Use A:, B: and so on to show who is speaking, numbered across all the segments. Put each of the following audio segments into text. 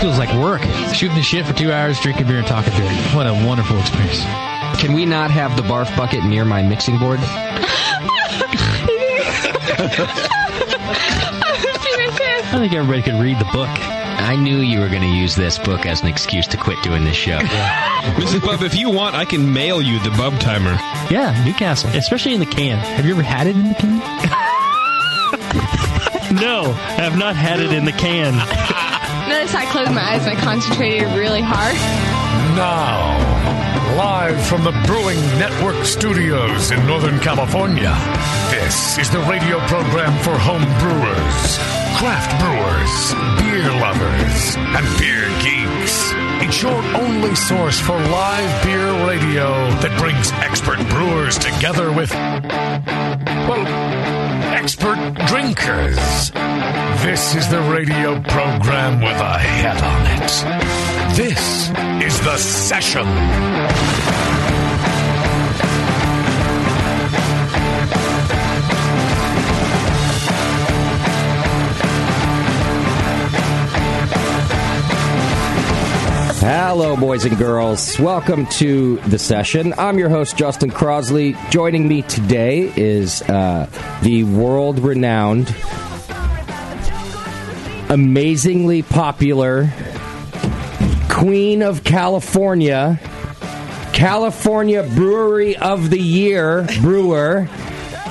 A: Feels like work. Shooting the shit for two hours, drinking beer, and talking dirty. What a wonderful experience.
B: Can we not have the barf bucket near my mixing board?
A: I think everybody could read the book.
B: I knew you were going to use this book as an excuse to quit doing this show.
C: Mrs. Buff, if you want, I can mail you the Bub Timer.
A: Yeah, Newcastle, especially in the can. Have you ever had it in the can? no, I have not had it in the can.
D: Notice I closed my eyes and I concentrated really hard.
E: Now, live from the Brewing Network studios in Northern California, this is the radio program for home brewers, craft brewers, beer lovers, and beer geeks. It's your only source for live beer radio that brings expert brewers together with, well, expert drinkers. This is the radio program with a head on it. This is The Session.
B: Hello, boys and girls. Welcome to the session. I'm your host, Justin Crosley. Joining me today is uh, the world renowned, amazingly popular Queen of California, California Brewery of the Year brewer,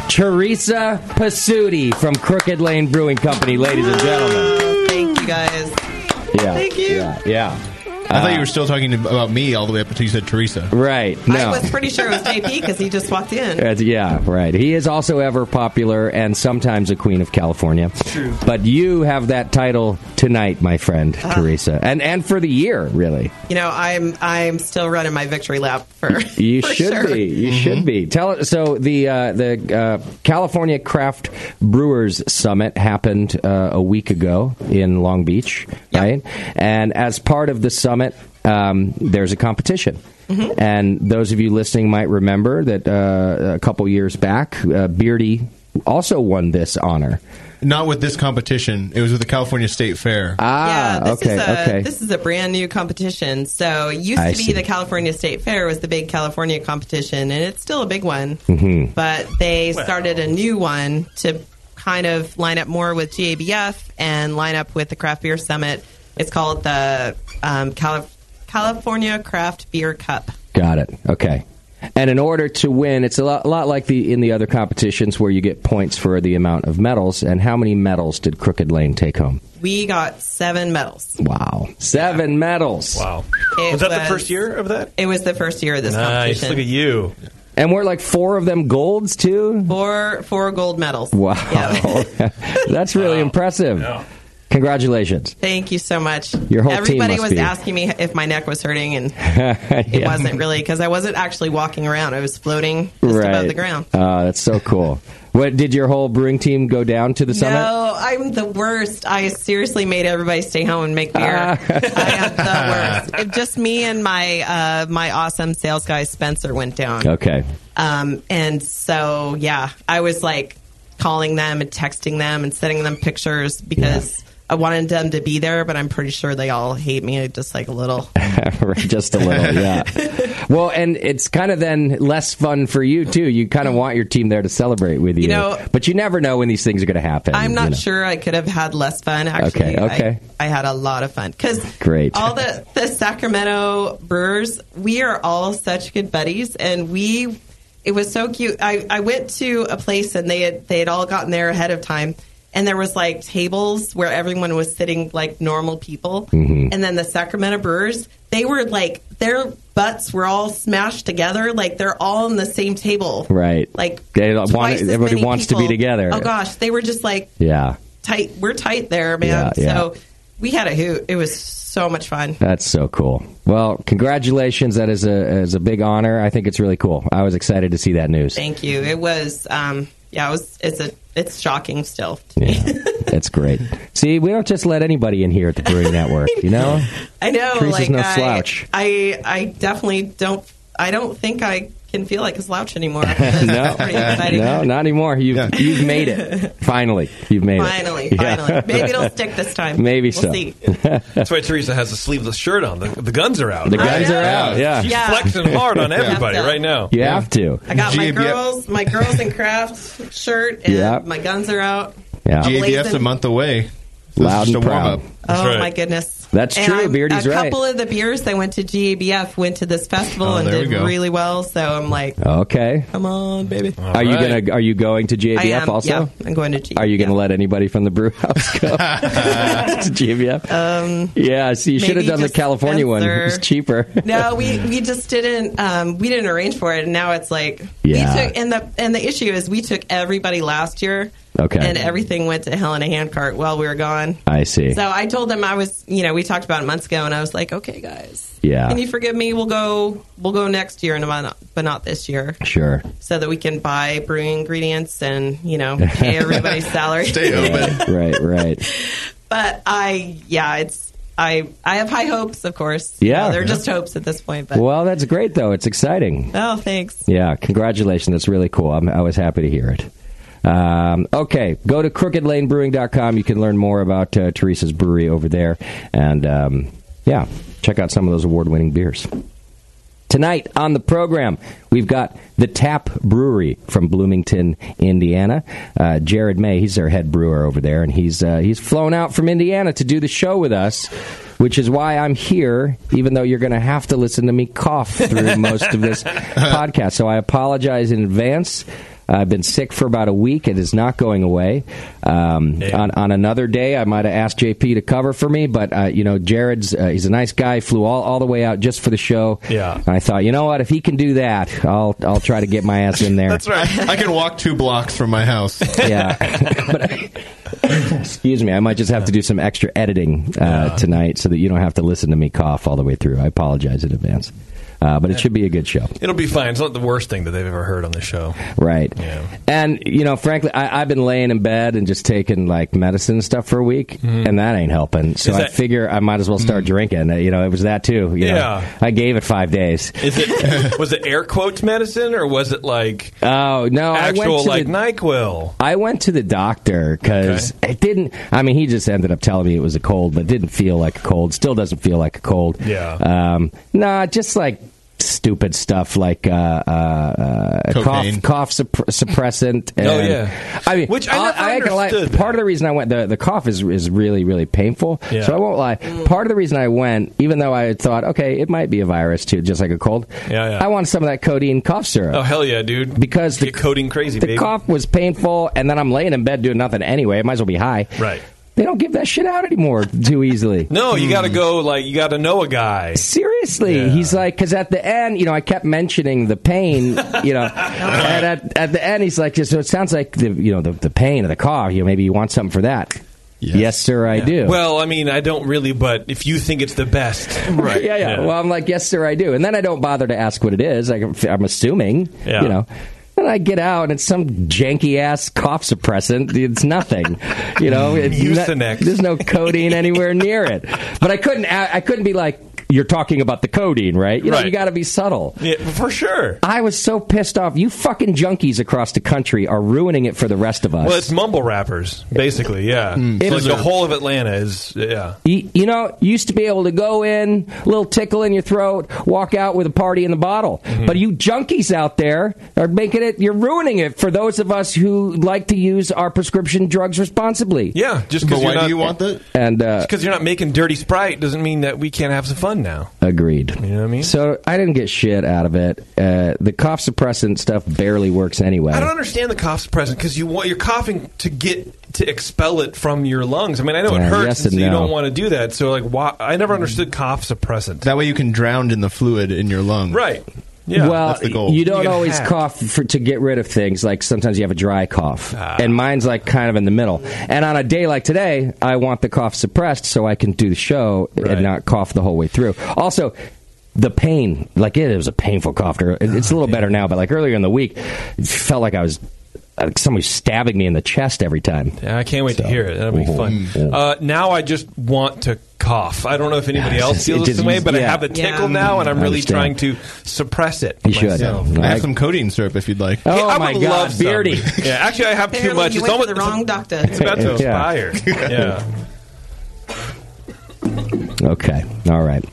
B: Teresa Pasuti from Crooked Lane Brewing Company, ladies and gentlemen.
F: Thank you guys.
B: Yeah.
F: Thank you.
B: Yeah. yeah. Uh,
C: I thought you were still talking about me all the way up until you said Teresa.
B: Right. No.
F: I was pretty sure it was JP because he just walked in.
B: That's- yeah, right. He is also ever popular and sometimes a queen of California. True. But you have that title tonight, my friend Teresa, and and for the year, really.
F: You know, I'm I'm still running my victory lap for.
B: You
F: for
B: should
F: sure.
B: be. You should be. Tell so the uh, the uh, California Craft Brewers Summit happened uh, a week ago in Long Beach, right? And as part of the summit, um, there's a competition.
F: Mm-hmm.
B: And those of you listening might remember that uh, a couple years back, uh, Beardy also won this honor.
C: Not with this competition. It was with the California State Fair.
B: Ah,
F: Yeah, this
B: okay,
F: is a
B: okay.
F: uh, this is a brand new competition. So it used
B: I
F: to be
B: see.
F: the California State Fair was the big California competition, and it's still a big one.
B: Mhm.
G: Oh,
F: But they started a new one to kind of line up more with GABF and line up with the Craft Beer Summit. It's called the um, Calif- California Craft Beer Cup.
B: Got it. Okay. And in order to win, it's a lot, lot like the in the other competitions where you get points for the amount of medals. And how many medals did Crooked Lane take home?
F: We got seven medals.
B: Wow, seven medals.
H: Wow.
F: It
H: was that the
F: was-
H: first year of that?
F: It was the first year of this
H: Nice. Look at
F: competition.
H: you.
B: And we're like four of them golds too.
F: Four four gold medals.
B: Wow,
F: Yeah.
B: that's really impressive. Congratulations.
F: Thank you so much.
B: Your whole team
F: Everybody
B: must
F: was
B: be-
F: asking me if my neck was hurting, and it
B: Yeah.
F: wasn't really because I wasn't actually walking around. I was floating just
B: right
F: above the ground.
B: Ah, that's so cool. what did your whole brewing team go down to the summit?
F: No, I'm the worst. I seriously made everybody stay home and make beer. I am the worst. If just me and my uh, my awesome sales guy Spencer went down.
B: Okay.
F: Um, and so, yeah, I was like calling them and texting them and sending them pictures because I wanted them to be there, but I'm pretty sure they all hate me just like a little.
B: Right, just a little, yeah. Well, and it's kind of then less fun for you too. You kind of want your team there to celebrate with you,
F: know-
B: but you never know when these things are going to happen.
F: I'm not
B: you know.
F: sure I could have had less fun. Actually,
B: Okay, okay.
F: I, I had a lot of fun because
B: Great.
F: all the the Sacramento Brewers. We are all such good buddies, and we. It was so cute. I, I went to a place and they had they had all gotten there ahead of time, and there was like tables where everyone was sitting like normal people,
B: Mm-hmm.
F: and then the Sacramento Brewers. They were like their butts were all smashed together, like they're all on the same table,
B: Right.
F: Like
B: They don't want-
F: twice as
B: everybody
F: many
B: wants to be
F: people.
B: together.
F: Oh gosh, they were just like
B: Yeah,
F: tight. We're tight there, man.
B: Yeah, yeah.
F: So we had a hoot. It was so much fun.
B: that's so cool. Well, congratulations. That is a is a big honor. I think it's really cool. I was excited to see that news.
F: Thank you. It was, um, yeah, it was. It's a, it's shocking still.
B: Yeah, that's great. See, we don't just let anybody in here at the Brewing Network. You know,
F: I know,
B: Teresa's
F: like
B: no
F: I,
B: slouch.
F: I, I definitely don't. I don't think I can feel like a slouch anymore. no, pretty exciting.
B: no, not anymore. You've you've made it. Finally, you've made
F: Finally,
B: it. Yeah.
F: finally, maybe it'll stick this time.
B: Maybe
F: we'll
B: so.
F: See.
G: That's why Teresa has a sleeveless shirt on. The, the guns are out.
B: The
G: right?
B: guns
F: know.
B: are out. Yeah.
G: She's
F: Yeah.
G: flexing hard on everybody
F: Yeah.
G: right now.
B: You have to.
F: I got my
C: Jib, yep.
F: girls, my girls in craft shirt, and
B: Yeah.
F: my guns are out.
B: Yeah.
C: GABF's a
F: Blazing.
C: month away. This is
B: Loud
C: just
B: and
C: a
B: proud.
C: warm-up.
G: That's
F: oh
G: right.
F: my goodness,
B: That's
F: And
B: true,
F: I'm-
B: Beardy's
F: a
B: right.
F: couple of the beers that went to GABF went to this festival
C: Oh,
F: and
C: there we
F: did
C: go.
F: really well. So I'm like,
B: Okay.
F: come on, baby.
B: are you
G: right.
B: gonna? Are you going to GABF
F: I am.
B: also?
F: Yeah, I'm going to GABF.
B: Are you going to let anybody from the brew house go to GABF? Um, yeah. See, you should have
F: maybe
B: done the
F: just
B: California one. It was
F: Spencer.
B: cheaper.
F: No, we, we just didn't um, we didn't arrange for it, and now it's like
B: Yeah.
F: we took and the and the issue is we took everybody last year,
B: Okay.
F: and everything went to hell in a handcart while we were gone.
B: I see.
F: So I told them I was, you know, we talked about it months ago, and I was like, okay, guys,
B: Yeah.
F: can you forgive me? We'll go, we'll go next year, and why not- but not this year.
B: sure.
F: so that we can buy brewing ingredients and you know pay everybody's salary.
C: Stay open.
B: Right. Right.
F: But I, yeah, it's I I have high hopes, of course.
B: Yeah.
F: Well, they're just hopes at this point. But
B: well, that's great though. It's exciting.
F: oh, thanks.
B: Yeah, congratulations. That's really cool. I'm, I was happy to hear it. Um, okay, go to crookedlanebrewing.com. You can learn more about uh, Teresa's brewery over there. And um, yeah, check out some of those award winning beers. Tonight on the program, we've got the Tap Brewery from Bloomington, Indiana. Uh, Jared May, he's their head brewer over there, and he's uh, he's flown out from Indiana to do the show with us, which is why I'm here. Even though you're going to have to listen to me cough through most of this podcast, so I apologize in advance. I've been sick for about a week. It is not going away. Um, on, on another day, I might have asked JP to cover for me, but uh, you know, Jared's uh, he's a nice guy. Flew all, all the way out just for the show.
G: Yeah.
B: And I thought, you know what? If he can do that, I'll I'll try to get my ass in there.
G: That's right.
C: I can walk two blocks from my house.
B: Yeah. but, excuse me. I might just have to do some extra editing uh, tonight so that you don't have to listen to me cough all the way through. I apologize in advance. Uh, but it should be a good show.
G: It'll be fine. It's not the worst thing that they've ever heard on the show.
B: Right.
G: Yeah.
B: And, you know, frankly, I, I've been laying in bed and just taking like medicine and stuff for a week, and that ain't helping.
G: Mm-hmm. Is
B: So I
G: that- Mm-hmm.
B: figure I might as well start drinking. Uh, You know, it was that too. you know.
G: Yeah.
B: I gave it five days.
G: Is it was it air quotes medicine or was it like
B: Oh, no. I went
G: actual
B: to
G: like
B: the,
G: Nyquil?
B: I went to the doctor because it didn't. I mean, he just ended up telling me it was a cold, but it didn't feel like a cold. Still doesn't feel like a cold.
G: Yeah.
B: Um, nah, just like stupid stuff like uh, uh, uh,
C: Cocaine.
B: cough cough supp- suppressant. And,
G: Oh, yeah.
B: I mean,
G: Which I never
B: ain't gonna
G: understood that.
B: Part of the reason I went the the cough is is really really painful.
G: Yeah.
B: So I won't lie. Part of the reason I went, even though I had thought, okay, it might be a virus too, just like a cold.
G: Yeah, yeah.
B: I wanted some of that codeine cough syrup
G: Oh hell yeah, dude!
B: because the
G: Get coding crazy,
B: The
G: baby.
B: cough was painful, and then I'm laying in bed doing nothing anyway. I might as well be high.
G: Right.
B: They don't give that shit out anymore too easily.
G: No, you got
F: Hmm.
G: to go. Like you got to know a guy.
B: Seriously,
G: Yeah.
B: he's like, because at the end, you know, I kept mentioning the pain, you know, and at, at the end, he's like, so it sounds like the, you know, the, the pain of the cough. You know, maybe you want something for that. Yes,
C: Yes.
B: sir, I do.
G: Well, I mean, I don't really, but if you think it's the best,
C: right.
B: yeah, yeah,
G: Yeah.
B: Well, I'm like, yes, sir, I do. And then I don't bother to ask what it is. I, can- I'm assuming,
G: Yeah.
B: you know. And I get out, and it's some janky ass cough suppressant. It's nothing, you know. It's
G: Mm-hmm. Mucinex.
B: there's no codeine anywhere near it. But I couldn't. a- I couldn't be like. you're talking about the codeine, right? You know,
D: Right.
B: you got to be subtle.
D: Yeah, for sure.
B: I was so pissed off. You fucking junkies across the country are ruining it for the rest of us.
H: Well, it's mumble rappers, basically. Yeah,
B: It
C: Mm.
H: it's like
B: is
H: the
B: a-
H: whole of Atlanta is. Yeah,
B: You, you know, you used to be able to go in, little tickle in your throat, walk out with a party in the bottle.
H: Mm-hmm.
B: But you junkies out there are making it, you're ruining it for those of us who like to use our prescription drugs responsibly.
H: yeah. Just
C: But
H: because
C: why
H: you're
C: do
H: not,
C: you want that?
B: And, uh,
H: Because you're not making dirty sprite doesn't mean that we can't have some fun now.
B: Agreed.
H: You know what I mean?
B: So I didn't get shit out of it. Uh, the cough suppressant stuff barely works anyway.
H: I don't understand the cough suppressant because you want you're coughing to get to expel it from your lungs. I mean, I know it
B: Yeah,
H: hurts,
B: yes
H: and
B: and
H: so you
B: no.
H: don't want to do that. So like, why? I never understood cough suppressant.
C: That way you can drown in the fluid in your lung.
H: right? Yeah.
B: well,
C: that's the goal.
B: you don't
H: You
B: always
H: have.
B: cough for, to get rid of things. Like sometimes you have a dry cough,
H: Ah.
B: and mine's like kind of in the middle. And on a day like today, I want the cough suppressed so I can do the show
H: Right.
B: and not cough the whole way through. Also, the pain, like it, was a painful cough. It- It's a little better now, but like earlier in the week, it felt like I was like somebody was stabbing me in the chest every time.
H: Yeah, I can't wait to
B: So.
H: hear it. That'll be fun. Uh, now I just want to cough. I don't know if anybody
B: Yeah, it's
H: else
B: just-
H: feels
B: it
H: the same
B: just-
H: way, but I
B: yeah.
H: have a
F: Yeah.
H: tickle now, and I'm
B: I
H: really trying
B: understand.
H: to suppress it.
B: You should.
H: myself.
B: No,
C: I have
B: I-
C: some codeine syrup if you'd like.
B: Oh
H: Yeah, I
B: my
H: would
B: god,
H: love some.
B: Beardy!
H: Yeah, actually, I have too
F: Apparently
H: much.
F: you
H: It's
F: went
H: almost
F: to the wrong doctor.
H: It's about to
B: Yeah.
H: expire. Yeah.
B: Okay. All right.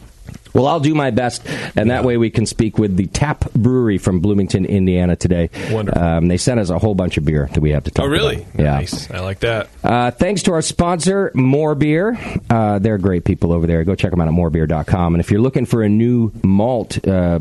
B: Well, I'll do my best, and that way we can speak with the Tap Brewery from Bloomington, Indiana today.
H: Wonderful.
B: Um, they sent us a whole bunch of beer that we have to talk
H: Oh, really?
B: about. Yeah.
H: Nice. I like that.
B: Uh, thanks to our sponsor, More Beer. Uh, they're great people over there. Go check them out at morebeer.com. And if you're looking for a new malt uh,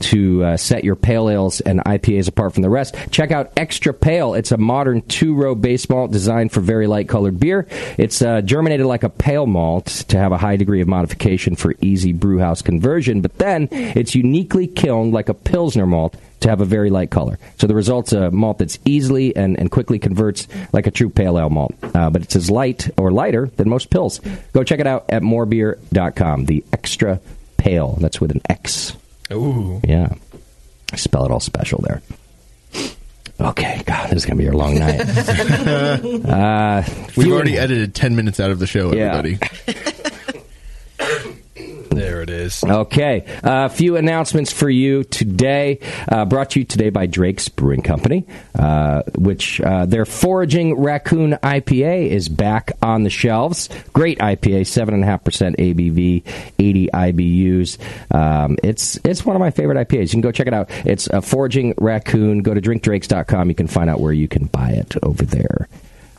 B: to uh, set your pale ales and IPAs apart from the rest, check out Extra Pale. It's a modern two row base malt designed for very light colored beer. It's uh, germinated like a pale malt to have a high degree of modification for easy brew house conversion, but then it's uniquely kilned like a Pilsner malt to have a very light color. So the result's a malt that's easily and, and quickly converts like a true pale ale malt, uh, but it's as light or lighter than most pills. Go check it out at morebeer.com. The extra pale. That's with an X.
H: Ooh.
B: Yeah. I spell it all special there. Okay, God, this is going to be a long night. uh,
C: We've
B: feeling-
C: already edited 10 minutes out of the show,
B: Yeah.
C: everybody.
H: There it is.
B: Okay, a few announcements for you today. Uh, brought to you today by Drake's Brewing Company, uh, which uh, their foraging raccoon IPA is back on the shelves. Great IPA, seven and a half percent ABV, eighty IBUs. Um, it's it's one of my favorite IPAs. You can go check it out. It's a foraging raccoon. Go to drinkdrakes.com. You can find out where you can buy it over there.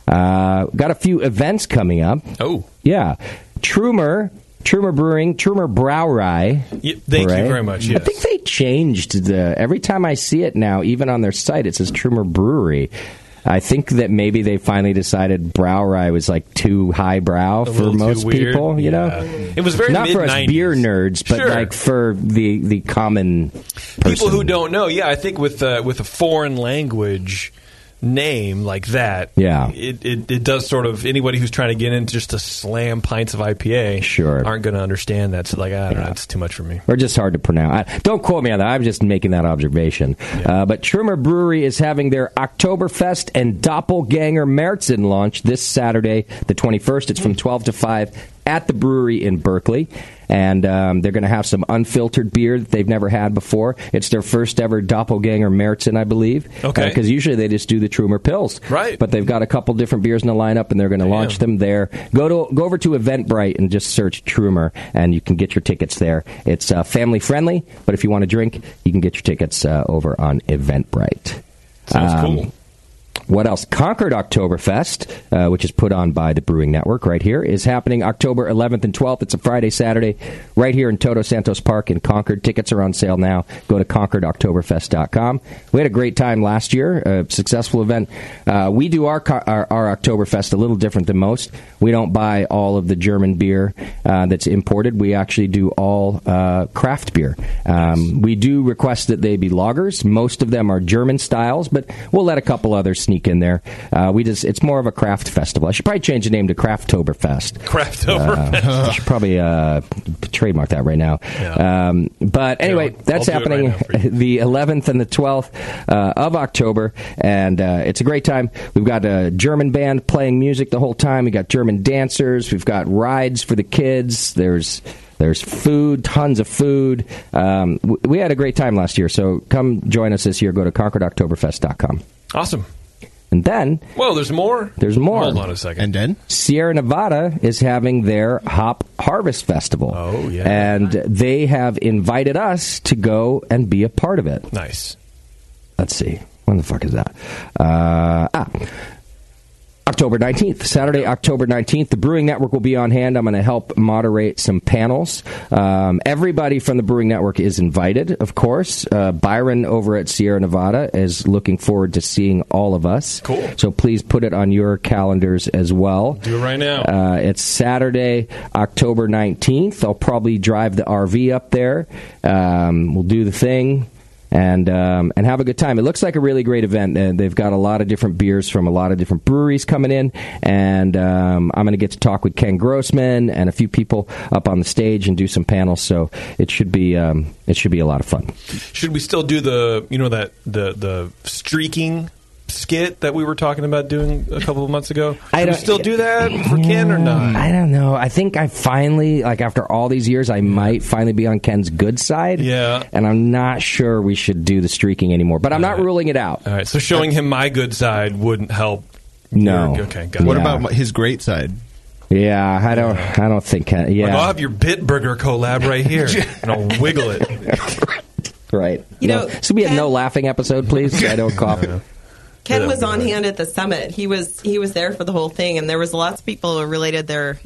B: Uh, got a few events coming up.
H: Oh.
B: Yeah. Trumer, Trumer Brewing, Trumer Browry.
H: Yeah, thank you very much,
B: I think
H: yes.
B: they changed the. Every time I see it now, even on their site, it says Trumer Brewery. I think that maybe they finally decided Browry was like too highbrow
H: A
B: for
H: little too
B: most
H: weird,
B: people, you know.
H: yeah. It was very
B: not for us
H: mid-nineties.
B: beer nerds, but
H: Sure.
B: like for the the common
H: People who
B: person.
H: don't know, yeah, I think with uh, with a foreign language name like that,
B: Yeah.
H: it, it, it does sort of anybody who's trying to get in just to slam pints of IPA,
B: Sure.
H: aren't going to understand that. So like, I don't know, it's too much for me.
B: or just hard to pronounce. I, don't quote me on that. I'm just making that observation. Uh, but Trimmer Brewery is having their Oktoberfest and Doppelganger Märzen launch this Saturday, the 21st. It's from 12 to 5 at the brewery in Berkeley. And um, they're going to have some unfiltered beer that they've never had before. It's their first ever Doppelganger Märzen, I believe. Uh,
H: Okay.
B: Because usually they just do the Trumer Pills.
H: Right.
B: But they've got a couple different beers in the lineup, and they're going to launch them there. Go to go over to Eventbrite and just search Trumer, and you can get your tickets there. It's uh, family friendly, but if you want to drink, you can get your tickets uh, over on Eventbrite.
H: Sounds
B: Um,
H: cool.
B: What else? Concord Oktoberfest, uh, which is put on by the Brewing Network right here, is happening October 11th and 12th. It's a Friday, Saturday, right here in Toto Santos Park in Concord. Tickets are on sale now. Go to ConcordOktoberfest.com. We had a great time last year, a successful event. Uh, we do our, co- our, our Oktoberfest a little different than most. We don't buy all of the German beer uh, that's imported. We actually do all uh, craft beer. Um, we do request that they be lagers. Most of them are German styles, but we'll let a couple others sneak in there. Uh, we just it's more of a craft festival. I should probably change the name to Crafttoberfest.
H: Craftoberfest.
B: I should probably uh, trademark that right now.
H: Yeah.
B: Um, but anyway,
H: I'll-
B: that's
H: I'll do it right
B: happening
H: now for you.
B: the 11th and the 12th uh, of October, and uh, it's a great time. We've got a German band playing music the whole time. We got German dancers. We've got rides for the kids. There's There's food, tons of food. Um, w- we had a great time last year, so come join us this year. Go to ConcordOctoberfest.com.
H: Awesome.
B: And then
H: Whoa, there's more.
B: there's more.
H: Hold on a second.
C: And then
B: Sierra Nevada is having their Hop Harvest Festival.
H: Oh, yeah.
B: And they have invited us to go and be a part of it.
H: nice.
B: Let's see. When the fuck is that? Uh, ah. October 19th, Saturday, October 19th. The Brewing Network will be on hand. I'm going to help moderate some panels. Um, everybody from the Brewing Network is invited, of course. Uh, Byron over at Sierra Nevada is looking forward to seeing all of us.
H: Cool.
B: So please put it on your calendars as well.
H: Do it right now.
B: Uh, it's Saturday, October 19th. I'll probably drive the RV up there. Um, we'll do the thing. And um, and have a good time. It looks like a really great event. Uh, they've got a lot of different beers from a lot of different breweries coming in, and um, I'm going to get to talk with Ken Grossman and a few people up on the stage and do some panels. So it should be um, it should be a lot of fun.
H: Should we still do the you know that the the streaking skit that we were talking about doing a couple of months ago? Should
B: I
H: we
B: don't-
H: still do that for Ken or not?
B: I don't know. I think I finally, like after all these years, I might finally be on Ken's good side.
H: Yeah.
B: And I'm not sure we should do the streaking anymore, but I'm not ruling it out.
H: All right. So showing him my good side wouldn't help.
B: No.
H: Your, okay. Got
C: what
B: What
H: it.
B: Yeah.
C: about my- his great side?
B: Yeah, I don't. I don't think. Ken,
H: Like, I'll
B: yeah.
H: have your Bitburger collab right here, and I'll wiggle it.
B: Right.
F: You
B: no,
F: know,
B: this will be a
F: Ken-
B: no laughing episode, please. I don't cough.
F: Ken was on hand at the summit. He was he was there for the whole thing, and there was lots of people who related their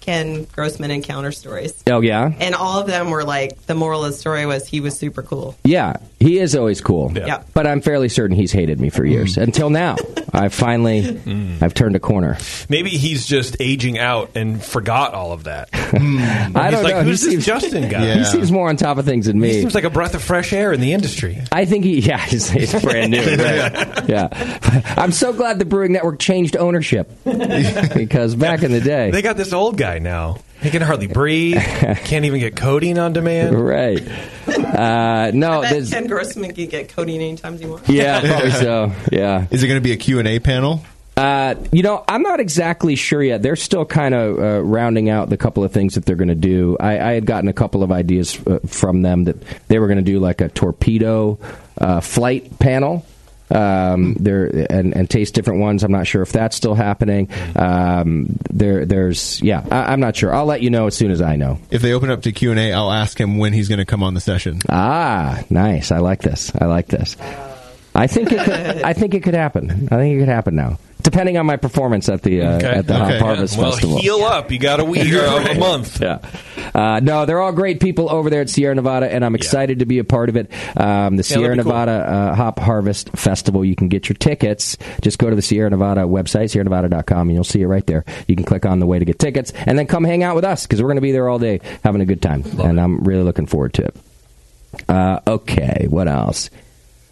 F: Ken Grossman encounter stories,
B: Oh yeah.
F: and all of them were like the moral of the story was he was super cool.
B: Yeah, he is always cool.
F: Yeah.
B: But I'm fairly certain he's hated me for years.
H: Mm.
B: Until now, I finally, I've turned a corner.
H: Maybe he's just aging out and forgot all of that.
B: I
H: Mm. he's
B: don't
H: like,
B: know.
H: who's
B: he
H: this
B: seems,
H: Justin guy?
C: Yeah.
B: He seems more on top of things than me.
H: He seems like a breath of fresh air in the industry.
B: I think he, yeah, he's, he's brand new. right. Yeah. I'm so glad the Brewing Network changed ownership because back in the day.
H: They got this old guy now. He can hardly breathe. Can't even get codeine on demand.
B: right. Uh, no,
F: Bet
B: there's,
F: Ken Grossman can get codeine anytime he wants.
B: yeah, probably so. Yeah.
C: Is it going to be a Q and A panel?
B: Uh, you know, I'm not exactly sure yet. They're still kind of uh, rounding out the couple of things that they're going to do. I, I had gotten a couple of ideas uh, from them that they were going to do like a torpedo uh, flight panel. Um, there and, and taste different ones. I'm not sure if that's still happening. Um, there, there's yeah. I, I'm not sure. I'll let you know as soon as I know.
C: If they open up to Q and A, I'll ask him when he's going to come on the session.
B: Ah, nice. I like this. I like this. I think it. Could, I think it could happen. I think it could happen now. Depending on my performance at the uh, at the
C: Okay.
B: Hop Harvest
H: well,
B: Festival.
H: heal up. You got a week or a month.
B: Yeah. Uh, no, they're all great people over there at Sierra Nevada, and I'm excited to be a part of it. Um, the Sierra
H: be cool.
B: Nevada uh, Hop Harvest Festival. You can get your tickets. Just go to the Sierra Nevada website, sierranevada.com, and you'll see it right there. You can click on the way to get tickets, and then come hang out with us because we're going to be there all day having a good time, and I'm really looking forward to it. Uh, okay, what else?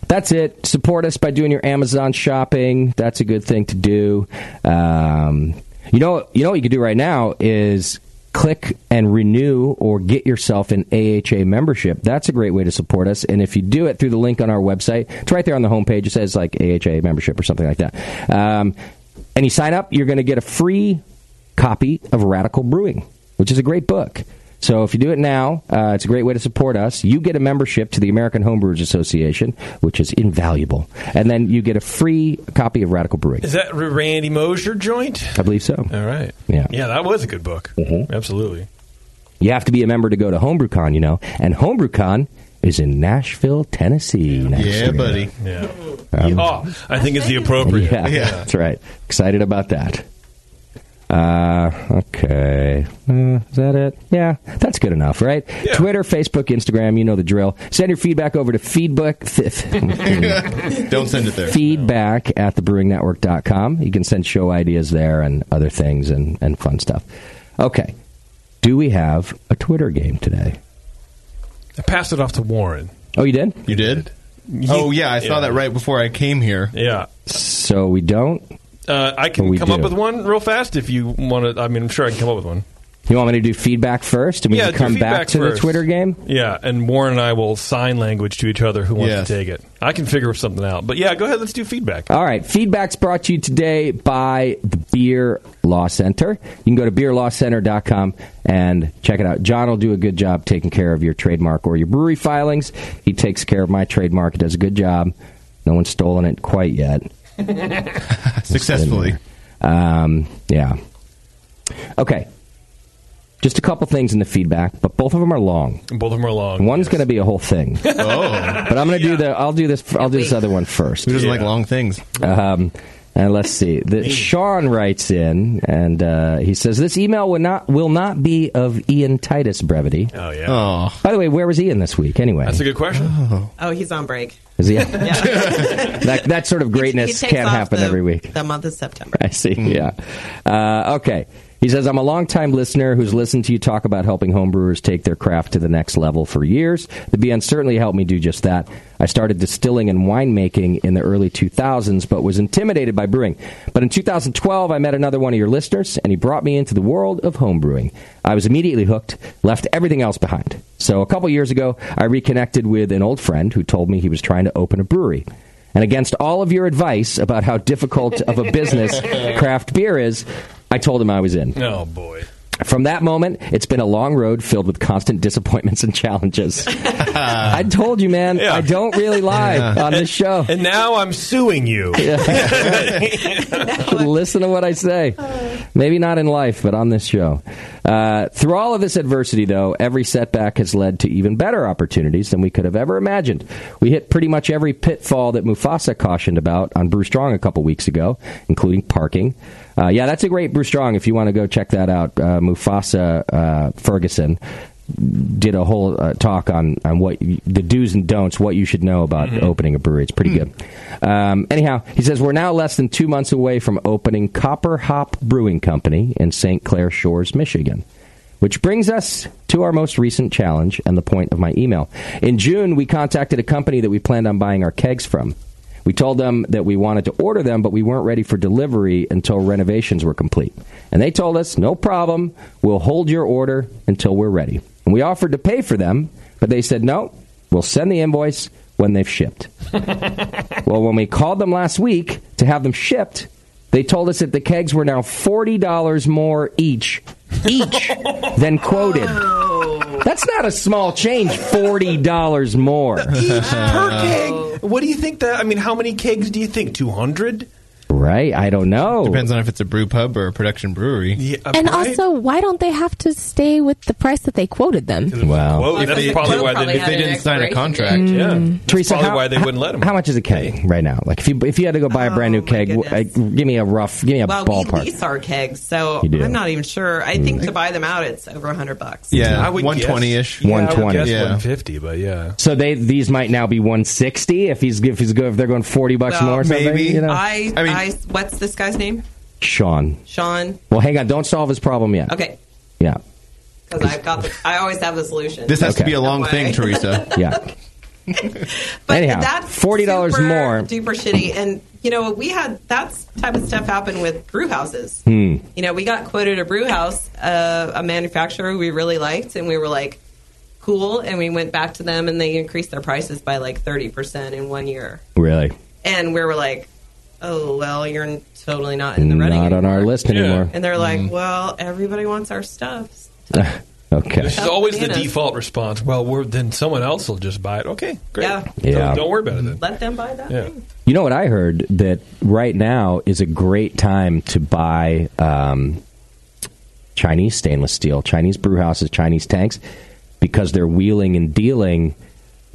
B: That's it. Support us by doing your Amazon shopping. That's a good thing to do. Um, you know, you know what you can do right now is click and renew or get yourself an AHA membership. That's a great way to support us. And if you do it through the link on our website, it's right there on the homepage. It says like AHA membership or something like that. Um, and you sign up, you're going to get a free copy of Radical Brewing, which is a great book. So if you do it now, uh, it's a great way to support us. You get a membership to the American Homebrewers Association, which is invaluable, and then you get a free copy of Radical Brewing.
H: Is that Randy Mosher joint?
B: I believe so.
H: All right.
B: Yeah. Mm-hmm.
H: Yeah, that was a good book. Absolutely.
B: You have to be a member to go to HomebrewCon, you know, and HomebrewCon is in Nashville, Tennessee. next
C: Yeah,
B: year. Um,
C: buddy.
H: Yeah.
C: Um,
H: oh, I think it's the appropriate.
B: Yeah, that's right. Excited about that. Uh, okay. Uh, is that it? Yeah, that's good enough, right?
H: Yeah.
B: Twitter, Facebook, Instagram, you know the drill. Send your feedback over to feedback,
C: Don't send it there.
B: feedback at thebrewingnetwork.com. You can send show ideas there and other things and, and fun stuff. Okay. Do we have a Twitter game today?
H: I passed it off to Warren.
B: Oh, you did?
C: You did? oh yeah, I saw
H: Yeah.
C: that right before I came here.
H: Yeah.
B: So we don't.
H: Uh, I can
B: We
H: come up
B: do.
H: with one real fast if you want to. I mean, I'm sure I can come up with one.
B: You want me to do feedback first, and we
H: Yeah,
B: can
H: do
B: come
H: feedback
B: back to the
H: first.
B: Twitter game?
H: Yeah, and Warren and I will sign language to each other who wants
C: Yes.
H: to take it. I can figure something out. But yeah, go ahead. Let's do feedback.
B: All right. Feedback's brought to you today by the Beer Law Center. You can go to beerlawcenter.com and check it out. John will do a good job taking care of your trademark or your brewery filings. He takes care of my trademark. He does a good job. No one's stolen it quite yet.
C: Successfully.
B: Um, yeah. Okay. Just a couple things in the feedback, but both of them are long.
H: Both of them are long.
B: One's going to be a whole thing.
C: Oh.
B: But I'm going to do the. I'll do this. I'll do this other one first.
C: Who doesn't like long things?
B: Um, and let's see. The, Sean writes in, and uh, he says this email will not will not be of Ian Titus brevity.
H: Oh yeah.
C: Oh.
B: By the way, where was Ian this week? Anyway,
H: That's a good question.
F: Oh, he's on break.
B: Is he-
F: Yeah.
B: that that sort of
F: He
B: greatness
F: takes
B: can't
F: off
B: happen
F: the-
B: every week.
F: The month of September.
B: I see. Yeah. Uh, okay. He says, I'm a longtime listener who's listened to you talk about helping homebrewers take their craft to the next level for years. The BN certainly helped me do just that. I started distilling and winemaking in the early 2000s, but was intimidated by brewing. But in 2012, I met another one of your listeners, and he brought me into the world of homebrewing. I was immediately hooked, left everything else behind. So a couple years ago, I reconnected with an old friend who told me he was trying to open a brewery. And against all of your advice about how difficult of a business craft beer is, I told him I was in.
H: Oh boy.
B: From that moment, it's been a long road filled with constant disappointments and challenges. I told you, man,
H: Yeah.
B: I don't really lie on this show.
H: And now I'm suing you.
B: Listen to what I say. Maybe not in life, but on this show. Uh, through all of this adversity, though, every setback has led to even better opportunities than we could have ever imagined. We hit pretty much every pitfall that Mufasa cautioned about on Brew Strong a couple weeks ago, including parking. Uh, yeah, that's a great Brew Strong if you want to go check that out. Uh, Mufasa uh, Ferguson did a whole uh, talk on on what you, the do's and don'ts, what you should know about opening a brewery. It's pretty good. Um, anyhow, he says we're now less than two months away from opening Copper Hop Brewing Company in St. Clair Shores, Michigan. Which brings us to our most recent challenge and the point of my email. In June, we contacted a company that we planned on buying our kegs from. We told them that we wanted to order them, but we weren't ready for delivery until renovations were complete. And they told us, no problem, we'll hold your order until we're ready. And we offered to pay for them, but they said, no, we'll send the invoice when they've shipped. well, when we called them last week to have them shipped, they told us that the kegs were now $40 more each, each than quoted.
F: Oh.
B: That's not a small change, $40 more.
H: per keg. What do you think that? I mean, how many kegs do you think? Two hundred.
B: Right? I don't know.
C: Depends on if it's a brew pub or a production brewery.
H: Yeah,
D: And
H: right?
D: also, why don't they have to stay with the price that they quoted them?
B: Wow.
H: Whoa, that's probably why they,
C: If they didn't sign a contract.
H: Yeah, that's
B: Teresa,
H: probably
B: how,
H: why they
B: how-
H: wouldn't let him.
B: How much is a keg right now? Like if you if you had to go buy a brand new
F: Oh, my
B: keg, w-
F: goodness.
B: like, give me a rough, give me a
F: Well, we
B: ballpark. Mm.
F: lease our kegs, so
B: You do.
F: I'm not even sure. I think to buy them out, it's over 100 bucks.
C: Yeah,
H: I would guess-
C: 120 ish.
H: Yeah, I would
B: 120.
H: guess
C: Yeah.
H: 150, but yeah.
B: so they these might now be 160 if he's if he's go if they're going 40 bucks
F: Well,
B: more or something.
C: maybe.
B: you know?
F: Uh, I,
C: I
F: I,
C: mean-
F: what's this guy's name?
B: Sean.
F: Sean.
B: Well, hang on, don't solve his problem yet.
F: Okay,
B: Yeah.
F: because I've got. The, I always have the solution.
C: This has
B: Okay.
C: to be a long thing, Teresa.
B: Yeah.
F: but
B: anyhow,
F: that's
B: $40
F: super
B: more.
F: Duper shitty, and you know we had that type of stuff happen with brew houses.
B: Hmm.
F: You know, we got quoted a brew house, uh, a manufacturer we really liked, and we were like, cool. And we went back to them, and they increased their prices by like thirty percent in one year.
B: Really.
F: and we were like, "Oh well, you're totally not in the running."
B: Not on our
F: anymore."
B: list anymore.
F: And they're
B: Mm.
F: like, "Well, everybody wants our stuff."
B: Okay.
H: This is always the
F: bananas.
H: default response. Well, we're, then someone else will just buy it. Okay, great.
F: Yeah.
B: Yeah.
H: Don't, don't worry about it then.
F: Let them buy that.
H: Yeah.
B: You know what I heard that right now is a great time to buy um, Chinese stainless steel, Chinese brew houses, Chinese tanks, because they're wheeling and dealing,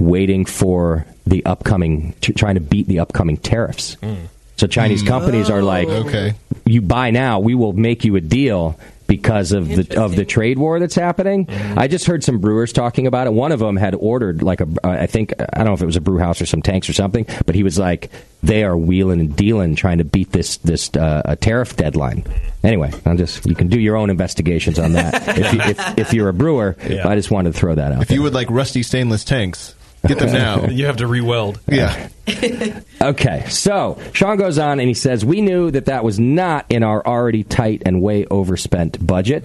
B: waiting for the upcoming, t- trying to beat the upcoming tariffs.
G: Mm.
B: So Chinese companies are like,
C: Okay.
B: you buy now, we will make you a deal because of the of the trade war that's happening. I just heard some brewers talking about it. One of them had ordered like a uh, I think I don't know if it was a brew house or some tanks or something, but he was like they are wheeling and dealing trying to beat this this uh, a tariff deadline. Anyway, I'm just you can do your own investigations on that if, you, if if you're a brewer.
H: Yeah.
B: but I just wanted to throw that out.
C: If you would like rusty stainless tanks, Get them now.
H: You have to re-weld.
C: Yeah.
B: Okay, so Sean goes on and he says, We knew that that was not in our already tight and way overspent budget.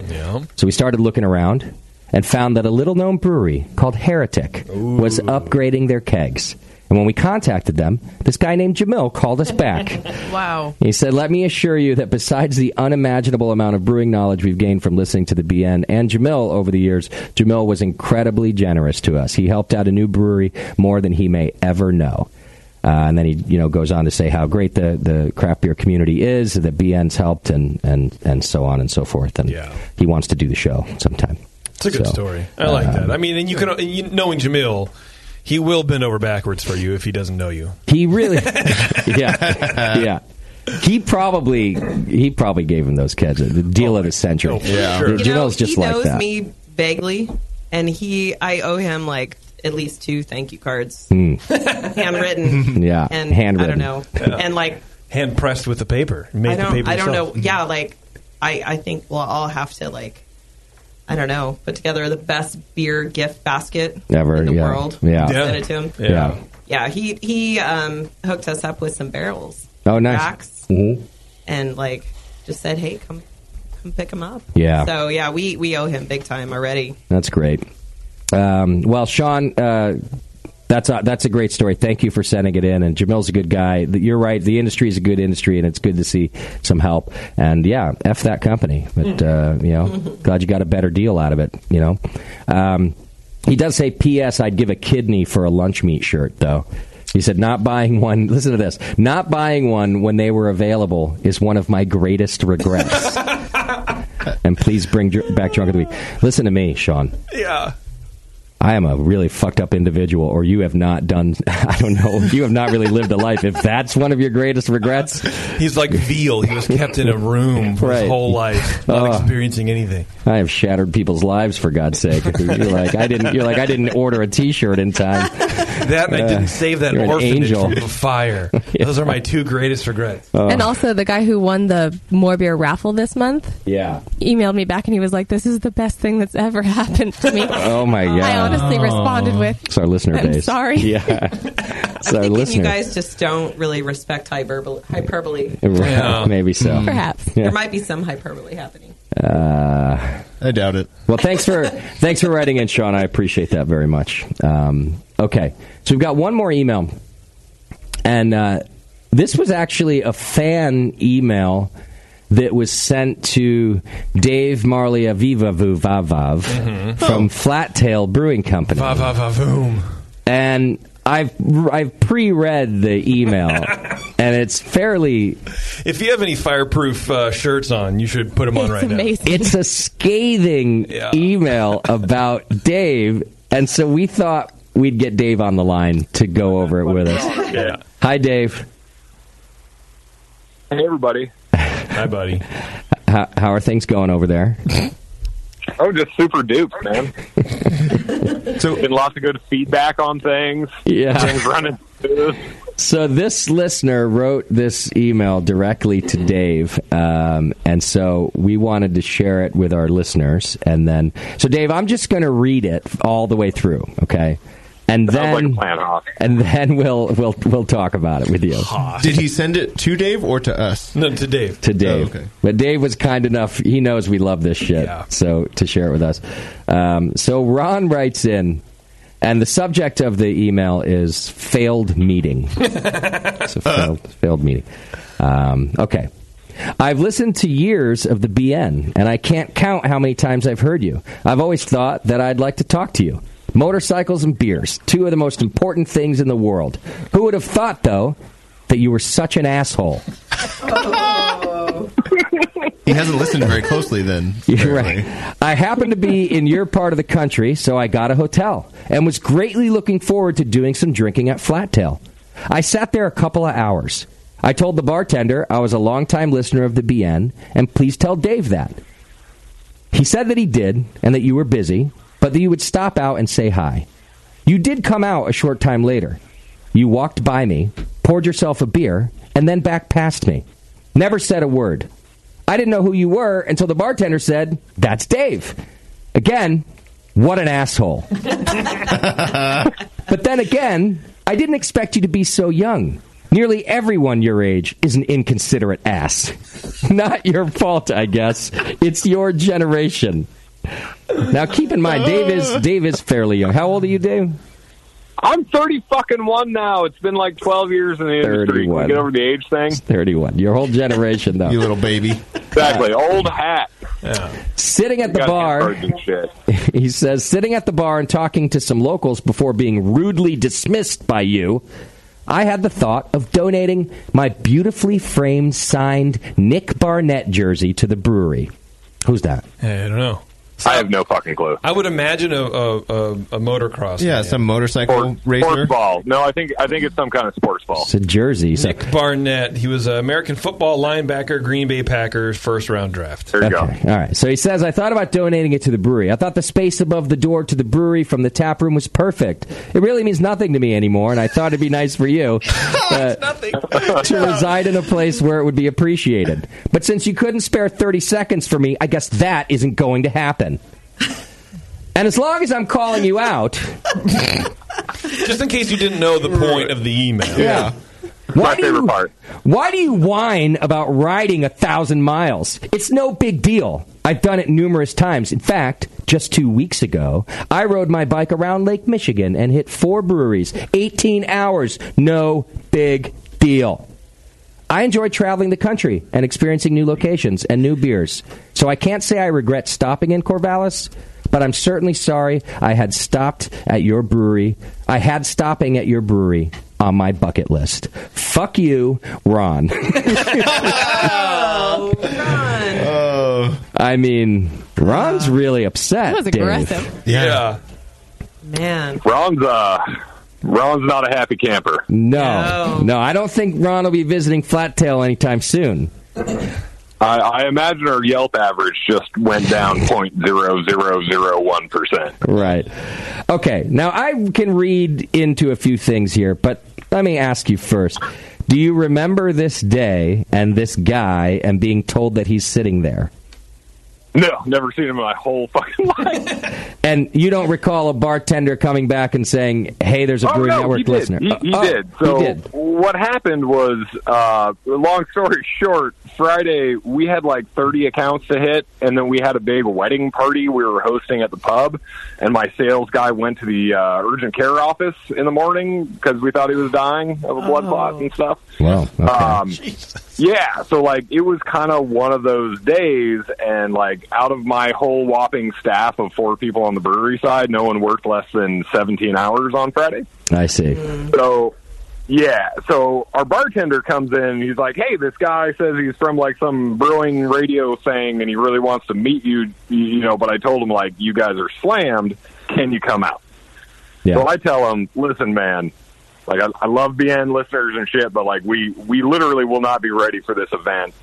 B: So we started looking around and found that a little known brewery called Heretic was upgrading their kegs. And when we contacted them, this guy named Jamil called us back.
F: Wow.
B: He said, Let me assure you that besides the unimaginable amount of brewing knowledge we've gained from listening to the BN and Jamil over the years, Jamil was incredibly generous to us. He helped out a new brewery more than he may ever know. Uh, and then he, you know, goes on to say how great the, the craft beer community is, that BN's helped, and, and, and so on and so forth. And he wants to do the show sometime.
H: It's a good
B: So,
H: story. I like
B: um,
H: that. I mean, and you can and you, knowing Jamil, he will bend over backwards for you if he doesn't know you.
B: He really, yeah, yeah. He probably he probably gave him those kids the deal of his century.
H: yeah.
B: Jamil's
F: You know,
B: Um, just
F: he
B: like
F: knows
B: that.
F: me vaguely, and he I owe him like at least two thank you cards,
B: Hmm.
F: handwritten.
B: Yeah,
F: and I
B: handwritten.
F: don't know, and like
H: hand pressed with the paper. You Made
F: I
H: the
F: don't
H: paper
F: I don't know.
H: yourself.
F: Yeah, like I I think we'll all have to like I don't know put together the best beer gift basket
B: Ever,
F: in the
B: yeah.
F: world.
B: Yeah.
F: send it to him.
B: Yeah. Yeah.
F: yeah. He he um, hooked us up with some barrels.
B: Oh, nice.
F: Racks,
B: Mhm.
F: and like just said, hey, come come pick him up.
B: Yeah.
F: So yeah, we we owe him big time already.
B: That's great. Um, well, Sean, uh, that's a, that's a great story. Thank you for sending it in. And Jamil's a good guy. The- You're right. The industry is a good industry, and it's good to see some help. And yeah, f that company.
F: Mm.
B: But uh, you know, glad you got a better deal out of it. You know, um, he does say, "P.S. I'd give a kidney for a lunch meat shirt, though." He said, "Not buying one. Listen to this. Not buying one when they were available is one of my greatest regrets." and please bring dr- back drunk of the week. Listen to me, Sean.
H: Yeah.
B: I am a really fucked up individual, or you have not done, I don't know, you have not really lived a life. If that's one of your greatest regrets,
H: He's like veal. He was kept in a room for
B: Right.
H: his whole life, not
B: Oh.
H: experiencing anything.
B: I have shattered people's lives for God's sake. If You're like, I didn't, you're like, I didn't order a t shirt in time.
H: That and I
B: Uh,
H: didn't save that
B: you're an
H: orphanage
B: angel.
H: from a fire. Those are my two greatest regrets.
B: Uh.
D: And also, the guy who won the More Beer raffle this month
B: yeah.
D: emailed me back and he was like, This is the best thing that's ever happened to me.
B: Oh my God.
D: I honestly responded with,
B: It's our listener
D: I'm
B: base.
D: sorry.
B: Yeah. It's our
F: And
B: listener.
F: you guys just don't really respect hyperbole. hyperbole.
B: Right,
H: Yeah. Mm-hmm.
B: Maybe so.
D: Perhaps.
B: Yeah.
F: There might be some hyperbole happening.
B: Uh,
C: I doubt it.
B: Well, thanks for thanks for writing in, Sean. I appreciate that very much. Um, okay, so we've got one more email, and uh, this was actually a fan email that was sent to Dave Marley Aviva Vuvavav from Flattail Brewing Company.
H: Va va va voom.
B: And I've I've pre-read the email, and it's fairly
H: If you have any fireproof uh, shirts on, you should put them on
D: It's
H: right
D: amazing.
B: It's a scathing
H: Yeah.
B: email about Dave, and so we thought we'd get Dave on the line to go over it with us.
H: now. Yeah.
B: Hi, Dave.
E: Hey, everybody.
H: Hi, buddy.
B: How, how are things going over there?
E: Oh, just super duped, man.
H: So-
E: Getting lots of good feedback on things.
B: Yeah.
E: Things running smooth.
B: So this listener wrote this email directly to Dave, um, and so we wanted to share it with our listeners. And then, so Dave, I'm just going to read it all the way through, okay? And
E: Sounds like
B: then,
E: a plan, huh?
B: and then we'll we'll we'll talk about it with you.
C: Did he send it to Dave or to us?
H: No, to Dave.
B: to Dave.
C: Oh, okay.
B: But Dave was kind enough. He knows we love this shit,
H: Yeah.
B: so to share it with us. Um, so Ron writes in, and the subject of the email is failed meeting. so failed, failed meeting. Um, okay. I've listened to years of the BN, and I can't count how many times I've heard you. I've always thought that I'd like to talk to you. Motorcycles and beers, two of the most important things in the world. Who would have thought, though, that you were such an asshole?
C: He hasn't listened very closely then.
B: You're
C: apparently.
B: right. I happened to be in your part of the country, so I got a hotel and was greatly looking forward to doing some drinking at Flattail. I sat there a couple of hours. I told the bartender I was a longtime listener of the BN, and please tell Dave that. He said that he did and that you were busy, but that you would stop out and say hi. You did come out a short time later. You walked by me, poured yourself a beer, and then back past me. Never said a word. I didn't know who you were until the bartender said, That's Dave. Again, What an asshole. but then again, I didn't expect you to be so young. Nearly everyone your age is an inconsiderate ass. Not your fault, I guess. It's your generation. Now keep in mind, Dave is Dave is fairly young. How old are you, Dave?
E: I'm 30 fucking one now. It's been like 12 years in the industry. Can we
B: 31.
E: Get over the age thing.
B: Thirty-one. Your whole generation, though. you little baby.
E: Exactly. Old hat.
B: Sitting at the
E: Gotta get
B: bar.
E: birds and shit.
B: he says, sitting at the bar and talking to some locals before being rudely dismissed by you, I had the thought of donating my beautifully framed, signed Nick Barnett jersey to the brewery. Who's that?
H: I don't know.
E: I have no fucking clue.
H: I would imagine a a, a, a motocross.
C: Yeah, some motorcycle racer.
E: Sports ball. No, I think I think it's some kind of sports ball.
B: It's a jersey. So
H: Nick Barnett. He was an American football linebacker, Green Bay Packers, first round draft.
E: There you
B: Okay. All right. So he says, I thought about donating it to the brewery. I thought the space above the door to the brewery from the tap room was perfect. It really means nothing to me anymore, and I thought it'd be nice for you uh, to reside in a place where it would be appreciated. But since you couldn't spare 30 seconds for me, I guess that isn't going to happen. And as long as I'm calling you out,
H: Just in case you didn't know the point of the email.
B: Yeah. Why do, you, why do you whine about riding a thousand miles? It's no big deal. I've done it numerous times. In fact, just two weeks ago, I rode my bike around Lake Michigan and hit four breweries, 18 hours. No big deal. I enjoy traveling the country and experiencing new locations and new beers. So I can't say I regret stopping in Corvallis, but I'm certainly sorry I had stopped at your brewery. I had stopping at your brewery on my bucket list. Fuck you, Ron.
C: Oh.
B: I mean, Ron's really upset.
E: That was
B: Dave.
E: aggressive. Yeah.
F: Man.
E: Ron's uh Ron's not a happy camper.
B: No, no, I don't think Ron will be visiting Flattail anytime soon.
E: I, I imagine our Yelp average just went down point zero zero zero one percent.
B: Right. Okay. Now I can read into a few things here, but let me ask you first. Do you remember this day and this guy and being told that he's sitting there?
E: No, never seen him in my whole fucking life.
B: And you don't recall a bartender coming back and saying, "Hey, there's a
E: oh,
B: Brew
E: no,
B: Network
E: he
B: listener."
E: Did. He, he
B: Oh,
E: did. So
B: he did.
E: what happened was, uh, long story short, Friday we had like 30 accounts to hit, and then we had a big wedding party we were hosting at the pub, and my sales guy went to the uh, urgent care office in the morning because we thought he was dying of a blood clot and stuff.
B: Wow.
E: Um, yeah, so like it was kind of one of those days, and like out of my whole whopping staff of four people on the brewery side, no one worked less than 17 hours on Friday.
B: I see.
E: So, yeah. So our bartender comes in. And he's like, "Hey, this guy says he's from like some brewing radio thing, and he really wants to meet you. You know." But I told him like, "You guys are slammed. Can you come out?"
B: Yeah.
E: So I tell him, "Listen, man." Like I, I love being listeners and shit, but like we we literally will not be ready for this event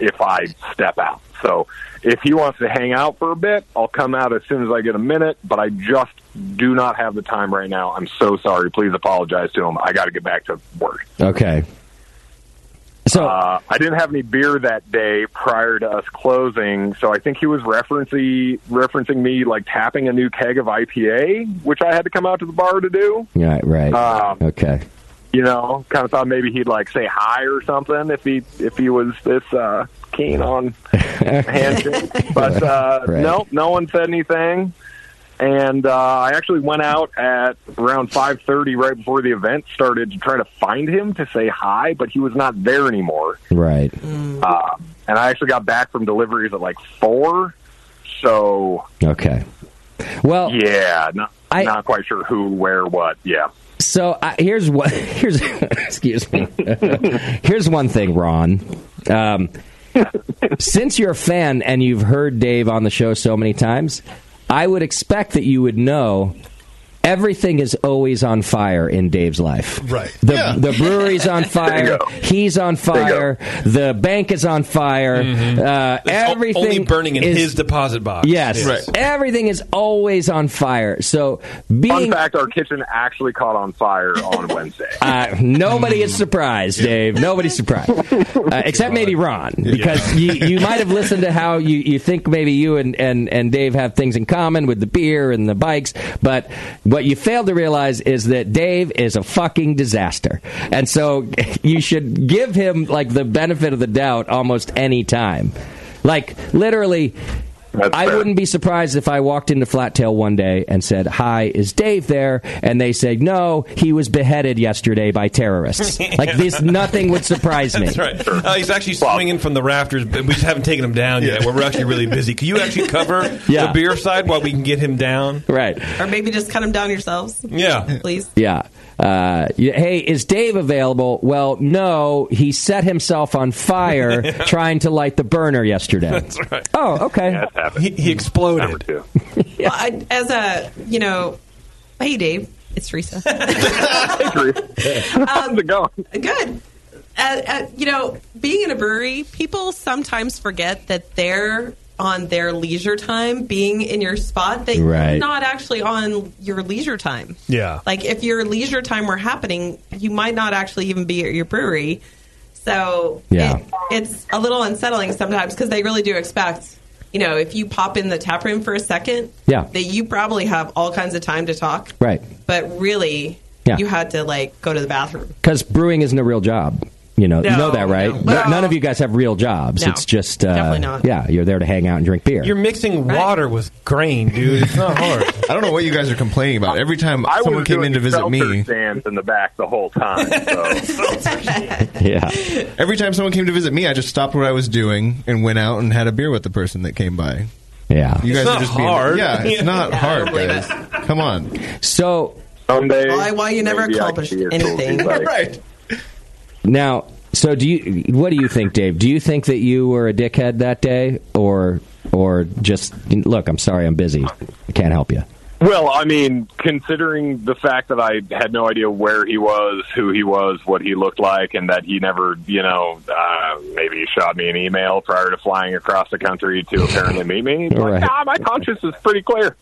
E: if I step out. So if he wants to hang out for a bit, I'll come out as soon as I get a minute, but I just do not have the time right now. I'm so sorry. Please apologize to him. I got to get back to work.
B: Okay. So
E: uh, I didn't have any beer that day prior to us closing, so I think he was referencing referencing me like tapping a new keg of IPA, which I had to come out to the bar to do.
B: Yeah. Right.
E: Um,
B: okay.
E: You know, kind of thought maybe he'd like say hi or something if he if he was this uh, keen on handshake. But uh,
I: Right.
E: no, no one said anything. And uh, I actually went out at around five thirty, right before the event started, to try to find him to say hi, but he was not there anymore.
B: Right.
E: Uh, and I actually got back from deliveries at like four. So
B: Okay. Well,
E: yeah, not, not quite sure who, where, what. Yeah.
B: So I, here's what here's excuse me. here's one thing, Ron. Um, since you're a fan and you've heard Dave on the show so many times, I would expect that you would know everything is always on fire in Dave's life.
H: Right.
B: The,
H: Yeah.
B: the brewery's on
H: There you
B: fire.
H: go.
B: He's on
H: you go. Mm-hmm.
B: fire. The bank is on fire. Uh,
H: It's o-
B: everything
H: only burning in
B: is-
H: his deposit box.
B: Yes. Everything is always on fire. So
E: Fun
B: being
E: fact: Our kitchen actually caught on fire on Wednesday.
B: uh, nobody is surprised, Dave. Nobody's surprised, uh, except maybe Ron, because you, you might have listened to how you, you think maybe you and, and, and Dave have things in common with the beer and the bikes, but what you failed to realize is that Dave is a fucking disaster, and so you should give him like the benefit of the doubt almost any time, like literally. I wouldn't be surprised if I walked into Flat Tail one day and said, "Hi, is Dave there?" And they said, "No, he was beheaded yesterday by terrorists." like this, nothing would surprise me.
H: That's right. Uh, he's actually swinging from the rafters, but we just haven't taken him down yet. We're actually really busy. Can you actually cover
B: Yeah.
H: the beer side while we can get him down?
B: Right.
F: Or maybe just cut them down yourselves.
H: Yeah.
F: Please.
B: Yeah. Uh, yeah, hey, is Dave available? Well, no, he set himself on fire trying to light the burner yesterday.
H: right.
B: Oh, okay.
H: He, he exploded. Number
E: two.
F: Well, I, as a, you know, hey, Dave, it's Teresa. How's
E: it going?
F: Good. Uh, uh, you know, being in a brewery, people sometimes forget that they're on their leisure time being in your spot that
H: Right.
F: you're not actually on your leisure time.
H: Yeah.
F: Like if your leisure time were happening, you might not actually even be at your brewery. So
B: Yeah.
F: it's a little unsettling sometimes because they really do expect, you know, if you pop in the tap room for a second,
B: Yeah.
F: that you probably have all kinds of time to talk,
B: Right.
F: but really
B: Yeah.
F: you had to like go to the bathroom.
B: Because brewing isn't a real job. You know, you
F: No,
B: know that, right?
F: no.
B: N-
F: Well-
B: None of you guys have real jobs.
F: No.
B: it's just, uh,
F: Definitely not.
B: yeah, you're there to hang out and drink beer.
H: You're mixing water with grain, dude. It's not hard.
C: I don't know what you guys are complaining about. Every time
E: I
C: someone
E: was
C: came
E: doing
C: in to visit
E: seltzer
C: me,
E: stands in the back the whole time. So.
B: yeah.
C: Every time someone came to visit me, I just stopped what I was doing and went out and had a beer with the person that came by.
B: Yeah,
C: you
E: It's
C: guys
E: not
C: are just
E: hard.
C: Being, yeah, it's not
E: Yeah, I
C: hard,
E: don't believe
C: guys. Come on.
B: So
E: Someday,
F: Why- why you never
E: maybe I
F: accomplished
E: could be a cool
F: anything.
E: dude, like-
B: Now, so do you? What do you think, Dave? Do you think that you were a dickhead that day, or or just look? I'm sorry, I'm busy. I can't help you.
E: Well, I mean, considering the fact that I had no idea where he was, who he was, what he looked like, and that he never, you know, uh, maybe shot me an email prior to flying across the country to apparently meet me.
B: All
E: Like,
B: right.
E: ah, my conscience is pretty clear.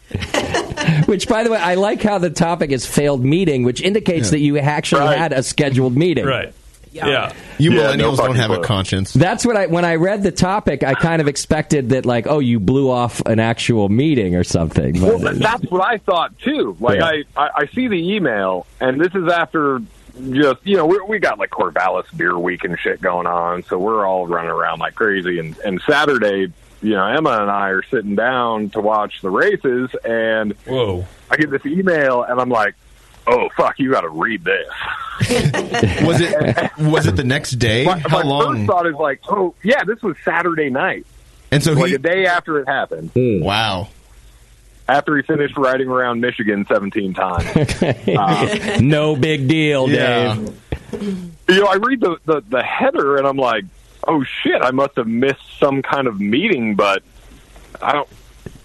B: Which, by the way, I like how the topic is failed meeting, which indicates
C: Yeah.
B: that you actually
C: Right.
B: had a scheduled meeting.
C: Right.
H: Yeah.
C: You
E: Yeah, no
C: millennials don't
E: fucking
C: have a
E: clue.
C: conscience.
B: That's what I when I read the topic, I kind of expected that like, oh, you blew off an actual meeting or something. But,
E: Well, that's what I thought too. Like
B: Yeah.
E: I, I, I see the email, and this is after just you know we we got like Corvallis Beer Week and shit going on, so we're all running around like crazy. And and Saturday, you know, Emma and I are sitting down to watch the races, and
H: whoa,
E: I get this email, and I'm like, oh fuck, you got to read this.
C: Was it was it the next day?
E: My,
C: How
E: my
C: long?
E: first thought is like, oh yeah, this was Saturday night,
C: And so
E: like
C: he
E: a day after it happened.
C: Wow.
E: After he finished riding around Michigan 17 times. uh,
B: no big deal,
E: Yeah.
B: Dave.
E: you know, I read the, the, the header and I'm like, oh shit, I must have missed some kind of meeting, but I don't.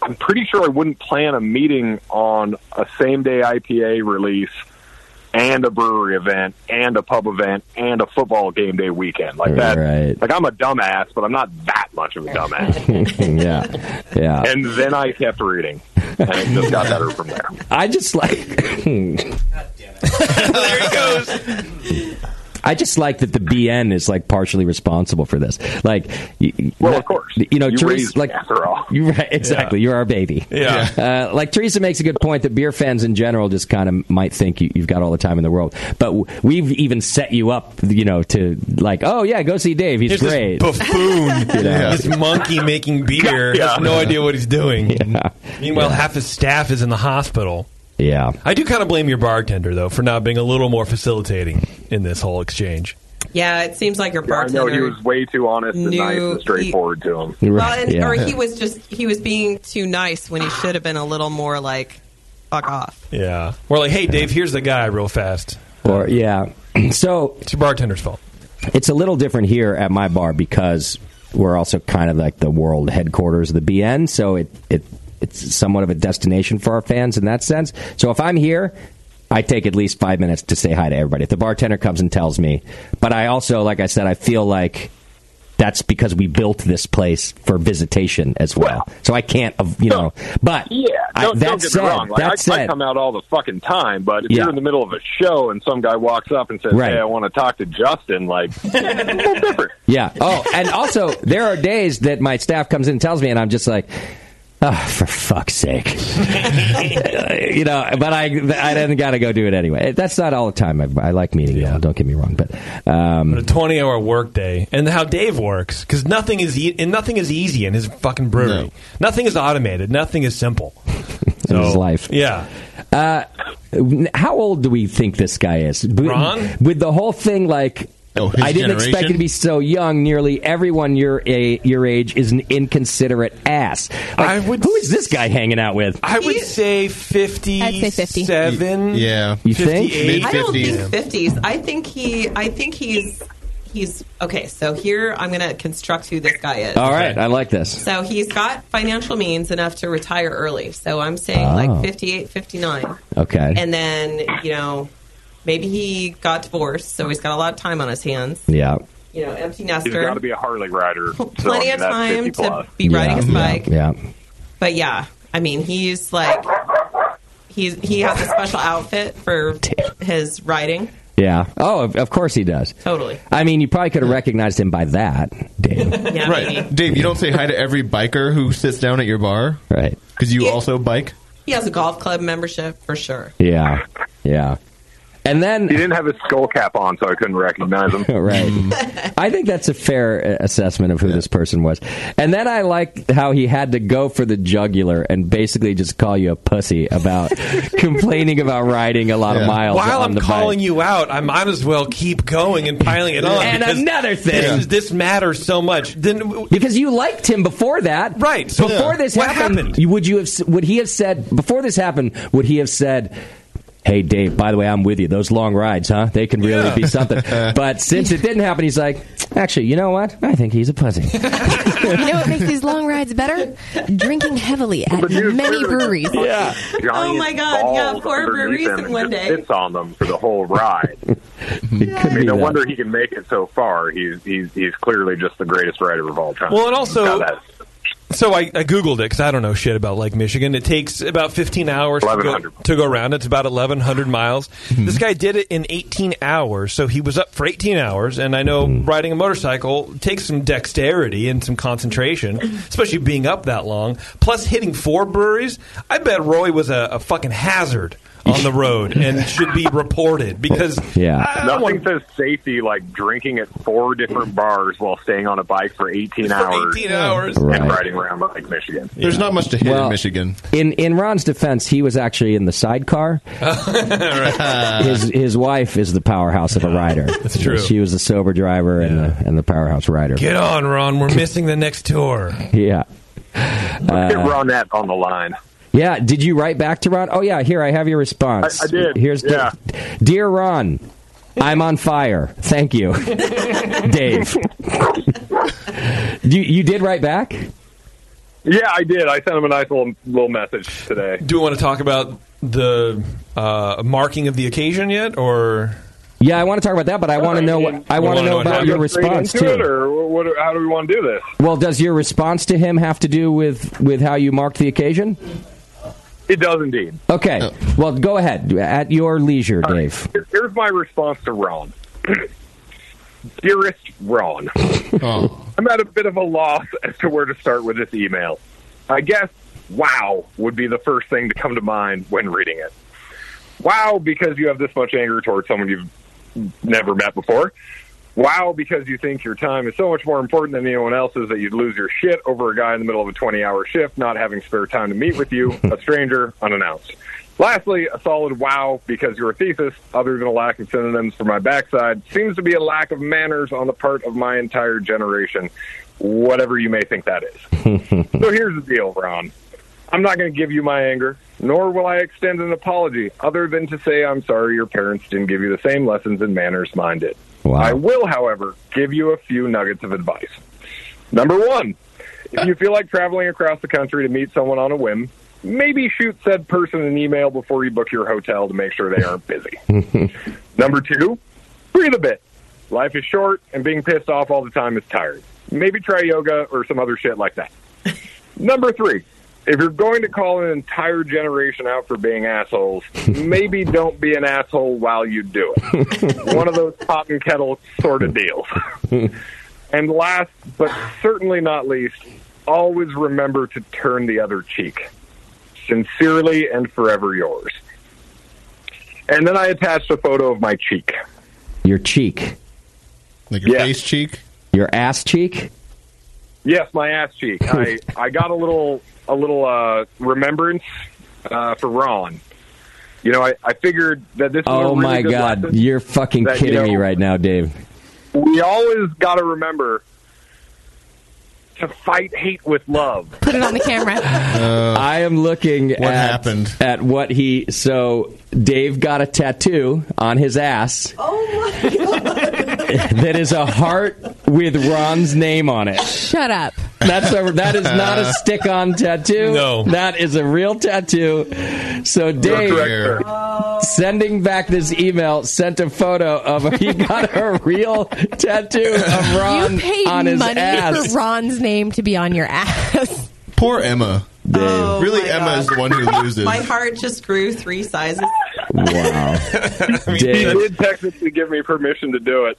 E: I'm pretty sure I wouldn't plan a meeting on a same day IPA release and a brewery event and a pub event and a football game day weekend like that.
B: Right.
E: Like I'm a dumbass, but I'm not that much of a dumbass.
B: yeah, yeah.
E: Oh, and then I kept reading, and it just got better from there.
B: I just like. hmm.
H: there he goes.
B: I just like that the BN is like partially responsible for this. Like, well, of course, you know,
E: You
B: Teresa,
E: raised me,
B: like
E: after all.
B: You're right, exactly. You're our baby.
H: Yeah.
B: Uh, like Teresa makes a good point that beer fans in general just kind of might think you, you've got all the time in the world, but w- we've even set you up, you know, to like, oh yeah, go see Dave. He's
H: Here's
B: great.
H: this buffoon,
B: You know.
H: this monkey making beer, has no idea what he's doing. Meanwhile, half his staff is in the hospital.
B: yeah.
H: I do kind of blame your bartender though for not being a little more facilitating in this whole exchange.
F: Yeah, it seems like your
E: I know
F: bartender.
E: he was way too honest and
F: Knew
E: nice and
F: he-
E: straightforward to him.
F: well, and, or he was just he was being too nice when he
E: Ah.
F: should have been a little more like fuck off.
H: Yeah. We're like, hey, Dave, here's the guy, real fast.
B: Or yeah. so
H: it's your bartender's fault.
B: It's a little different here at my bar because we're also kind of like the world headquarters of the BN, so it it it's somewhat of a destination for our fans in that sense. So if I'm here, I take at least five minutes to say hi to everybody. If the bartender comes and tells me, but I also, like I said, I feel like that's because we built this place for visitation as well. So I can't, av- you know. But
E: Yeah,
B: I-
E: don't,
B: that
E: don't get
B: said,
E: me wrong. Like,
B: that
E: I, I
B: said-
E: come out all the fucking time, but if
B: Yeah.
E: you're in the middle of a show and some guy walks up and says,
B: Right.
E: "Hey, I want to talk to Justin," like,
B: Yeah. Oh, and also there are days that my staff comes in and tells me, and I'm just like, oh, for fuck's sake, you know. But I, I then got to go do it anyway. That's not all the time. I, I like meeting y'all. Don't get me wrong, but um,
H: a 20 hour workday and how Dave works because nothing is e- and nothing is easy in his fucking brewery. Nothing is automated. Nothing is simple.
B: in his life.
H: Yeah.
B: Uh, how old do we think this guy is? B-
H: Ron?
B: With the whole thing, like.
H: his
B: I didn't expect
H: generation?
B: it to be so young. Nearly everyone your a, your age is an inconsiderate ass. I would, who is this guy hanging out with?
H: I would say 50. I'd say 50. Seven.
C: Yeah.
B: You think?
F: I don't think fifties. I think he. I think he's. He's okay. So here I'm going to construct who this guy is.
B: All right, I like this.
F: So he's got financial means enough to retire early. So I'm saying
B: Oh.
F: like 58, 59.
B: Okay.
F: And then, you know, maybe he got divorced, so he's got a lot of time on his hands.
B: Yeah.
F: You know, empty
E: He's
F: nester.
E: got to be a Harley rider. So,
F: Plenty
E: I mean,
F: of
E: that's
F: time
E: 50
F: to
E: plus.
F: be riding his bike.
B: Yeah.
F: But yeah, I mean, he's like he's he has a special outfit for his riding.
B: Yeah. Oh, of, of course he does.
F: Totally.
B: I mean, you probably could have recognized him by that, Dave.
F: Yeah,
C: right,
F: maybe.
C: Dave. You don't say hi to every biker who sits down at your bar,
B: right?
C: Because you also bike.
F: He has a golf club membership for sure.
B: Yeah. Yeah. And then
E: he didn't have his skull cap on, so I couldn't recognize him.
B: right. I think that's a fair uh, assessment of who this person was. And then I liked how he had to go for the jugular and basically just call you a pussy about complaining about riding a lot of miles.
H: While
B: on
H: I'm
B: the bike.
H: calling you out, I might as well keep going and piling it on.
B: And
H: because
B: another thing.
H: this, is- this matters so much. Then
B: because you liked him before that,
H: right? So
B: before this
H: what
B: happened, you- would you have s- would he have said before this happened would he have said Hey Dave, by the way, I'm with you. Those long rides, huh? They can really
A: Yeah.
B: be something. But since it didn't happen, he's like, actually, you know what? I think he's a pussy.
D: you know what makes these long rides better? Drinking heavily at many breweries.
E: Yeah.
D: Oh my God, yeah, poor breweries in one day.
E: It's on them for the whole ride. I mean, no wonder he can make it so far. He's he's he's clearly just the greatest rider of all time.
H: Well, and also-
E: God, that's
H: So I, I googled it because I don't know shit about Lake Michigan. It takes about 15 hours to go,
E: 1100.
H: to go around. It's about 1,100 miles. This guy did it in 18 hours, so he was up for 18 hours. And I know riding a motorcycle takes some dexterity and some concentration, especially being up that long. Plus, hitting four breweries. I bet Roy was a, a fucking hazard on the road and should be reported because
B: yeah.
E: Nothing says safety like drinking at four different bars while staying on a bike for 18 hours.
H: 18 hours.
E: And
B: Right.
E: riding around Lake Michigan.
C: There's not much to hit
B: Well,
C: in Michigan.
B: In in Ron's defense, he was actually in the sidecar.
C: Uh.
B: his his wife is the powerhouse of a rider. That's
H: true.
B: She was the sober driver and the and the powerhouse rider.
H: Get on, Ron. We're missing the next tour.
B: Yeah.
E: Let's
B: Uh,
E: get Ronette on the line.
B: Yeah, did you write back to Ron? Oh yeah, here I have your response.
E: I- I did,
B: Here's
E: yeah.
B: Dear Ron, I'm on fire. Thank you. Dave. you you did write back?
E: Yeah, I did. I sent him a nice little little message today.
H: Do we want to talk about the uh, marking of the occasion yet, or
B: Yeah, I want to talk about that, but I want to know what I want to know about your
E: Go straight
B: response
E: into It
B: too.
E: or what, how do we want to do this?
B: Well, does your response to him have to do with with how you marked the occasion?
E: It does indeed.
B: Okay.
C: Oh.
B: Well, go ahead at your leisure, Dave.
E: Here- Here's my response to Ron. Dearest Ron, I'm at a bit of a loss as to where to start with this email. I guess wow would be the first thing to come to mind when reading it. Wow, because you have this much anger towards someone you've never met before. Wow, because you think your time is so much more important than anyone else's that you'd lose your shit over a guy in the middle of a 20 hour shift not having spare time to meet with you, a stranger, unannounced. Lastly, a solid wow because your thesis, other than a lack of synonyms for my backside, seems to be a lack of manners on the part of my entire generation, whatever you may think that is so here's the deal, Ron. I'm not going to give you my anger, nor will I extend an apology other than to say I'm sorry your parents didn't give you the same lessons and manners mine did. I will, however, give you a few nuggets of advice. Number one, if you feel like traveling across the country to meet someone on a whim, maybe shoot said person an email before you book your hotel to make sure they aren't busy. Number two, breathe a bit. Life is short, and being pissed off all the time is tired. Maybe try yoga or some other shit like that. Number three, if you're going to call an entire generation out for being assholes, maybe don't be an asshole while you do it. One of those pot and kettle sort of deals. And last, but certainly not least, always remember to turn the other cheek. Sincerely and forever yours. And then I attached a photo of my cheek.
B: Your cheek.
C: Like your face cheek?
B: Your ass cheek?
E: Yes, my ass cheek. I, I got a little a little uh, remembrance uh, for Ron. You know, I, I figured that this. was a
B: Oh
E: really
B: my
E: good
B: God.
E: lesson
B: You're fucking
E: that, you
B: kidding me
E: know,
B: right now, Dave.
E: We always got to remember to fight hate with love.
D: Put it on the camera.
B: I am looking Uh, what at, happened? at what he. So, Dave got a tattoo on his ass
D: Oh
B: that is a heart with Ron's name on it.
D: Shut up.
B: That's a, that is not a stick-on tattoo. No, that is a real tattoo. So Dave, sending back this email, sent a photo of he got a real tattoo of Ron
D: you paid
B: on his
D: money
B: ass.
D: for Ron's name to be on your ass.
C: Poor Emma.
E: Oh
C: really, Emma is the one who loses.
F: My heart just grew three sizes.
B: Wow.
E: He
B: Dave,
E: did technically give me permission to do it.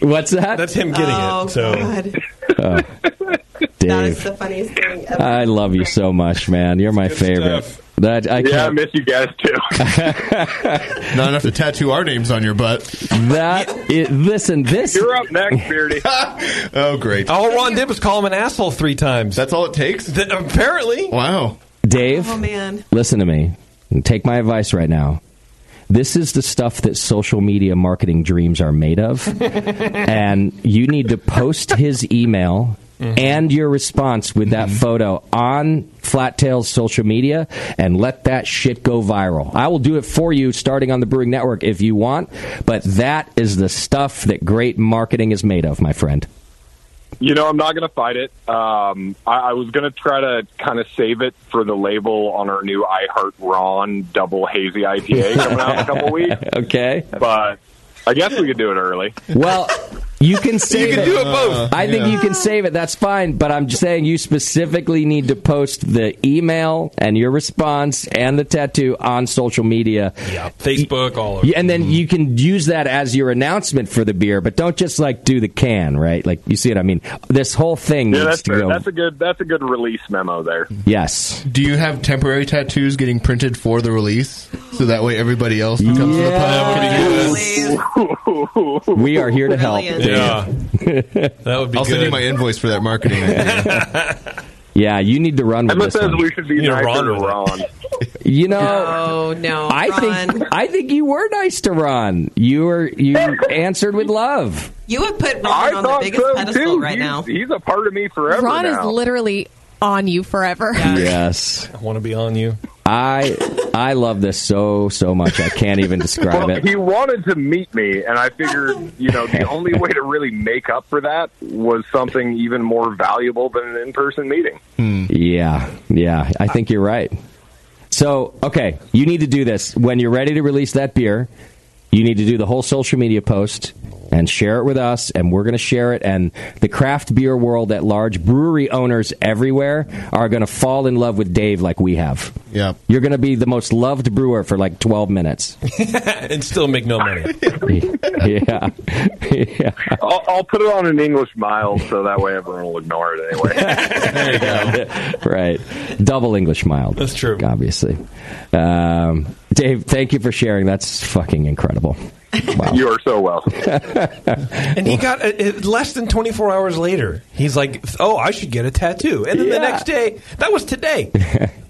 B: what's that?
H: That's him getting
F: Oh
H: it. So
F: God, that is
B: Oh. Dave,
F: the funniest thing. Ever.
B: I love you so much, man. You're my favorite. That
E: Yeah,
B: I
E: I
B: can't.
E: miss you guys too.
C: Not enough to tattoo our names on your butt.
B: That it, listen, this
E: You're up next, Beardy.
C: Oh, great.
H: all Ron did was call him an asshole three times.
C: That's all it takes?
H: Th- apparently.
C: Wow.
B: Dave.
F: Oh man,
B: listen to me and take my advice right now. This is the stuff that social media marketing dreams are made of. and you need to post his email and your response with that photo on Flattail's social media and let that shit go viral. I will do it for you starting on the Brewing Network if you want, but that is the stuff that great marketing is made of, my friend.
E: You know, I'm not going to fight it. Um, I, I was going to try to kind of save it for the label on our new I Heart Ron Double Hazy IPA coming out in a couple weeks.
B: Okay?
E: But I guess we could do it early.
B: Well, you can save
H: You can
B: it.
H: do it both.
B: I think you can save it. That's fine. But I'm just saying you specifically need to post the email and your response and the tattoo on social media.
H: Yeah, Facebook, all of
B: Yeah, And then you can use that as your announcement for the beer, but don't just like do the can, right? Like you see what I mean? This whole thing
E: Yeah,
B: needs
E: that's
B: to go.
E: fair. that's a good that's a good release memo there.
B: yes.
C: Do you have temporary tattoos getting printed for the release? So that way everybody else who comes to the pub can
F: please.
B: We are here to help.
F: Brilliant.
H: Yeah, that would be
C: I'll
H: good.
C: send you my invoice for that marketing. idea.
B: Yeah, you need to run with
E: Emma
B: this
E: says
B: one.
E: we should be
H: You know,
E: nicer
H: Ron
E: to
H: with it.
E: Ron.
B: You know,
F: Oh no,
B: I think
F: Ron,
B: I think you were nice to Ron. You were you answered with love.
F: you would put
E: I
F: Ron on the
E: thought
F: biggest
E: so
F: pedestal
E: too.
F: right
E: he's,
F: now.
E: he's a part of me forever.
D: Ron
E: now.
D: is literally on you forever.
B: Yes.
H: I want to be on you.
B: I I love this so so much. I can't even describe
E: Well,
B: it.
E: he wanted to meet me, and I figured, you know, the only way to really make up for that was something even more valuable than an in-person meeting.
B: Yeah, yeah. I think you're right. So okay, you need to do this when you're ready to release that beer. You need to do the whole social media post and share it with us, and we're going to share it. And the craft beer world at large, brewery owners everywhere are going to fall in love with Dave like we have.
C: yeah.
B: You're going to be the most loved brewer for like 12 minutes.
H: and still make no money.
B: yeah. yeah.
E: I'll, I'll put it on an English mile, so that way everyone will ignore it anyway.
B: right. Double English mild.
H: That's true.
B: Obviously. Um, Dave, thank you for sharing. That's fucking incredible. Wow.
E: you are so welcome.
H: And he got a, it- less than 24 hours later. He's like, "Oh, I should get a tattoo." And then
B: Yeah.
H: the next day, that was today.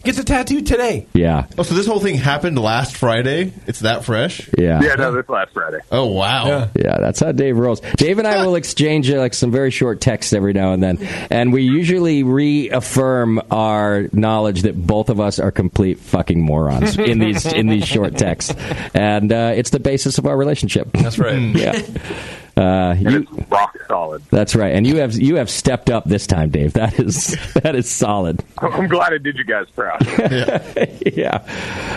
H: Gets a tattoo today.
B: yeah.
C: Oh, so this whole thing happened last Friday? It's that fresh?
B: Yeah.
E: Yeah, no, this last Friday.
C: Oh, wow.
B: Yeah, that's how Dave rolls. Dave and I will exchange uh, like some very short texts every now and then, and we usually reaffirm our knowledge that both of us are complete fucking morons in these in these short texts, and uh, it's the basis of our relationship.
H: That's right.
B: yeah. Uh,
E: And
B: you,
E: it's rock solid.
B: that's right, and you have you have stepped up this time, Dave. That is that is solid.
E: I'm glad I did you guys proud.
B: yeah.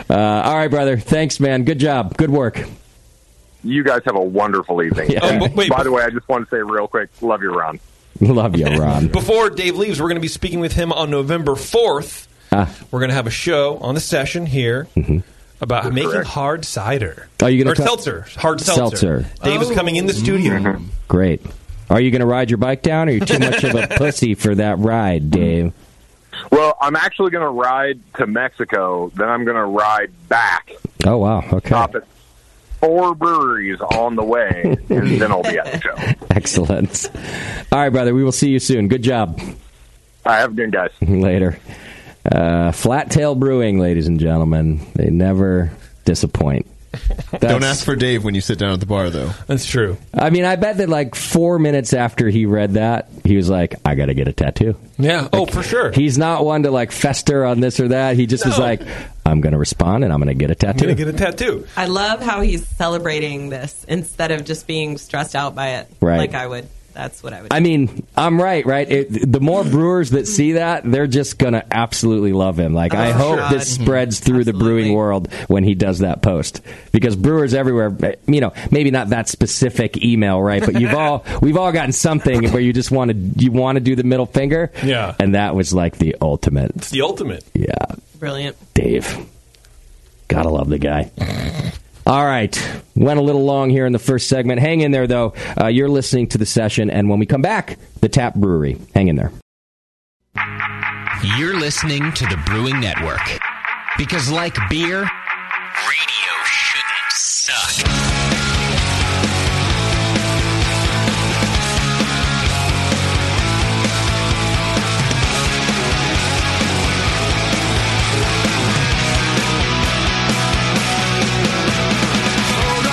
B: Uh, all right, brother. Thanks, man. Good job. Good work.
E: You guys have a wonderful evening.
B: Yeah. Oh, but
E: By the way, I just want to say real quick, love you, Ron.
B: Love you, Ron.
H: Before Dave leaves, we're going to be speaking with him on November 4th.
B: Ah. mm-hmm.
H: We're going to have a show on the session here about making hard cider.
B: Are you Oh, gonna
H: or
B: co-
H: seltzer? Hard seltzer.
B: Seltzer.
H: Dave is coming in the studio.
B: Mm-hmm. Great. Are you going to ride your bike down? Or are you too much of a pussy for that ride, Dave?
E: Well, I'm actually going to ride to Mexico. Then I'm going to ride back.
B: Oh wow. Okay.
E: Stop at four breweries on the way, and then I'll be at the show. All
B: Excellent. All right, brother. We will see you soon. Good job.
E: right, have a good guys.
B: Later. Uh, Flat Tail Brewing, ladies and gentlemen, they never disappoint.
C: Don't ask for Dave when you sit down at the bar, though.
H: That's true.
B: I mean, I bet that like four minutes after he read that, he was like, "I got to get a tattoo."
H: Yeah. Oh, for sure.
B: He's not one to like fester on this or that. He just was
H: No.
B: like, "I'm going to respond and I'm going to get a
H: I'm going to
B: tattoo."
H: get a tattoo.
F: I love how he's celebrating this instead of just being stressed out by it.
B: Right.
F: Like I would. That's what I would.
B: I mean, I'm right, right? It, the more brewers that see that, they're just going to absolutely love him. Like, I
F: Oh,
B: hope
F: God.
B: this spreads through the brewing world when he does that post. Because brewers everywhere, you know, maybe not that specific email, right? But you've all, we've all gotten something where you just want to, you want to do the middle finger.
H: Yeah.
B: And that was like the ultimate.
H: It's the ultimate.
B: Yeah.
F: Brilliant.
B: Dave. Gotta love the guy. All right. Went a little long here in the first segment. Hang in there, though. Uh, you're listening to the session, and when we come back, the Tap Brewery. Hang in there.
A: You're listening to the Brewing Network. Because, like beer, radio shouldn't suck.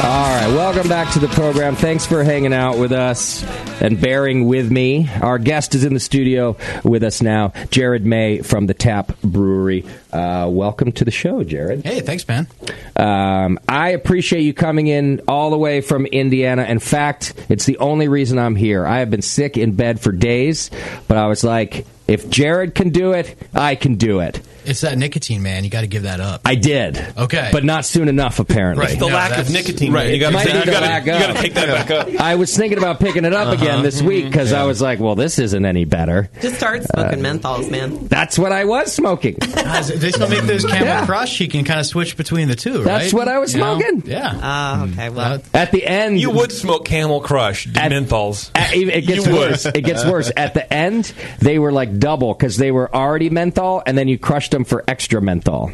B: All right. Welcome back to the program. Thanks for hanging out with us and bearing with me. Our guest is in the studio with us now, Jared May from the Tap Brewery. Uh, welcome to the show, Jared.
A: Hey, thanks, man.
B: Um, I appreciate you coming in all the way from Indiana. In fact, it's the only reason I'm here. I have been sick in bed for days, but I was like, if Jared can do it, I can do it.
A: It's that nicotine, man. You got to give that up.
B: I did.
A: Okay.
B: But not soon enough, apparently.
A: Right.
H: The
A: No,
H: lack of
A: that's-
H: nicotine.
C: Right.
H: You got
B: Might be the
H: to
B: lack of.
H: you gotta take that back up.
B: I was thinking about picking it up again
A: Uh-huh.
B: this week because I was like, well, this isn't any better. Uh,
F: Just start smoking menthols, man.
B: That's what I was smoking.
A: Guys, They still make those Camel
B: Yeah.
A: Crush. You can kind of switch between the two, right?
B: That's what I was
A: You know?
B: smoking.
A: Yeah.
F: Ah, okay. Well,
B: Mm. At the end,
H: You would smoke Camel Crush, menthols.
B: At- it it gets
H: You would.
B: worse. It gets worse. At the end, they were like double because they were already menthol, and then you crushed them for extra menthol.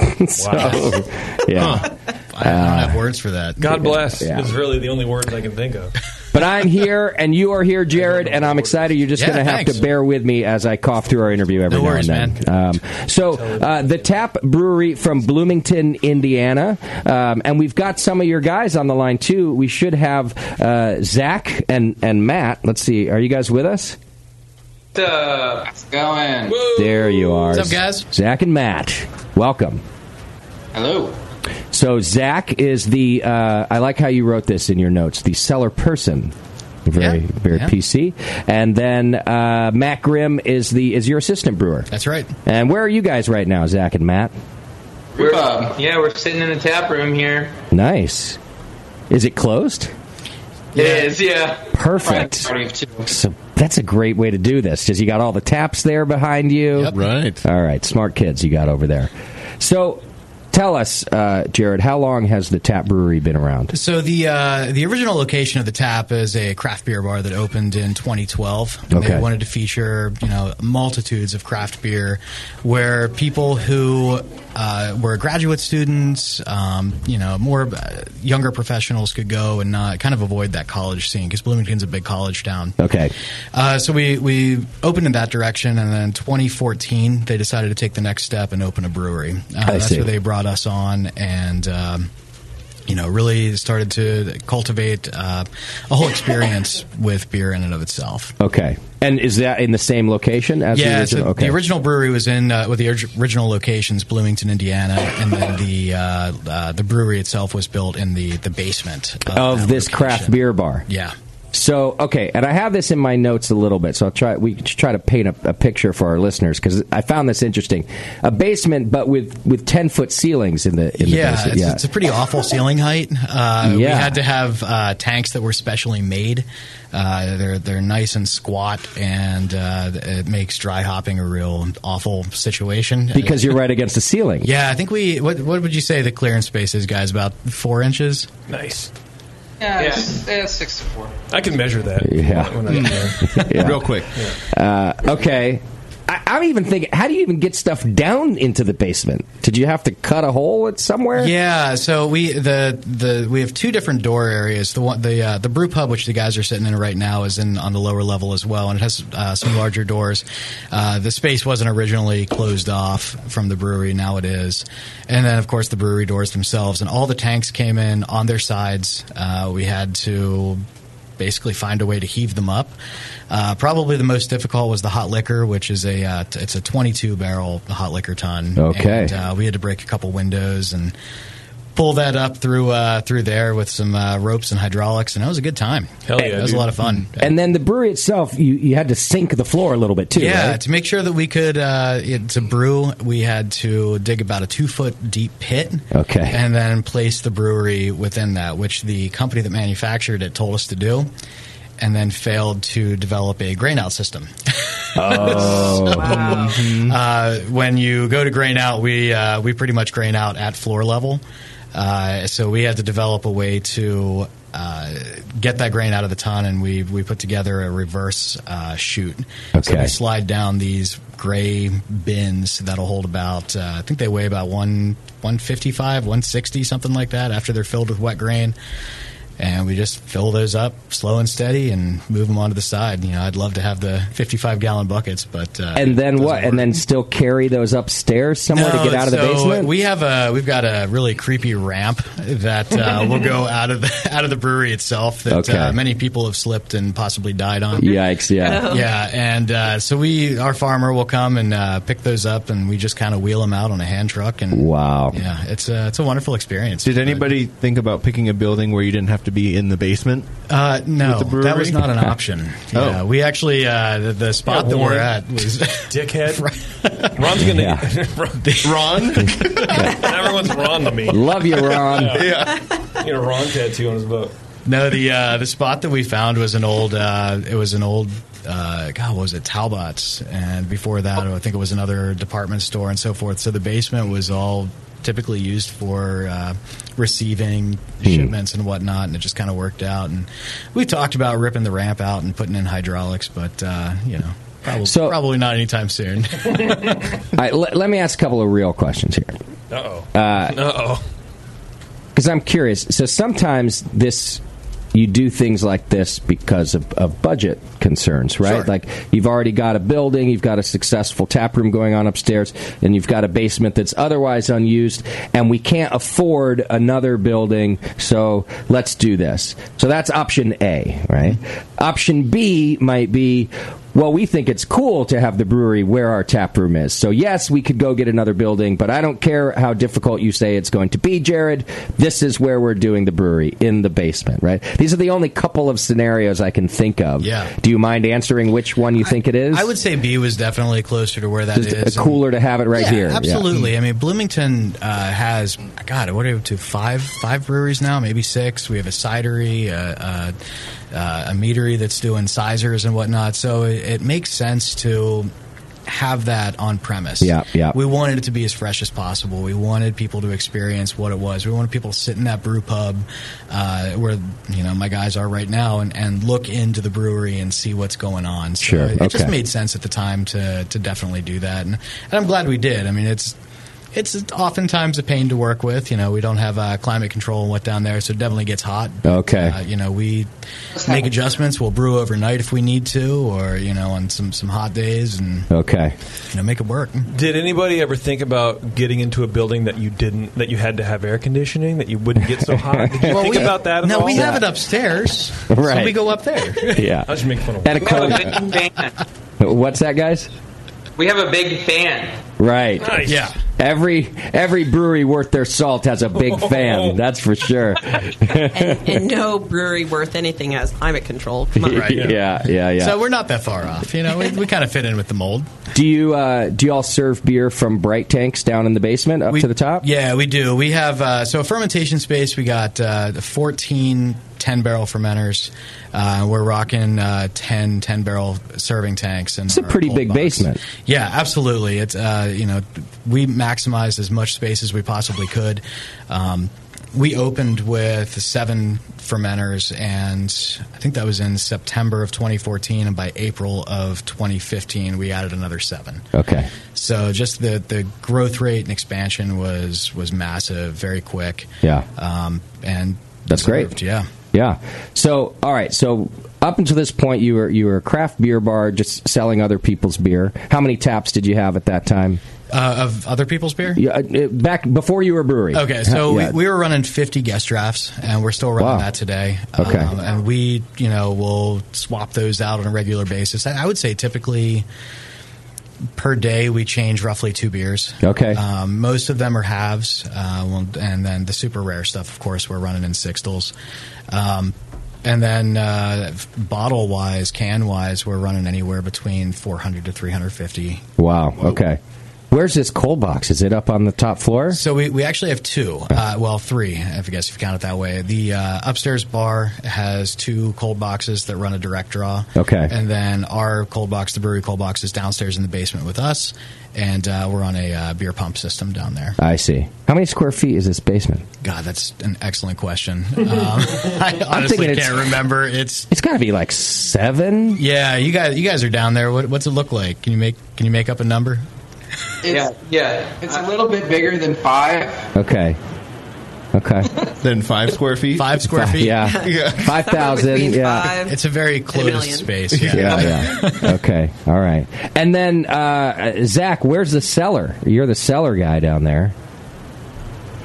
B: so, yeah.
A: I don't have words for that.
H: God bless
B: Yeah.
H: is really the only words I can think of.
B: But I'm here, and you are here, Jared, and I'm excited. You're just
A: Yeah,
B: going to have
A: thanks.
B: to bear with me as I cough through our interview every
A: No
B: now
A: worries,
B: and then. Um, so, uh, the Tap Brewery from Bloomington, Indiana, um, and we've got some of your guys on the line too. We should have uh, Zach and and Matt. Let's see, are you guys with us?
I: What's going?
B: There you are.
A: What's up, guys?
B: Zach and Matt, welcome.
I: Hello.
B: So Zach is the. Uh, I like how you wrote this in your notes. The seller person, very
A: Yeah,
B: very
A: yeah.
B: PC. And then uh, Matt Grimm is the is your assistant brewer.
A: That's right.
B: And where are you guys right now, Zach and Matt?
I: Rhubarb. Yeah, we're sitting in the tap room here.
B: Nice. Is it closed?
I: It is, yeah.
B: Perfect.
I: Party of two.
B: So that's a great way to do this. Just you got all the taps there behind you.
C: Right.
B: All right, smart kids you got over there. So tell us, uh, Jared, how long has the tap brewery been around?
A: So the uh, the original location of the tap is a craft beer bar that opened in 2012.
B: Okay.
A: They wanted to feature you know multitudes of craft beer, where people who uh, were graduate students, um, you know, more uh, younger professionals could go and not kind of avoid that college scene because Bloomington's a big college town.
B: Okay.
A: Uh, so we, we opened in that direction, and then 2014 they decided to take the next step and open a brewery. Uh, that's
B: see.
A: where they brought us on, and um, you know really started to cultivate uh, a whole experience with beer in and of itself.
B: Okay. And is that in the same location as the
A: Yeah,
B: original?
A: so
B: okay.
A: the original brewery was in uh, with the orig- original locations, Bloomington, Indiana, and then the uh, uh, the brewery itself was built in the the basement
B: of
A: that
B: this
A: location.
B: craft beer bar.
A: Yeah.
B: So okay, and I have this in my notes a little bit, so I'll try. We should try to paint a, a picture for our listeners because I found this interesting. A basement, but with with ten foot ceilings in the in the
A: yeah,
B: basement.
A: it's, it's a pretty awful ceiling height. Uh, We
B: Yeah.
A: had to have uh, tanks that were specially made. Uh, they're they're nice and squat, and uh, it makes dry hopping a real awful situation
B: because you're right against the ceiling.
A: Yeah, I think we. What, what would you say the clearance space is, guys? About four inches.
H: Nice.
I: Yeah, it's- yeah, it's six to four.
H: I can measure that.
B: Yeah.
H: When
A: Hmm.
H: I'm there.
B: Yeah.
H: Real quick.
B: Uh, okay. I, I'm even thinking, how do you even get stuff down into the basement? Did you have to cut a hole at somewhere?
A: Yeah, so we the the we have two different door areas. The one the uh, the brew pub, which the guys are sitting in right now, is in on the lower level as well, and it has uh, some larger doors. Uh, the space wasn't originally closed off from the brewery; now it is. And then, of course, the brewery doors themselves, and all the tanks came in on their sides. Uh, we had to basically find a way to heave them up. Uh, probably the most difficult was the hot liquor, which is a uh, t- it's a 22 barrel hot liquor ton.
B: Okay.
A: And, uh, we had to break a couple windows and pull that up through uh, through there with some uh, ropes and hydraulics, and that was a good time. Hell that Oh, was a lot of fun.
B: And then the brewery itself, you, you had to sink the floor a little bit too.
A: yeah,
B: right?
A: to make sure that we could uh, it, to brew, we had to dig about a two foot deep pit.
B: Okay.
A: and then place the brewery within that, which the company that manufactured it told us to do, and then failed to develop a grain out system.
B: Oh.
A: So, uh, when you go to grain out, we uh, we pretty much grain out at floor level. Uh, so we had to develop a way to uh, get that grain out of the ton, and we we put together a reverse uh, chute. So
B: Okay.
A: we slide down these gray bins that'll hold about uh, I think they weigh about one one fifty five, one sixty, something like that. After they're filled with wet grain. And we just fill those up slow and steady and move them onto the side. You know, I'd love to have the 55 gallon buckets, but uh,
B: and then what? And then still carry those upstairs somewhere to
A: no,
B: get out of the
A: so
B: basement?
A: We have a we've got a really creepy ramp that uh, will go out of the out of the brewery itself that
B: Okay.
A: uh, many people have slipped and possibly died on.
B: Yikes, yeah.
A: yeah, and uh, so we our farmer will come and uh, pick those up, and we just kind of wheel them out on a hand truck. And
B: wow,
A: yeah, it's a it's a wonderful experience.
C: Did anybody think about picking a building where you didn't have to be in the basement?
A: Uh, no,
C: With the
A: that was
C: brewery?
A: not an option.
C: Oh.
A: Yeah, we actually uh, the, the spot that we're
C: warned.
A: at was
H: dickhead. Ron's gonna
B: Yeah.
H: Ron. Everyone's Ron to me.
B: Love you, Ron.
H: Yeah. You know, Ron tattoo on his boat.
A: No, the uh, the spot that we found was an old. Uh, it was an old. Uh, God, what was it Talbots? And before that, I think it was another department store and so forth. So the basement was all typically used for uh, receiving
B: Hmm.
A: shipments and whatnot, and it just kind of worked out. And we talked about ripping the ramp out and putting in hydraulics, but uh, you know, probably, probably not anytime soon.
B: All right, let, let me ask a couple of real questions here.
H: Uh-oh.
B: Uh
H: Uh-oh.
B: Because I'm curious. So sometimes this, you do things like this because of, of budget concerns, right? Like you've already got a building, you've got a successful tap room going on upstairs, and you've got a basement that's otherwise unused, and we can't afford another building, so let's do this. So that's option A, right? Option B might be. Well, we think it's cool to have the brewery where our tap room is. So, yes, we could go get another building, but I don't care how difficult you say it's going to be, Jared. This is where we're doing the brewery in the basement, right? These are the only couple of scenarios I can think of.
A: Yeah.
B: Do you mind answering which one you think it is?
A: I would say B was definitely closer to where that is.
B: Just, uh, cooler to have it right
A: Yeah,
B: here. Yeah.
A: Absolutely. I mean, Bloomington uh, has God. What are we up to? Five five breweries now, maybe six. We have a cidery, uh, uh, uh, a meadery that's doing sizers and whatnot. So it, it makes sense to have that on premise.
B: Yeah, yeah.
A: We wanted it to be as fresh as possible. We wanted people to experience what it was. We wanted people to sit in that brew pub uh, where you know my guys are right now and, and look into the brewery and see what's going on. So
B: Sure,
A: It, it just
B: okay.
A: made sense at the time to to definitely do that, and, and I'm glad we did. I mean, it's it's oftentimes a pain to work with. You know, we don't have uh, climate control and what down there, so it definitely gets hot.
B: Okay.
A: Uh, you know, we make adjustments. We'll brew overnight if we need to, or you know, on some some hot days, and
B: Okay.
A: you know, make it work.
H: Did anybody ever think about getting into a building that you didn't, that you had to have air conditioning, that you wouldn't get so hot? Did you
A: Well,
H: think
A: we-
H: about that? At
A: No,
H: all?
A: we have it upstairs,
B: Right.
A: so we go up there.
B: Yeah.
H: I just make fun of
B: And a cold-
I: Fan.
B: What's that, guys?
I: We have a big fan.
B: Right.
I: Nice.
A: Yeah.
B: Every every brewery worth their salt has a big fan. That's for sure.
F: and no brewery worth anything has climate control. Come on.
B: yeah, yeah, yeah.
A: So we're not that far off. You know, we, we kind of fit in with the mold.
B: do you uh, do y'all serve beer from bright tanks down in the basement up to the top?
A: Yeah, we do. We have uh, so fermentation space. We got uh, 14 10 barrel fermenters. Uh, we're rocking uh, 10 10 barrel serving tanks, and it's a
B: Pretty big basement.
A: Yeah, absolutely. It's uh, you know we maximized as much space as we possibly could. Um, we opened with seven fermenters, and I think that was in September of 2014. And by April of 2015, we added another seven.
B: Okay.
A: So just the the growth rate and expansion was was massive, very quick.
B: Yeah.
A: Um, and
B: That's
A: deserved,
B: great.
A: Yeah.
B: Yeah. So, all right. So, up until this point, you were you were a craft beer bar, just selling other people's beer. How many taps did you have at that time?
A: Uh, of other people's beer.
B: Yeah, uh, back before you were a brewery.
A: Okay, so
B: Yeah.
A: we, we were running 50 guest drafts, and we're still running
B: Wow.
A: that today. Um,
B: Okay.
A: and we, you know, will swap those out on a regular basis. I I would say typically per day we change roughly two beers.
B: Okay.
A: Um, most of them are halves, uh, well, and then the super rare stuff, of course, we're running in sixtels. Um, and then uh, bottle wise, can wise, we're running anywhere between 400 to 350
B: wow. Okay. Where's this cold box? Is it up on the top floor?
A: So we, we actually have two, uh, well, three, if I guess if you count it that way. The uh, upstairs bar has two cold boxes that run a direct draw.
B: Okay.
A: And then our cold box, the brewery cold box, is downstairs in the basement with us, and uh, we're on a uh, beer pump system down there.
B: I see. How many square feet is this basement?
A: God, that's an excellent question. Um, I
B: I'm
A: honestly
B: thinking
A: can't
B: it's-
A: remember. It's
B: It's got to be like seven.
A: yeah, you guys, you guys are down there. What, what's it look like? Can you make can you make up a number?
I: yeah, yeah. It's a little bit bigger than five.
B: Okay. Okay.
C: Then five square feet.
A: Five square feet.
B: Yeah. Uh, Five thousand. Yeah.
A: It's a very closed space.
B: Yeah. yeah. okay. All right. And then uh, Zach, where's the cellar? You're the cellar guy down there.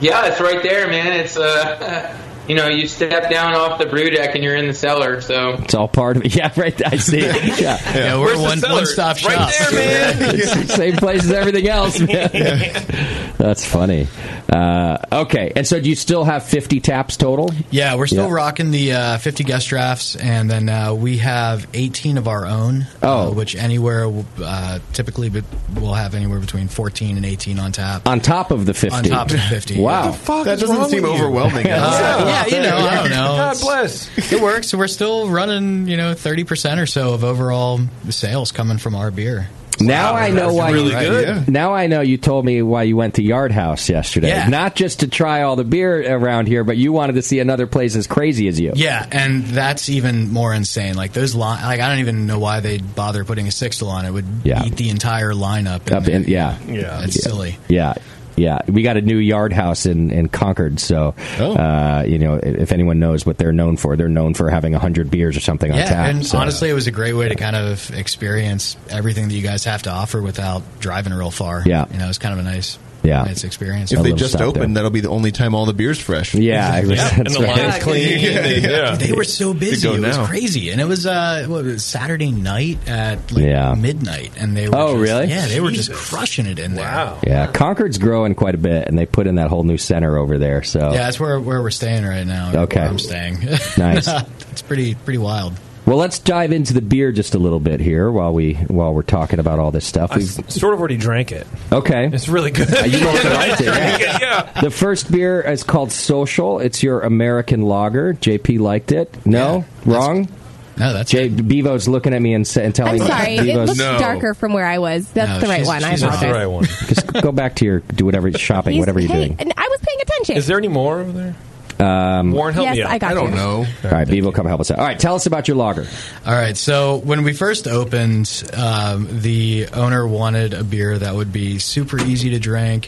I: Yeah, it's right there, man. It's uh, you know, you step down off the brew deck and you're in the cellar. So
B: It's all part of it. Yeah, right. I see. it. Yeah,
A: Yeah, we're
I: Where's the
A: one,
I: cellar?
A: one stop shop.
I: Right there, man.
B: It's the same place as everything else. Man. That's funny. Uh, okay, and so do you still have fifty taps total?
A: Yeah, we're still
B: Yeah.
A: rocking the uh, 50 guest drafts, and then uh, we have 18 of our own, oh. which anywhere uh, typically be- we'll have anywhere between 14 and 18 on tap.
B: On top of the fifty.
A: On top of the 50.
B: Wow.
C: That doesn't seem overwhelming.
A: yeah, you know, I don't know.
H: God
A: It's-
H: bless.
A: It works. We're still running, you know, 30% or so of overall sales coming from our beer.
B: Now
A: Wow,
B: I know
A: that's
B: why.
A: really
B: you,
A: good. Yeah.
B: Now I know you told me why you went to Yard House yesterday.
A: Yeah.
B: Not just to try all the beer around here, but you wanted to see another place as crazy as you.
A: Yeah, and that's even more insane. Like those line, like I don't even know why they'd bother putting a sixtal on. It would
B: Yeah.
A: eat the entire lineup.
B: Up in, yeah.
A: yeah, it's silly.
B: Yeah. Yeah, we got a new yard house in, in Concord. So,
A: Oh.
B: uh, you know, i- if anyone knows what they're known for, they're known for having 100 beers or something on
A: yeah,
B: tap.
A: and
B: so-
A: honestly, it was a great way to kind of experience everything that you guys have to offer without driving real far.
B: Yeah.
A: you know, it's kind of a nice,
B: Yeah.
A: nice experience.
C: If they just open, that'll be the only time all the beer's fresh.
B: Yeah, I was- that's right.
H: clean. Yeah.
A: Dude, they were so busy;
C: go
A: it was
C: now.
A: crazy, and it was uh, what was it, Saturday night at like
B: Yeah.
A: midnight, and they were
B: Oh,
A: just-
B: really?
A: Yeah, they were just crushing it in there. Wow.
B: Yeah, Concord's growing quite a bit, and they put in that whole new center over there. So,
A: Yeah, that's where where we're staying right now.
B: Okay.
A: where I'm staying.
B: Nice.
A: it's pretty pretty wild.
B: well, let's dive into the beer just a little bit here while we while we're talking about all this stuff.
H: I
B: We've,
H: s- sort of already drank it.
B: okay, Uh,
H: It's really good.
B: you both liked it, yeah.
H: yeah.
B: the first beer is called Social. It's your American lager. JP liked it. No, wrong.
A: No, that's
B: J- Bevo's looking at me and, sa- and telling
D: I'm
B: me.
D: sorry. It
B: Bevo's-
D: looks darker from where I was. That's
A: No,
D: the right
A: she's-
D: one. I
A: she's not the
D: apologize.
H: right one.
B: Just go back to your do whatever shopping,
D: He's-
B: whatever you're
D: hey,
B: doing.
D: And I was paying attention.
H: Is there any more over there?
B: Um,
H: Warren, help
D: yes,
H: me out.
D: I got you.
C: know.
B: all right, Bevo, come help us out. All right, tell us about your lager.
A: All right. So when we first opened, um, the owner wanted a beer that would be super easy to drink,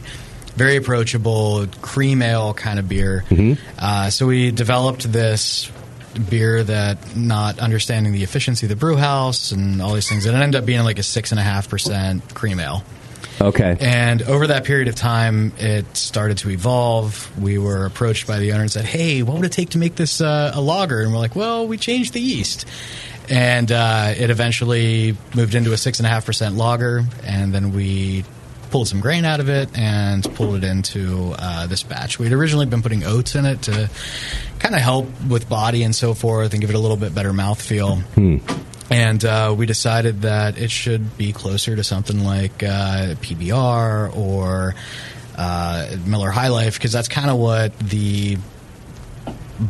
A: very approachable, cream ale kind of beer.
B: Mm-hmm.
A: Uh, so we developed this beer that, not understanding the efficiency of the brew house and all these things, it ended up being like a six and a half percent cream ale.
B: Okay.
A: And over that period of time, it started to evolve. We were approached by the owner and said, "Hey, what would it take to make this uh, a lager?" And we're like, "Well, we changed the yeast." And uh, it eventually moved into a six and a half percent lager, and then we pulled some grain out of it and pulled it into uh, this batch. We'd originally been putting oats in it to kind of help with body and so forth and give it a little bit better mouthfeel.
B: Hmm.
A: And uh, we decided that it should be closer to something like uh, PBR or uh, Miller High Life because that's kind of what the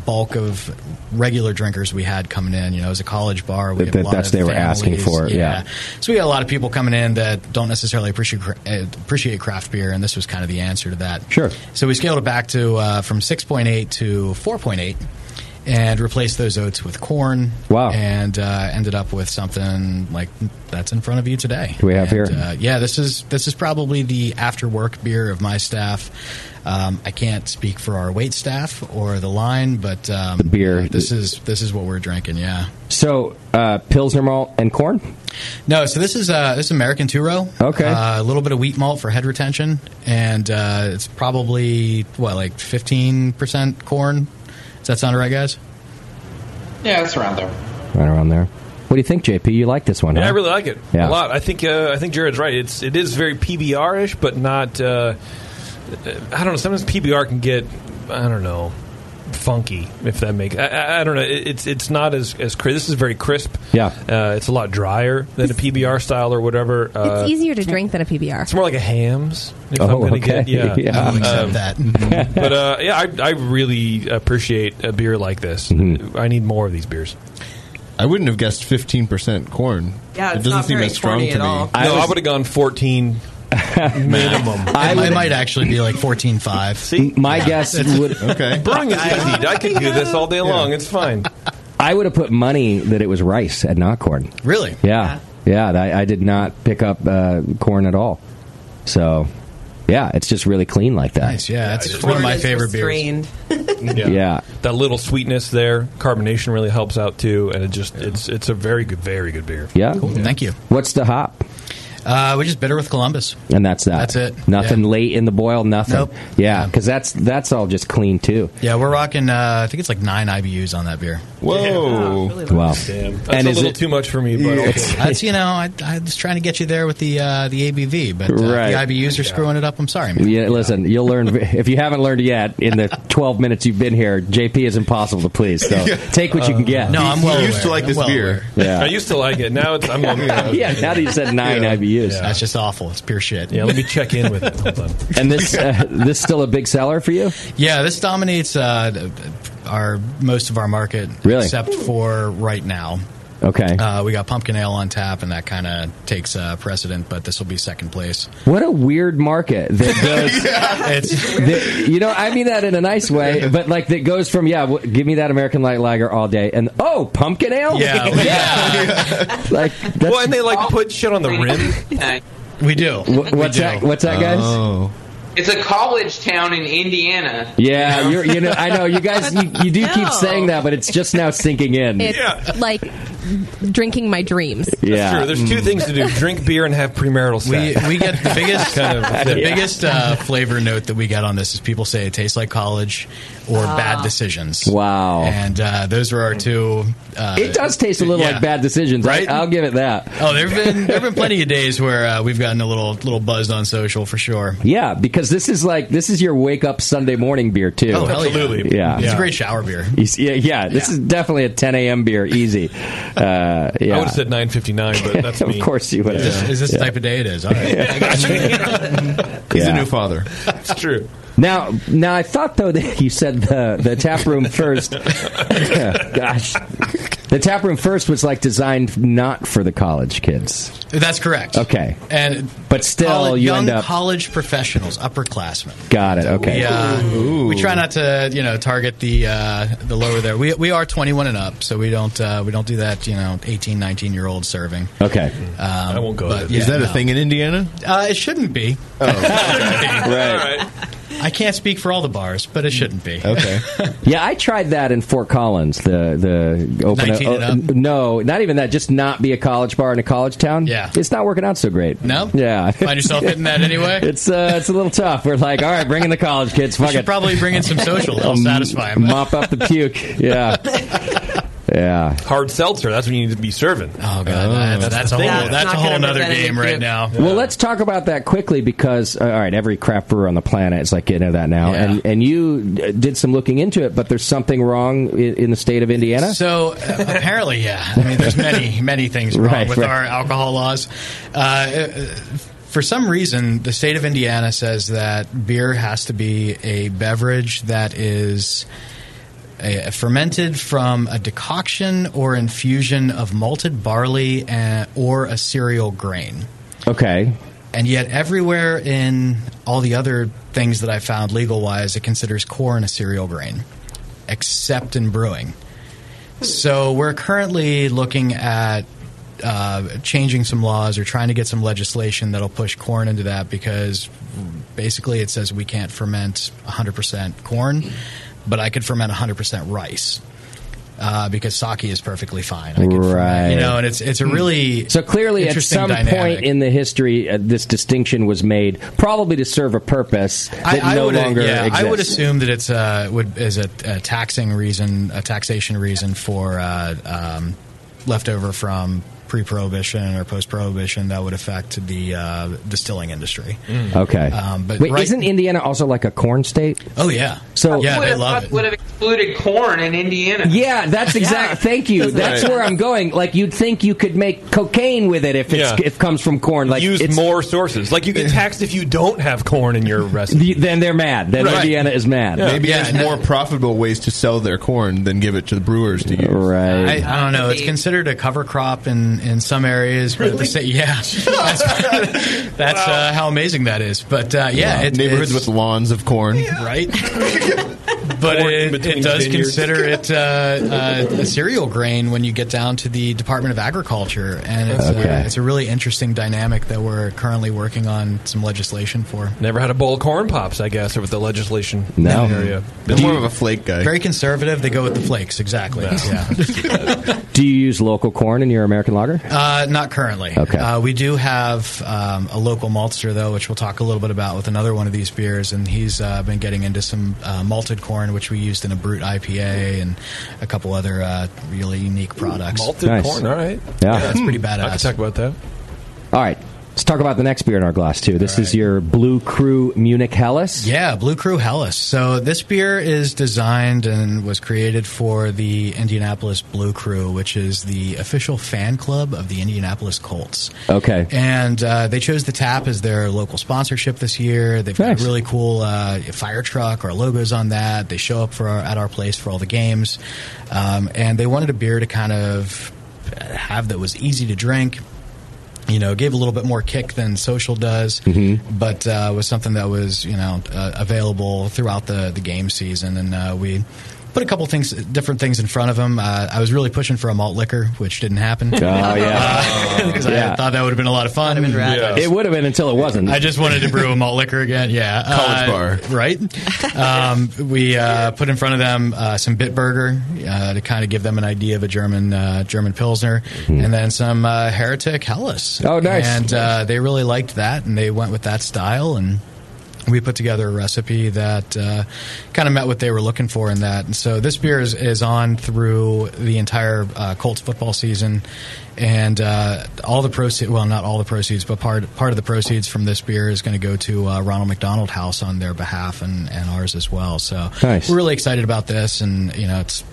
A: bulk of regular drinkers we had coming in. You know, as a college bar, we had a
B: That-
A: lot
B: that's
A: of
B: they were asking
A: families.
B: for, yeah.
A: So we had a lot of people coming in that don't necessarily appreciate cra- uh, appreciate craft beer, and this was kind of the answer to that. Sure. So we scaled it back to uh, from six point eight to four point eight. And replaced those oats with corn. Wow! And uh, ended up with something like that's in front of you today.
B: Do we have
A: And,
B: here?
A: Uh, yeah, this is this is probably the after work beer of my staff. Um, I can't speak for our wait staff or the line, but um,
B: The beer.
A: This is this is what we're drinking. Yeah.
B: So uh, Pilsner malt and corn.
A: No, so this is uh, this is American two row.
B: Okay.
A: Uh, a little bit of wheat malt for head retention, and uh, it's probably what like fifteen percent corn. Does that sound right, guys?
I: Yeah, it's around there.
B: Right around there. What do you think, JP? You like this one?
H: Yeah,
B: huh?
H: I really like it a
B: Yeah.
H: lot. I think uh, I think Jared's right. It's it is very PBR ish, but not. Uh, I don't know. Sometimes PBR can get I don't know funky if that makes I, I, I don't know. It, it's it's not as as crisp. This is very crisp.
B: Yeah,
H: uh, it's a lot drier than a PBR style or whatever. Uh,
D: it's easier to drink than a PBR.
H: It's more like a hams. If I'm
B: Oh,
H: gonna
B: okay.
H: get, yeah, Um,
B: Yeah. I will accept
A: that. Mm-hmm.
H: but uh, yeah, I, I really appreciate a beer like this.
B: Mm-hmm.
H: I need more of these beers.
C: I wouldn't have guessed fifteen percent corn.
F: Yeah,
C: it
F: it's
C: doesn't
F: not
C: seem
F: very
C: as strong
F: corny
C: to
F: at all.
C: me.
H: no, I would have gone fourteen minimum.
A: I might, might actually be like fourteen five.
B: See, my guess would
H: okay. Brewing is easy. I could do this all day long. It's fine.
B: I would have put money that it was rice and not corn.
A: Really?
B: Yeah, yeah. I, I did not pick up uh, corn at all. So, yeah, it's just really clean like that.
A: Nice. Yeah, that's
H: just
A: one of
H: wanted
A: my
H: to
A: favorite
H: just
A: beers.
H: Yeah.
B: Yeah.
H: that little sweetness there, carbonation really helps out too, and it just it's it's a very good, very good beer.
B: Yeah.
A: Thank you.
B: What's the hop?
A: Uh, we just bitter with Columbus.
B: And that's that.
A: That's it.
B: Nothing late in the boil. Nothing.
A: Nope.
B: Yeah, because that's that's all just clean too.
A: Yeah, we're rocking. Uh, I think it's like nine IBUs on that beer.
H: Whoa!
B: Wow.
H: That's
B: And
H: a
B: is
H: little
B: it-
H: too much for me, but okay.
A: That's you know, I, I was trying to get you there with the uh, the ABV, but uh,
B: Right.
A: the IBUs are screwing it up. I'm sorry, man.
B: Yeah, listen, you'll learn if you haven't learned yet in the 12 minutes you've been here. JP is impossible to please. So take what you can get.
A: No, I'm well aware. I'm well aware.
H: I
B: Yeah.
H: used to like it. Now it's I'm
B: Yeah, now that you said nine IBUs.
A: That's just awful. It's pure shit.
H: Yeah, let me check in with it. Hold on.
B: And this uh, this still a big seller for you?
A: Yeah, this dominates uh, our most of our market,
B: Really?
A: except for right now.
B: Okay.
A: Uh, we got pumpkin ale on tap, and that kind of takes uh, precedent. But this will be second place.
B: What a weird market that does.
A: It's
B: that- you know, I mean that in a nice way, but like that goes from yeah, w- give me that American light lager all day, and oh, pumpkin ale.
A: Yeah,
B: like that's,
H: Well, and they like put shit on the rim.
A: we do.
B: Wh-
A: We
B: what's
A: do.
B: that? What's that, guys?
A: Oh.
I: It's a college town in Indiana.
B: Yeah, you're, you know, I know you guys. You, you do keep saying that, but it's just now sinking in.
D: It's like drinking my dreams.
B: yeah,
H: Sure, there's two things to do: drink beer and have premarital
A: We,
H: sex.
A: we get the biggest
H: Kind of
A: the
H: thing.
A: biggest uh, flavor note that we got on this is people say it tastes like college or bad decisions.
B: Wow.
A: And uh, those were our two. Uh,
B: it does taste a little
A: yeah.
B: like bad decisions.
A: Right?
B: I, will give it that.
A: Oh, there've been there've been plenty of days where uh, we've gotten a little little buzzed on social for sure.
B: Yeah, because this is like this is your wake up Sunday morning beer too.
A: Oh, hell
H: Absolutely.
B: Yeah.
A: It's a great shower beer.
B: You see- Yeah, yeah, this is definitely a 10 a.m. beer, easy. Uh, yeah.
H: I would have said 9.59, but that's
B: of
H: me.
B: course you would.
A: Is this,
B: have.
A: is this the type of day it is? All right.
C: He's
B: Yeah.
C: a new father.
H: It's true.
B: Now, now I thought though that you said the the tap room first. Gosh, the tap room first was like designed not for the college kids.
A: That's correct.
B: Okay,
A: And
B: but still
A: college,
B: you
A: young
B: end up.
A: college professionals, upperclassmen.
B: Got it. Okay.
A: We, uh, we try not to, you know, target the uh, the lower there. We, we are 21 and up, so we don't uh, we don't do that, you know, 18, 19 year old serving. Um,
B: Okay.
H: I won't go.
A: But
H: there.
A: yeah,
C: Is that a
A: no.
C: thing in Indiana?
A: Uh, it shouldn't be.
H: Oh. All
B: Right.
H: right.
A: I can't speak for all the bars, but it shouldn't be.
C: Okay.
B: Yeah, I tried that in Fort Collins. The the open
A: 19 and up?
B: no, not even that. Just not be a college bar in a college town.
A: Yeah.
B: it's not working out so great.
A: No?
B: Yeah.
A: Find yourself hitting that anyway.
B: It's uh, it's a little tough. We're like, all right, bring in the college kids.
A: We
B: Fuck
A: should
B: it. Um,
A: probably bring in some social.
B: I'll
A: It'll satisfy them.
B: Mop up the puke. Yeah. Yeah.
H: Hard seltzer. That's what you need to be serving. Oh god,
A: that's- that's a whole- that's a whole nother game right now.
B: Well, let's talk about that quickly because uh, all right, every craft brewer on the planet is like getting into that now, and and you uh, did some looking into it, but there's something wrong in, in the state of Indiana.
A: So uh, apparently, yeah. I mean, there's many, many things wrong
B: Right,
A: with
B: right.
A: our alcohol laws. Uh, uh, for some reason, the state of Indiana says that beer has to be a beverage that is uh fermented from a decoction or infusion of malted barley and, or a cereal grain.
B: okay,
A: And yet, everywhere in all the other things that I found legal wise, it considers corn a cereal grain, except in brewing. So, we're currently looking at uh, changing some laws or trying to get some legislation that'll push corn into that because basically it says we can't ferment 100% corn, but I could ferment 100% rice. Uh, because sake is perfectly fine, I could
B: right? Hmm.
A: ferment, you know, and it's it's a really
B: so clearly at
A: interesting
B: some
A: dynamic.
B: point in the history, uh, this distinction was made probably to serve a purpose that no
A: would- uh,
B: longer
A: yeah,
B: exists.
A: I would assume that it's uh, would is a, a taxing reason, a taxation reason for uh, um, leftover from pre-prohibition or post-prohibition that would affect the uh, distilling industry.
B: Okay.
A: um, but
B: Wait,
A: right-
B: isn't Indiana also like a corn state?
A: Oh yeah.
B: So
A: yeah,
I: would
A: they
I: have,
A: love it.
I: would have excluded corn in Indiana.
B: Yeah, that's exact. Thank you. That's
I: Right.
B: where I'm going. Like you'd think you could make cocaine with it if it's,
H: Yeah.
B: if it comes from corn. Like
H: Use
B: it's,
H: more sources. Like you get taxed if you don't have corn in your recipe.
B: The- then they're mad. Then
H: Right.
B: Indiana is mad.
C: Maybe there's more profitable ways to sell their corn than give it to the brewers to use.
B: Right.
A: I, I don't know. It's considered a cover crop in, in some areas, but at the sa- yeah, that's, that's, uh, how amazing that is. But uh, yeah, it-
C: neighborhoods
A: it's-
C: with lawns of corn.
A: right? but it, it does
C: vineyards.
A: consider it uh, uh, a cereal grain when you get down to the Department of Agriculture, and it's,
B: Okay.
A: a, it's a really interesting dynamic that we're currently working on some legislation for.
H: Never had a bowl of corn pops, I guess, or with the legislation
B: No.
H: in the area.
C: Been more of a flake guy.
A: Very conservative. They go with the flakes, exactly. Yeah.
B: Do you use local corn in your American lager?
A: Uh, not currently.
B: Okay.
A: Uh, we do have um, a local maltster though, which we'll talk a little bit about with another one of these beers, and he's uh, been getting into some uh, malted corn, which we used in a brute IPA and a couple other uh, really unique products.
H: Malted Nice. corn, all right.
B: Yeah.
A: that's pretty
H: Hmm.
A: badass.
H: I could talk about that.
B: All right. Let's talk about the next beer in our glass too. This is your Blue Crew Munich Helles.
A: Yeah, Blue Crew Hellas. So this beer is designed and was created for the Indianapolis Blue Crew, which is the official fan club of the Indianapolis Colts.
B: Okay.
A: And uh, they chose the tap as their local sponsorship this year. They've got a really cool uh, fire truck. Our logos on that. They show up for our, at our place for all the games, um, and they wanted a beer to kind of have that was easy to drink. You know, gave a little bit more kick than social does,
B: Mm-hmm.
A: but uh, was something that was you know uh, available throughout the the game season, and uh, we. Put a couple things, different things in front of them. Uh, I was really pushing for a malt liquor, which didn't happen.
B: Oh, yeah.
A: because
B: Yeah.
A: I thought that would have been a lot of fun.
B: It would have been until it wasn't.
A: I just wanted to brew a malt liquor again. Yeah,
B: College
A: bar, right? Um, we uh, put in front of them uh, some Bitburger uh, to kind of give them an idea of a German uh, German Pilsner, and then some uh, Heretic Helles.
B: Oh, nice.
A: And uh, they really liked that, and they went with that style and. We put together a recipe that uh, kind of met what they were looking for in that. And so this beer is, is on through the entire uh, Colts football season. And uh, all the proceeds, well, not all the proceeds, but part part of the proceeds from this beer is going to go to uh, Ronald McDonald House on their behalf and, and ours as well. So
B: Nice.
A: we're really excited about this. And, you know, it's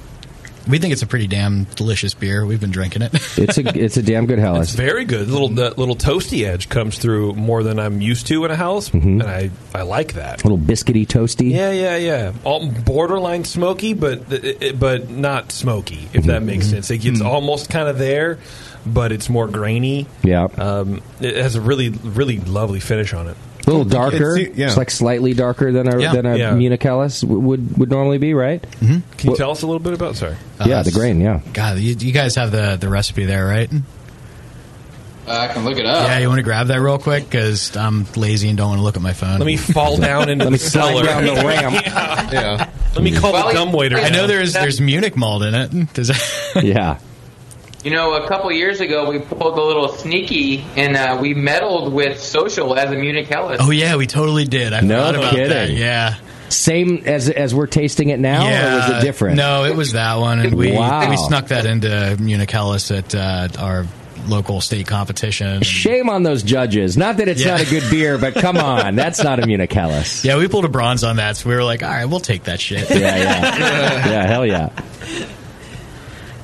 A: we think it's a pretty damn delicious beer. We've been drinking it.
B: It's a it's a damn good Helles.
H: Very good. Little that little toasty edge comes through more than I'm used to in a house, and
B: Mm-hmm.
H: I, I like that.
B: little biscuity toasty.
H: Yeah, yeah, yeah. All borderline smoky, but th- i- but not smoky.
B: Mm-hmm.
H: If that makes sense, it gets almost kind of there, but it's more grainy.
B: Yeah.
H: Um, it has a really really lovely finish on it.
B: A little darker.
H: It's- yeah.
B: It's like slightly darker than a
H: Yeah.
B: than a
H: Yeah.
B: Munich Helles w- would would normally be, right? Mm-hmm.
H: Can you tell us a little bit about? Sorry.
A: Uh,
B: yeah, the grain. Yeah.
A: God, you, you guys have the, the recipe there, right?
I: I can look it up.
A: Yeah, you want to grab that real quick because I'm lazy and don't want to look at my phone.
H: Let me fall down
A: Let
H: into the
A: me slide
H: cellar.
A: down the ramp.
H: yeah.
C: yeah.
H: Let me call the dumb waiter.
A: I know there's there's Munich malt in it. Does that-
B: yeah.
I: You know, a couple years ago, we pulled a little sneaky and uh, we meddled with social as a Munich Hellas.
A: Oh yeah, we totally did. I
B: No
A: forgot about that.
B: kidding.
A: Yeah.
B: Same as as we're tasting it now, or was it different?
A: No, it was that one, and we
B: Wow.
A: we snuck that into Municalis at uh, our local state competition.
B: Shame on those judges. Not that it's
A: Yeah.
B: not a good beer, but come on, that's not a Municalis.
A: Yeah, we pulled a bronze on that, so we were like, all right, we'll take that shit.
B: Yeah, yeah, yeah. Hell yeah.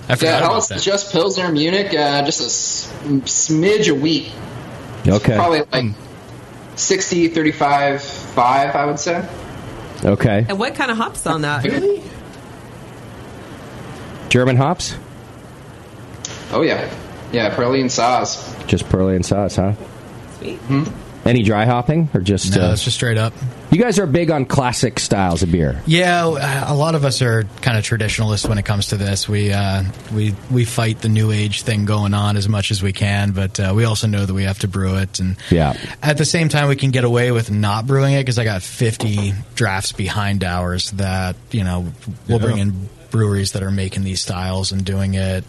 A: I forgot
I: yeah,
A: about
I: was
A: that.
I: just Pilsner Munich, uh, just a s- smidge a week,
B: Okay. Hmm.
I: probably like 60, 35, 5, I would say.
B: Okay.
F: And what kind of hops on that?
B: German hops,
I: Oh, yeah. Yeah, Pearly and Saz.
B: just pearly and sauce, huh?
F: Sweet.
I: Hmm?
B: Any dry hopping or just?
A: No,
B: uh,
A: it's just straight up.
B: You guys are big on classic styles of beer.
A: Yeah, uh, a lot of us are kind of traditionalists when it comes to this. We uh, we we fight the new age thing going on as much as we can, but uh, we also know that we have to brew it. And
B: Yeah.
A: at the same time, we can get away with not brewing it because I got fifty drafts behind ours that you know we'll
J: Yeah.
A: bring in breweries that are making these styles and doing it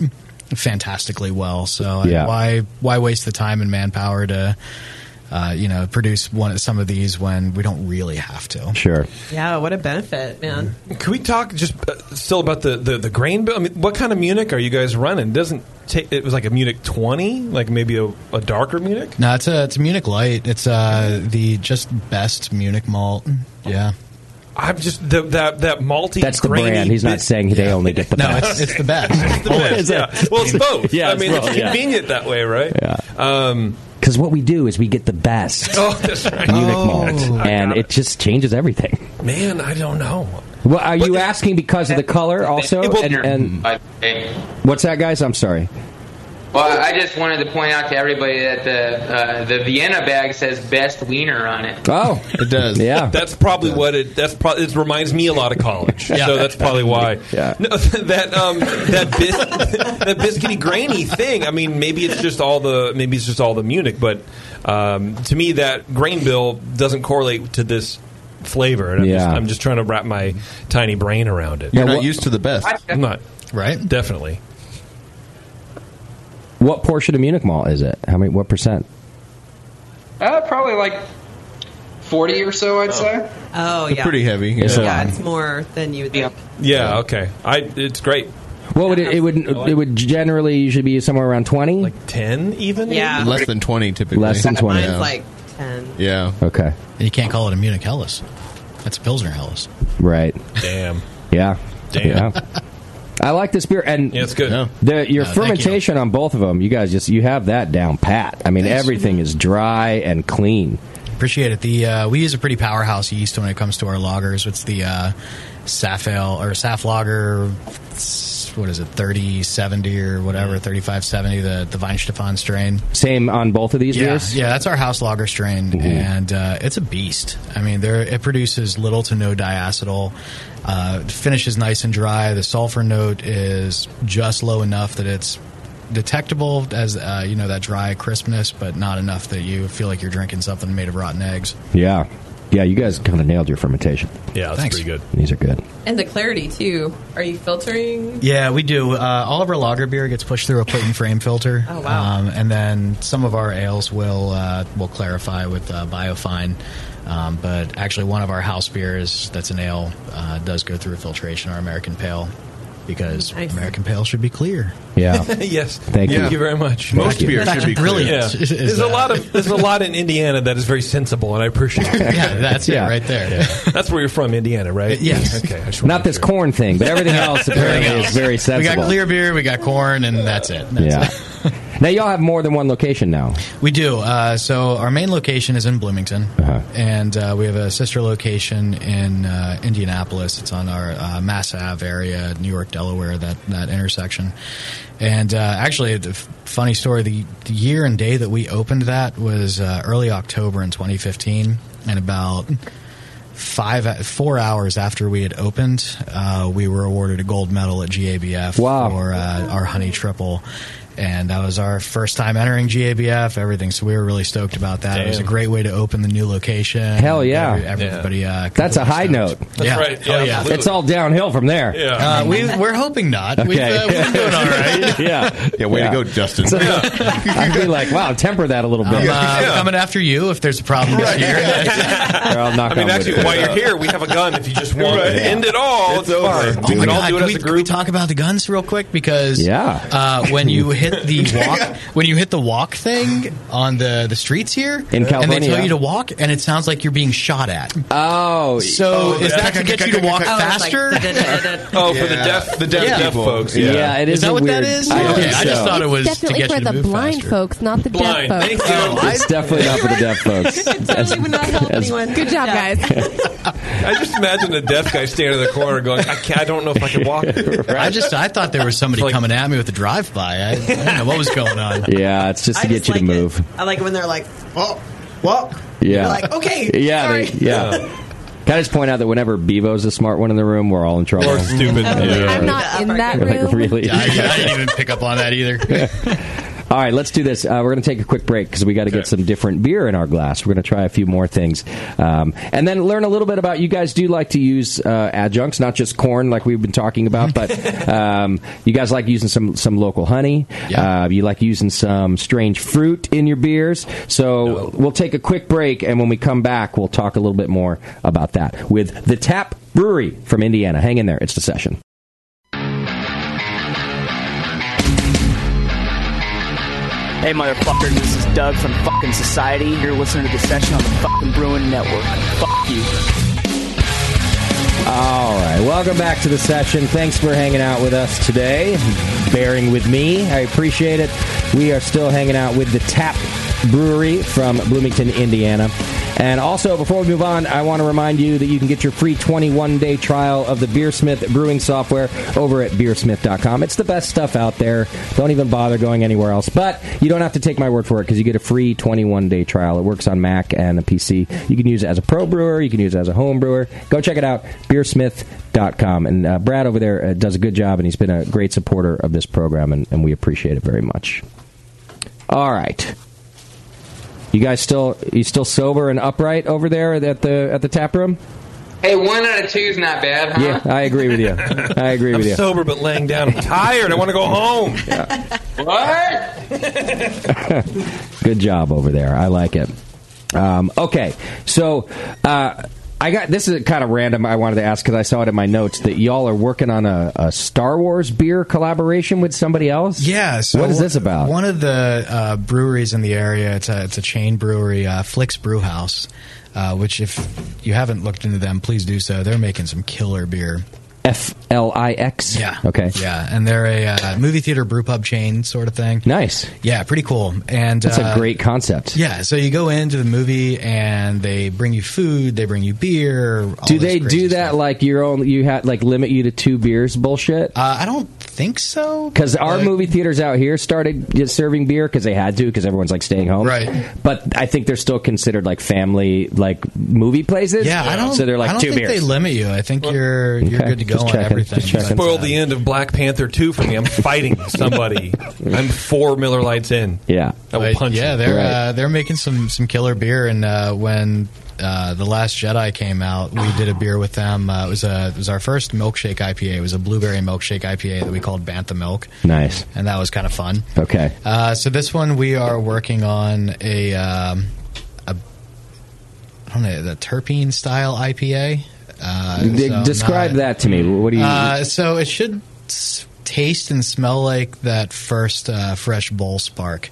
A: fantastically well. So
J: Yeah.
A: yeah. why why waste the time and manpower to uh, you know produce one some of these when we don't really have to?
B: Sure.
F: Yeah, what a benefit, man.
H: Can we talk just uh, still about the, the, the grain bill? I mean, what kind of Munich are you guys running? Doesn't take it was like a Munich twenty, like maybe a, a darker Munich.
A: No, it's a it's a Munich light. It's uh the just best Munich malt. Yeah.
H: I'm just the, that that malty.
B: That's the
H: grainy
B: brand. He's
H: bit-
B: not saying they only get the
A: No,
B: best.
A: it's it's the best.
H: the best. Yeah. Well, it's both.
B: Yeah,
H: I
B: it's
H: mean,
B: both,
H: it's
B: yeah.
H: convenient that way, right? Yeah. Um,
B: Because what we do is we get the best
H: oh, that's right.
B: Munich
A: Oh.
B: malt, and it just changes everything.
H: Man, I don't know.
B: Well, are you asking because of the color also?
I: Well,
B: And, and
I: I think-
B: what's that, guys? I'm sorry.
I: Well, I just wanted to point out to everybody that the uh, the Vienna bag says best wiener on it.
B: Oh,
H: it does.
B: Yeah,
H: that's probably what it. That's probably it reminds me a lot of college.
B: Yeah.
H: So that's probably why.
B: Yeah.
H: No, that um that bis- that biscuity grainy thing. I mean, maybe it's just all the maybe it's just all the Munich, but um, to me that grain bill doesn't correlate to this flavor. And I'm, just,
C: Yeah.
H: I'm just trying to wrap my tiny brain around it.
C: You're not used to the best.
H: I'm not.
A: Right.
H: Definitely.
B: What portion of Munich malt is it? How many? What percent?
I: Uh, probably like forty or so, I'd say.
F: Oh,
B: They're
F: yeah.
B: pretty heavy, yeah. It's a
F: yeah,
B: lot.
F: it's more than you would think.
H: Yeah. Okay. I. It's great.
B: What would it, it would it would generally usually be somewhere around twenty, like
H: ten even.
F: Yeah.
C: Less than 20 typically.
B: Less than 20.
F: Mine's like 10.
C: Yeah.
B: Okay.
A: And you can't call it a Munich Hellas. That's a Pilsner Hellas.
B: Right.
H: Damn.
B: Yeah.
A: Damn.
B: Yeah. I like this beer, and
H: yeah, it's good.
B: The,
H: No,
B: your
H: thank you.
B: fermentation on both of them, you guys just you have that down pat. I mean,
A: Thanks.
B: everything is dry and clean.
A: Appreciate it. The uh, we use a pretty powerhouse yeast when it comes to our lagers. It's the uh, Safel or Saf Lager. s- What is it? Thirty seventy or whatever. Thirty five seventy. The the Weinstefan strain.
B: Same on both of these
A: yeah,
B: beers.
A: Yeah, that's our house lager strain, and uh, it's a beast. I mean, there it produces little to no diacetyl. Uh, it finishes nice and dry. The sulfur note is just low enough that it's detectable as uh, you know that dry crispness, but not enough that you feel like you're drinking something made of rotten eggs.
B: Yeah. Yeah, you guys kind of nailed your fermentation.
H: Yeah,
A: that's Thanks. pretty
H: good.
B: These are good.
F: And the clarity, too. Are you filtering?
A: Yeah, we do. Uh, all of our lager beer gets pushed through a plate and frame filter.
F: Oh, wow.
A: Um, and then some of our ales will uh, will clarify with uh, biofine. Um, but actually, one of our house beers that's an ale uh, does go through filtration, our American Pale, because
H: Nice.
A: American Pale should be clear.
B: Yeah.
H: yes.
B: Thank you.
H: Thank you very much.
A: Most Thank you. beer should be clear. Brilliant.
H: Yeah.
A: Is
H: There's a
A: that-
H: lot of there's a lot in Indiana that is very sensible, and I appreciate. it.
A: Yeah, that's it right there. Uh,
H: That's where you're from, Indiana, right?
A: Yes.
H: Okay. I just
B: Not this corn thing, but everything else apparently
A: Everything
B: is very
A: We
B: sensible.
A: got clear beer, we got corn, and that's it. That's
B: yeah. now y'all have more than one location now.
A: We do. Uh, so our main location is in Bloomington, and uh, we have a sister location in uh, Indianapolis. It's on our uh, Mass Ave area, New York, Delaware, that that intersection. And uh, actually, the f- funny story: the, the year and day that we opened that was uh, early October in 2015, and about. Five four hours after we had opened, uh, we were awarded a gold medal at GABF for uh, our honey triple, and that was our first time entering GABF. Everything, so we were really stoked about that. It was a
B: Damn.
A: great way to open the new location.
B: Hell yeah.
A: Every- everybody, Uh,
B: That's a high note.
A: That's Yeah. right. Yeah,
B: Oh,
A: absolutely.
B: It's all downhill from there.
A: Uh, we, we're hoping not. We've,
B: Okay.
A: uh, we've been doing all right.
B: yeah.
C: Yeah, way to go, Justin.
B: So, I'd be like, wow, temper that a little bit.
A: I'm uh, coming after you if there's a problem this year.
B: Or I'll knock
H: I mean,
B: on wood.
H: actually, while you're here, we have a gun. If you just want
A: Right.
H: to end it all, it's, fine.
A: Oh
H: we
A: my
H: can all
A: God,
H: do it
A: can
H: as
A: we,
H: a
A: can we talk about the guns real quick because
B: Yeah.
A: uh, when you hit the walk when you hit the walk thing on the, the streets here
B: In
A: and they
B: California.
A: tell you to walk and it sounds like you're being shot at.
B: Oh,
A: so is that to get you to walk faster?
H: Oh, for the deaf, the deaf, deaf folks. Yeah,
A: Is that what that is? Okay, I just thought it was
D: it's
A: to
D: definitely
A: get you
D: for
A: to
D: the
A: move
D: blind
A: faster.
D: folks, not the
A: Blind.
D: deaf
A: Thank
D: folks.
A: you. Oh,
B: it's definitely not for the deaf folks. As- as-
D: Good job, guys.
H: I just imagine a deaf guy standing in the corner going, I, can't, I don't know if I can walk.
A: I just I thought there was somebody coming at me with a drive by. I, I don't know what was going on.
B: yeah, it's just to get you to move.
F: I like it when they're like, oh, well,
B: Yeah.
F: You're like, okay,
B: Yeah.
F: sorry.
B: They, yeah. Can I just point out that whenever Bevo's the smart one in the room, we're all in trouble.
H: Or stupid.
D: I'm like, I'm not in that
B: We're like,
D: room.
B: really?
A: I, I didn't even pick up on that either.
B: All right, let's do this. Uh, we're going to take a quick break because we got to get some different beer in our glass. We're going to try a few more things, um, and then learn a little bit about. You guys do like to use uh, adjuncts, not just corn like we've been talking about, but um, you guys like using some some local honey. Uh, you like using some strange fruit in your beers. So we'll take a quick break, and when we come back, we'll talk a little bit more about that with the Tap Brewery from Indiana. Hang in there; it's the session.
J: Hey, motherfuckers, this is Doug from fucking Society. You're listening to the session on the fucking Bruin Network. Fuck you.
B: All right, welcome back to the session. Thanks for hanging out with us today, bearing with me. I appreciate it. We are still hanging out with the Tap Brewery from Bloomington, Indiana. And also, before we move on, I want to remind you that you can get your free 21 day trial of the Beersmith brewing software over at beersmith.com. It's the best stuff out there. Don't even bother going anywhere else. But you don't have to take my word for it because you get a free 21 day trial. It works on Mac and a PC. You can use it as a pro brewer, you can use it as a home brewer. Go check it out, beersmith.com. And uh, Brad over there uh, does a good job, and he's been a great supporter of this program, and, and we appreciate it very much. All right. You guys still you still sober and upright over there at the at the tap room?
I: Hey, one out of two is not bad, huh?
B: Yeah, I agree with you. I agree
H: I'm
B: with you.
H: sober but laying down. I'm tired. I want to go home.
B: Good job over there. I like it. Um, okay, so uh, I got this is kind of random. I wanted to ask because I saw it in my notes that y'all are working on a, a Star Wars beer collaboration with somebody else.
A: Yeah. So
B: what is
A: one-
B: this about?
A: One of the uh, breweries in the area. It's a it's a chain brewery, uh, Flicks Brew House, uh, which if you haven't looked into them, please do so. They're making some killer beer.
B: F L I X. Yeah. Okay.
A: Yeah, and they're a uh, movie theater brew pub chain sort of thing.
B: Nice.
A: Yeah, pretty cool. And
B: That's
A: uh,
B: a great concept.
A: Yeah, so you go into the movie and they bring you food, they bring you beer. all
B: do
A: this
B: they
A: crazy
B: do that like your own? You had like limit you to two beers bullshit.
A: Uh, I don't think so.
B: Because our movie theaters out here started just serving beer because they had to because everyone's like staying home. Right. But I think they're still considered like family like movie places.
A: Yeah, I don't.
B: So they're like
A: I don't
B: two
A: think
B: beers.
A: they limit you. I think you're you're
B: Okay,
A: good to go
B: just
A: on
B: checking,
A: everything.
B: just checking.
A: But, uh,
H: Spoiled the end of Black Panther 2 for me. I'm fighting somebody. I'm four Miller Lights in.
B: Yeah.
H: I will
A: but
H: punch
A: yeah,
H: you.
A: they're uh, they're making some some killer beer. And uh, when uh, the Last Jedi came out, we did a beer with them. Uh, it was a it was our first milkshake IPA. It was a blueberry milkshake IPA that we called Bantha Milk,
B: Nice.
A: and that was kind of fun.
B: Okay.
A: Uh, so this one we are working on a, um, a I don't know the terpene style IPA. Uh,
B: D-
A: so
B: describe
A: not-
B: that to me. What do you?
A: Uh, so it should s- taste and smell like that first uh, fresh bowl spark.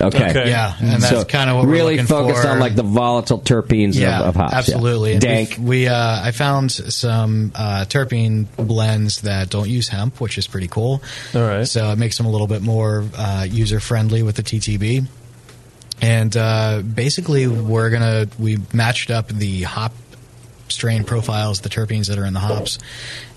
B: okay.
A: Yeah, and that's
B: So
A: kind of what
B: really
A: we're looking
B: focused
A: for.
B: on like the volatile terpenes
A: yeah,
B: of, of hops. yeah.
A: absolutely. And
B: Dank.
A: we've- We uh, I found some uh, terpene blends that don't use hemp, which is pretty cool. All right. So it makes them a little bit more uh, user friendly with the TTB. And uh, basically, we're gonna we matched up the hop strain profiles, the terpenes that are in the hops,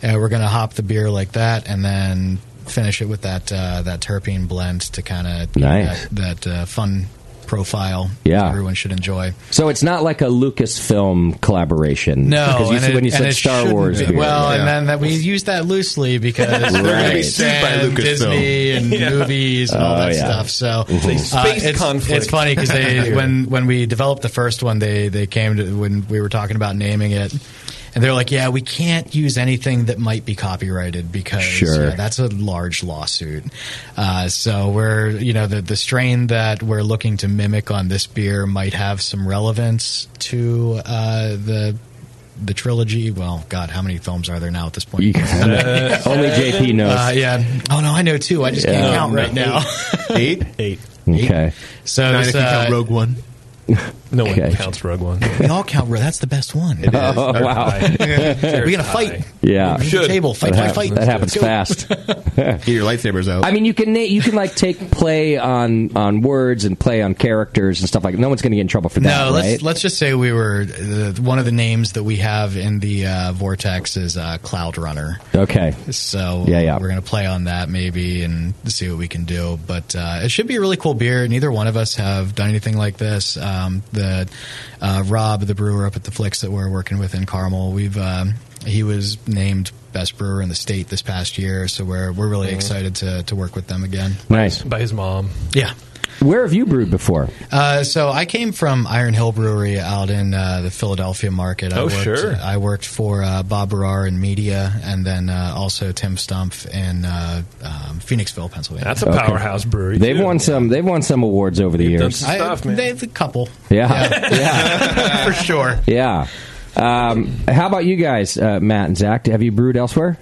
A: and we're gonna hop the beer like that, and then finish it with that uh, that terpene blend to kind of
B: Nice.
A: that, that uh, fun profile.
B: Yeah.
A: everyone should enjoy.
B: So it's not like a Lucasfilm collaboration.
A: No,
B: because you
A: and
B: said,
A: it-
B: when you
A: and
B: said
A: it
B: Star
A: shouldn't
B: Wars,
A: be.
B: beer.
A: Well, and then that we use that loosely because they're going to be
B: Right.
A: sued by Disney and
H: Yeah.
A: movies and all
H: Oh,
A: that
H: yeah.
A: stuff. So
B: Mm-hmm.
H: It's a space
A: it's,
H: conflict.
A: It's funny because they when when we developed the first one, they they came to when we were talking about naming it. And they're like, yeah, we can't use anything that might be copyrighted because
B: Sure.
A: yeah, that's a large lawsuit. Uh, so we're, you know, the, the strain that we're looking to mimic on this beer might have some relevance to uh, the the trilogy. Well, God, how many films are there now at this point?
B: Yeah. Only JP knows.
A: Uh, yeah. Oh no, I know two. I just can't
B: Yeah.
A: count right now.
C: Eight,
H: eight.
B: Okay.
A: So
C: Nine
A: it's,
C: if you count
A: uh,
C: Rogue One.
H: No
B: one Okay.
H: counts Rogue One.
A: We all count. Rogue. That's the best one.
B: It is. Oh, wow.
A: we gotta fight.
B: Yeah,
A: We're at the table. Fight,
B: that
A: fight, fight.
B: hap- That happens
A: Let's go.
B: fast.
C: Get your lightsabers out.
B: I mean, you can na- you can like take play on on words and play on characters and stuff like. No one's going to get in trouble for that,
A: no,
B: right?
A: let's let's just say we were uh, one of the names that we have in the uh, vortex is uh, Cloud Runner.
B: Okay.
A: So
B: Yeah, yeah.
A: we're gonna play on that maybe and see what we can do. But uh, it should be a really cool beer. Neither one of us have done anything like this. Um, the uh, Rob, the brewer up at the Flicks that we're working with in Carmel, we've um, he was named best brewer in the state this past year. So we're we're really
B: Mm-hmm.
H: Mhm.
A: excited to to work with them again.
B: Nice.
H: By his mom.
A: Yeah.
B: Where have you brewed before?
A: Uh, so I came from Iron Hill Brewery out in uh, the Philadelphia market. I
H: Oh,
A: worked,
H: sure.
A: I worked for uh, Bob Barrar in media, and then uh, also Tim Stumpf in uh, um, Phoenixville, Pennsylvania.
H: That's a powerhouse brewery.
B: They've won some. They've won some awards over the years.
A: I- They've a couple.
B: yeah.
A: for sure.
B: Yeah. Um, how about you guys, uh, Matt and Zach? Have you brewed elsewhere?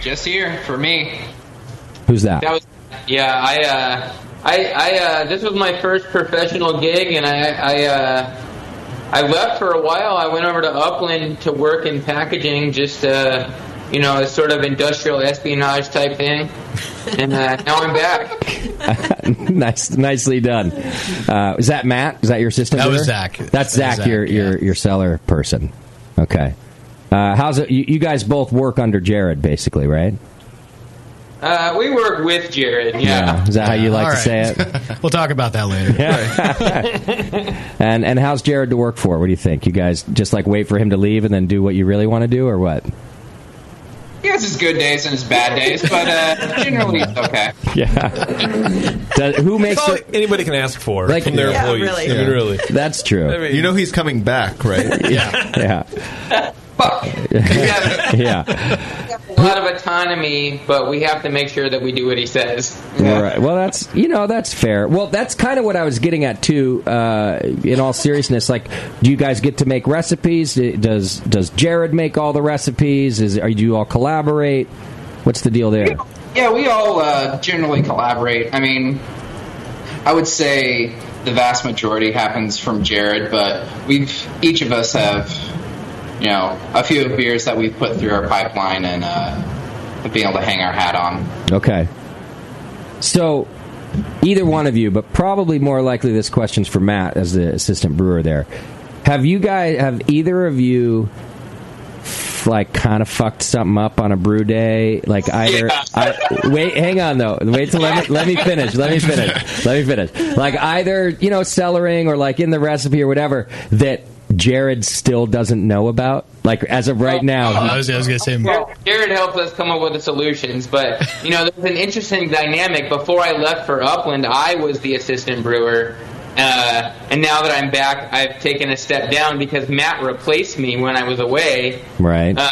I: Just here for me.
B: Who's that?
I: That was, yeah, I, uh, I, I, uh, this was my first professional gig, and I, I, uh, I left for a while. I went over to Upland to work in packaging, just, uh, you know, a sort of industrial espionage type thing. And uh, now I'm back.
B: nice, nicely done. Uh, is that Matt? Is that your assistant?
A: That was
B: brewer?
A: Zach. That was
B: That's Zach,
A: Zach,
B: your your your cellar person. Okay. Uh, how's it? You, you guys both work under Jared, basically, right?
I: Uh, we work with Jared. Yeah.
B: Is that how you like to say it?
A: we'll talk about that later.
B: And and how's Jared to work for? What do you think? You guys just like wait for him to leave and then do what you really want to do, or what?
I: He has his good days and his bad days, but uh, generally it's okay.
B: Yeah. Does, who makes
H: That's all anybody can ask for
B: Like-
H: from their
B: Yeah,
H: employees.
B: really.
H: I mean,
B: Yeah.
H: really.
B: That's true.
H: I mean-
C: you know he's coming back, right?
B: yeah.
I: Yeah.
B: yeah.
I: A lot of autonomy, but we have to make sure that we do what he says.
B: Right. Well, that's you know that's fair. Well, that's kind of what I was getting at too. Uh, in all seriousness, like, do you guys get to make recipes? Does Does Jared make all the recipes? Is are you all collaborate? What's the deal there?
K: Yeah, we all uh, generally collaborate. I mean, I would say the vast majority happens from Jared, but we've each of us have, you know, a few beers that we've put through our pipeline and uh, being able to hang our hat on.
B: Okay. So, either one of you, but probably more likely this question's for Matt as the assistant brewer there. Have you guys, have either of you, f- like, kind of fucked something up on a brew day? Like, either. I, wait, hang on, though. Wait till let me, let me finish. Let me finish. Let me finish. Like, either, you know, cellaring or, like, in the recipe or whatever that Jared still doesn't know about? Like, as of right now. he-
A: I was, I was going to say,
I: Jared helps us come up with the solutions, but you know, there's an interesting dynamic. Before I left for Upland, I was the assistant brewer, uh, and now that I'm back, I've taken a step down because Matt replaced me when I was away.
B: right.
I: Uh,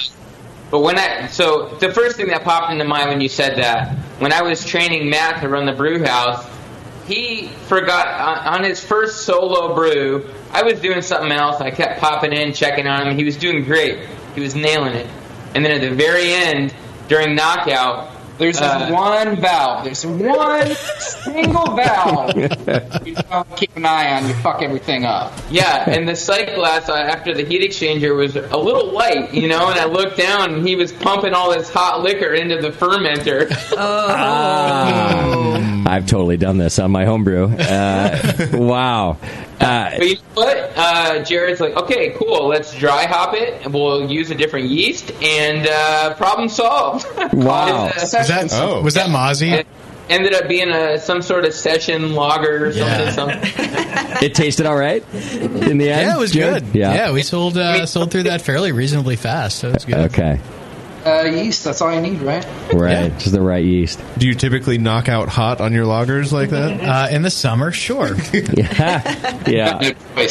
I: but when I so the first thing that popped into mind when you said that when I was training Matt to run the brew house, he forgot on, on his first solo brew. I was doing something else. I kept popping in, checking on him. He was doing great. He was nailing it. And then at the very end, during knockout,
K: There's
I: uh,
K: one valve. There's one single valve. you don't keep an eye on. You fuck everything up.
I: Yeah, and the sight glass uh, after the heat exchanger was a little light, you know, and I looked down and he was pumping all this hot liquor into the fermenter. Mm.
B: Ah, I've totally done this on my homebrew. Uh, wow. Uh,
I: But you know what? Uh, Jared's like, okay, cool, let's dry hop it, and we'll use a different yeast, and uh, problem solved.
B: Wow. Oh.
I: It's, uh,
A: was that, was that Mozzie?
I: It, ended up being a some sort of session logger or something. something.
B: It tasted all right in the end.
A: Yeah, it was
B: Jared?
A: good. Yeah, we sold uh, sold through that fairly reasonably fast. So it was good.
B: Okay.
I: Uh, yeast, that's all you need, right?
B: Right, just the right yeast.
C: Do you typically knock out hot on your loggers like that?
A: Uh, in the summer, sure.
B: Ah, yeah. yeah.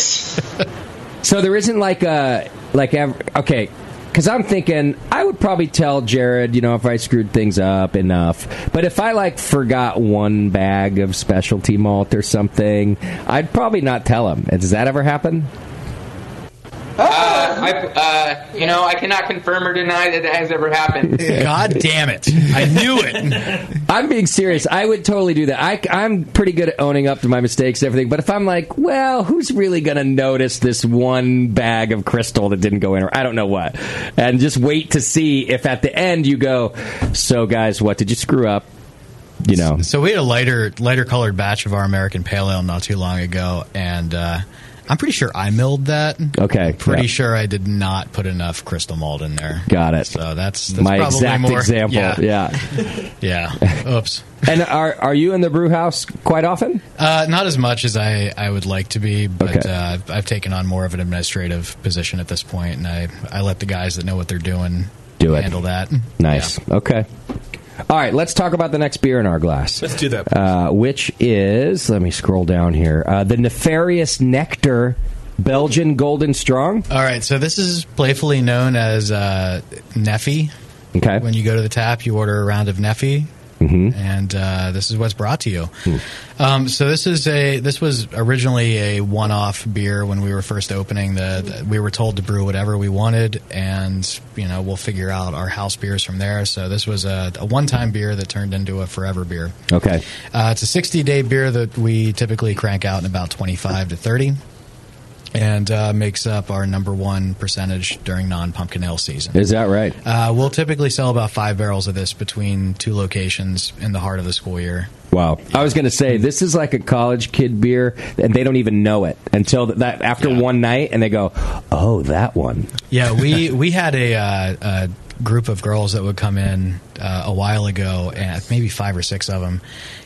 B: So there isn't like a like ev- okay, because I'm thinking I would probably tell Jared, you know, if I screwed things up enough. But if I like forgot one bag of specialty malt or something, I'd probably not tell him. Does that ever happen?
I: Uh, I, uh, you know, I cannot confirm or deny that that has ever happened.
A: God damn it! I knew it.
B: I'm being serious. I would totally do that. I, am pretty good at owning up to my mistakes and everything. But if I'm like, well, who's really going to notice this one bag of crystal that didn't go in, or I don't know what, and just wait to see if at the end you go, so guys, what did you screw up? You know,
A: So we had a lighter lighter colored batch of our American Pale Ale not too long ago, and uh, I'm pretty sure I milled that.
B: okay,
A: Pretty
B: yeah.
A: sure I did not put enough crystal malt in there.
B: Got it.
A: So that's, that's
B: my
A: probably
B: exact
A: more-
B: example. Yeah.
A: yeah. Oops.
B: and are are you in the brew house quite often?
A: Uh, not as much as I, I would like to be, but
B: Okay.
A: uh, I've- I've taken on more of an administrative position at this point, and I, I let the guys that know what they're doing
B: Do it.
A: handle that.
B: Nice. Okay. All right, let's talk about the next beer in our glass.
H: Let's do that.
B: Uh, which is, let me scroll down here, uh, the Nefarious Nectar Belgian Golden Strong.
A: All right, so this is playfully known as uh, Neffy.
B: Okay.
A: When you go to the tap, you order a round of Neffy,
B: Mhm.
A: and uh, this is what's brought to you. Um, so this is a this was originally a one off beer when we were first opening. The, the- we were told to brew whatever we wanted, and you know we'll figure out our house beers from there. So this was a, a one time beer that turned into a forever beer.
B: Okay.
A: Uh, it's a 60 day beer that we typically crank out in about 25 to 30 and uh, makes up our number one percentage during non pumpkin ale season.
B: Is that right?
A: Uh, we'll typically sell about five barrels of this between two locations in the heart of the school year.
B: Wow. I was going to say, this is like a college kid beer, and they don't even know it until th- that after one night, and they go, oh, that one.
A: Yeah, we we had a, uh, a group of girls that would come in uh, a while ago, and maybe five or six of them,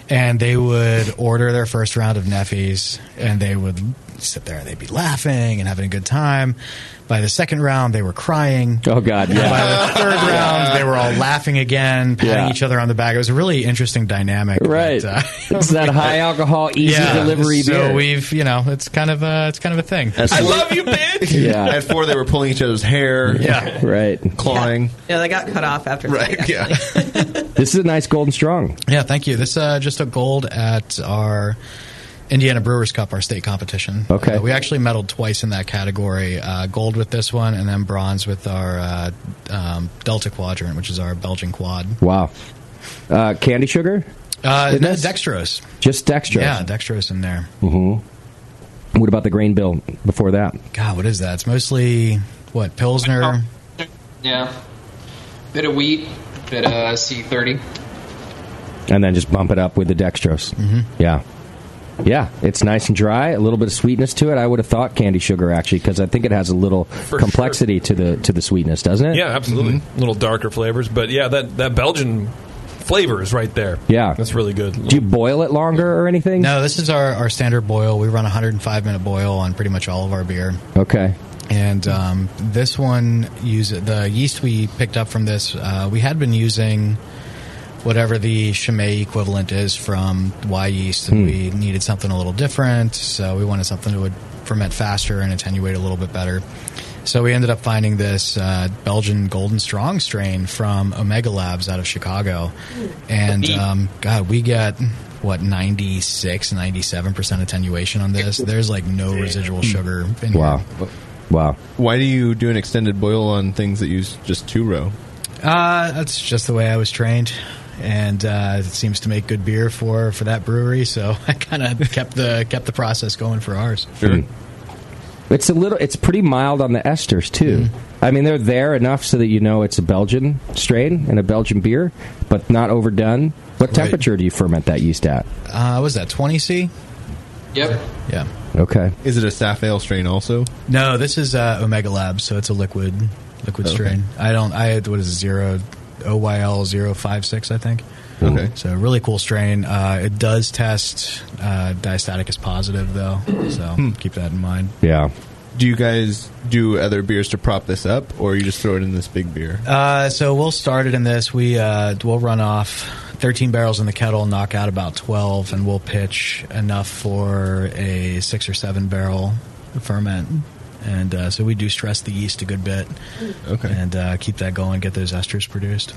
A: and they would order their first round of neffies, and they would sit there and they'd be laughing and having a good time. By the second round, they were crying.
B: Oh God!
A: Yeah. By the third round, they were all laughing again, patting
B: Yeah.
A: each other on the back. It was a really interesting dynamic. uh,
B: Right. It's that high alcohol, easy delivery
A: So
B: beer.
A: we've, you know, it's kind of a, it's kind of a thing.
C: you, bitch.
B: Yeah.
C: At four, they were pulling each other's hair.
A: Yeah.
B: Right.
C: Clawing.
F: No, they got cut off after.
C: Right.
F: That,
C: Yeah.
B: This is a nice golden strong.
A: Yeah, thank you. This uh, just took gold at our Indiana Brewers Cup, our state competition.
B: Okay.
A: Uh, we actually medaled twice in that category: uh, gold with this one, and then bronze with our uh, um, Delta Quadrant, which is our Belgian quad.
B: Wow. Uh, candy sugar?
A: Uh,
B: With
A: no,
B: this?
A: dextrose.
B: Just dextrose.
A: Yeah, dextrose in there.
B: Mm-hmm. What about the grain bill before that?
A: God, what is that? It's mostly what Pilsner.
I: Yeah. Bit of wheat, bit of C30.
B: And then just bump it up with the dextrose.
I: Mhm.
B: Yeah. Yeah, it's nice and dry, a little bit of sweetness to it. I would have thought candy sugar actually because I think it has a little
H: sure.
B: complexity to the to the sweetness, doesn't it? Mm-hmm.
H: Yeah, absolutely. A little darker flavors, but yeah, that that Belgian flavor is right there.
B: Yeah.
H: that's really good.
B: Do you boil it longer or anything?
A: No, this is our, our standard boil. We run a 105 minute boil on pretty much all of our beer.
B: Okay.
A: And um, this one use the yeast we picked up from this. Uh, we had been using whatever the Chimay equivalent is from Y yeast, and
B: Hmm.
A: we needed something a little different. So we wanted something that would ferment faster and attenuate a little bit better. So we ended up finding this uh, Belgian Golden Strong strain from Omega Labs out of Chicago, and um, God, we got what 96 97% attenuation on this there's like no residual sugar in here.
B: Wow. Wow.
C: Why do you do an extended boil on things that use just two row?
A: Uh, that's just the way I was trained, and uh, it seems to make good beer for, for that brewery. So I kind of kept the kept the process going for ours.
B: Mm. It's a little. It's pretty mild on the esters too. I mean, they're there enough so that you know it's a Belgian strain and a Belgian beer, but not overdone. What temperature do you ferment that yeast at?
A: Uh, what was that twenty C?
I: Yep.
A: Yeah.
B: Okay.
C: Is it a staff ale strain also?
A: No, this is uh, Omega Labs, so it's a liquid liquid
C: Okay.
A: strain. I don't. I had what is it, zero OYL056, I think. Okay. So really cool strain. Uh, it does test uh, diastatic is positive though, so keep that in mind.
B: Yeah.
C: Do you guys do other beers to prop this up, or you just throw it in this big beer?
A: Uh, so we'll start it in this. We uh, we'll run off 13 barrels in the kettle, knock out about 12, and we'll pitch enough for a six or seven barrel ferment. And uh, so we do stress the yeast a good bit, okay, and uh, keep that going, get those esters produced.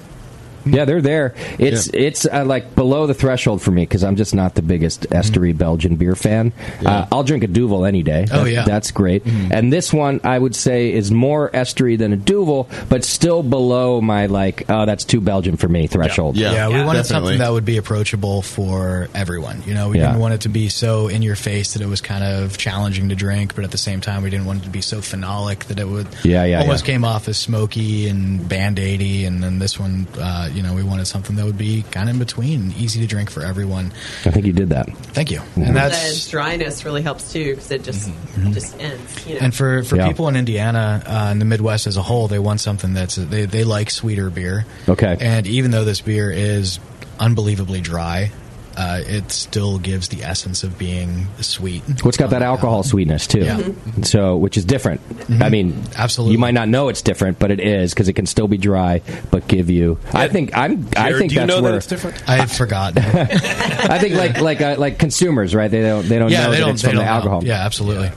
B: Yeah, they're there. It's it's uh, like below the threshold for me because I'm just not the biggest
A: Mm-hmm.
B: estery Belgian beer fan. Uh, I'll drink a Duvel any day.
A: Oh,
B: That-
A: yeah. Mm-hmm.
B: that's great. And this one I would say is more estery than a Duvel, but still below my like oh that's too Belgian for me threshold.
A: yeah, we wanted something that would be approachable for everyone. You know, we
B: Yeah.
A: didn't want it to be so in your face that it was kind of challenging to drink, but at the same time, we didn't want it to be so phenolic that it would
B: Yeah, yeah,
A: almost
B: yeah.
A: came off as smoky and band aidy. And then this one, uh, you know, we wanted something that would be kind of in between, easy to drink for everyone.
B: I think you did that.
A: Thank you.
B: Mm-hmm.
F: And
A: And that's Mm-hmm.
F: the dryness really helps too because it just just ends. You know?
A: And for, for people in Indiana uh, in the Midwest as a whole, they want something that's they they like sweeter beer.
B: Okay.
A: And even though this beer is unbelievably dry, uh, it still gives the essence of being sweet.
B: Well, it's got that alcohol sweetness too,
A: Yeah. Mm-hmm.
B: so which is different. I mean, absolutely. You might not know it's different, but it is because it can still be dry, but give you. I think I'm. I
A: Jared,
B: think
A: do you
B: that's
A: know that
B: where
A: it's different? I had forgotten.
B: I think like like uh, like consumers, right? They don't they don't
A: yeah,
B: know
A: they
B: that
A: don't.
B: it's
A: they
B: from
A: don't
B: the
A: know.
B: alcohol.
A: Yeah, absolutely.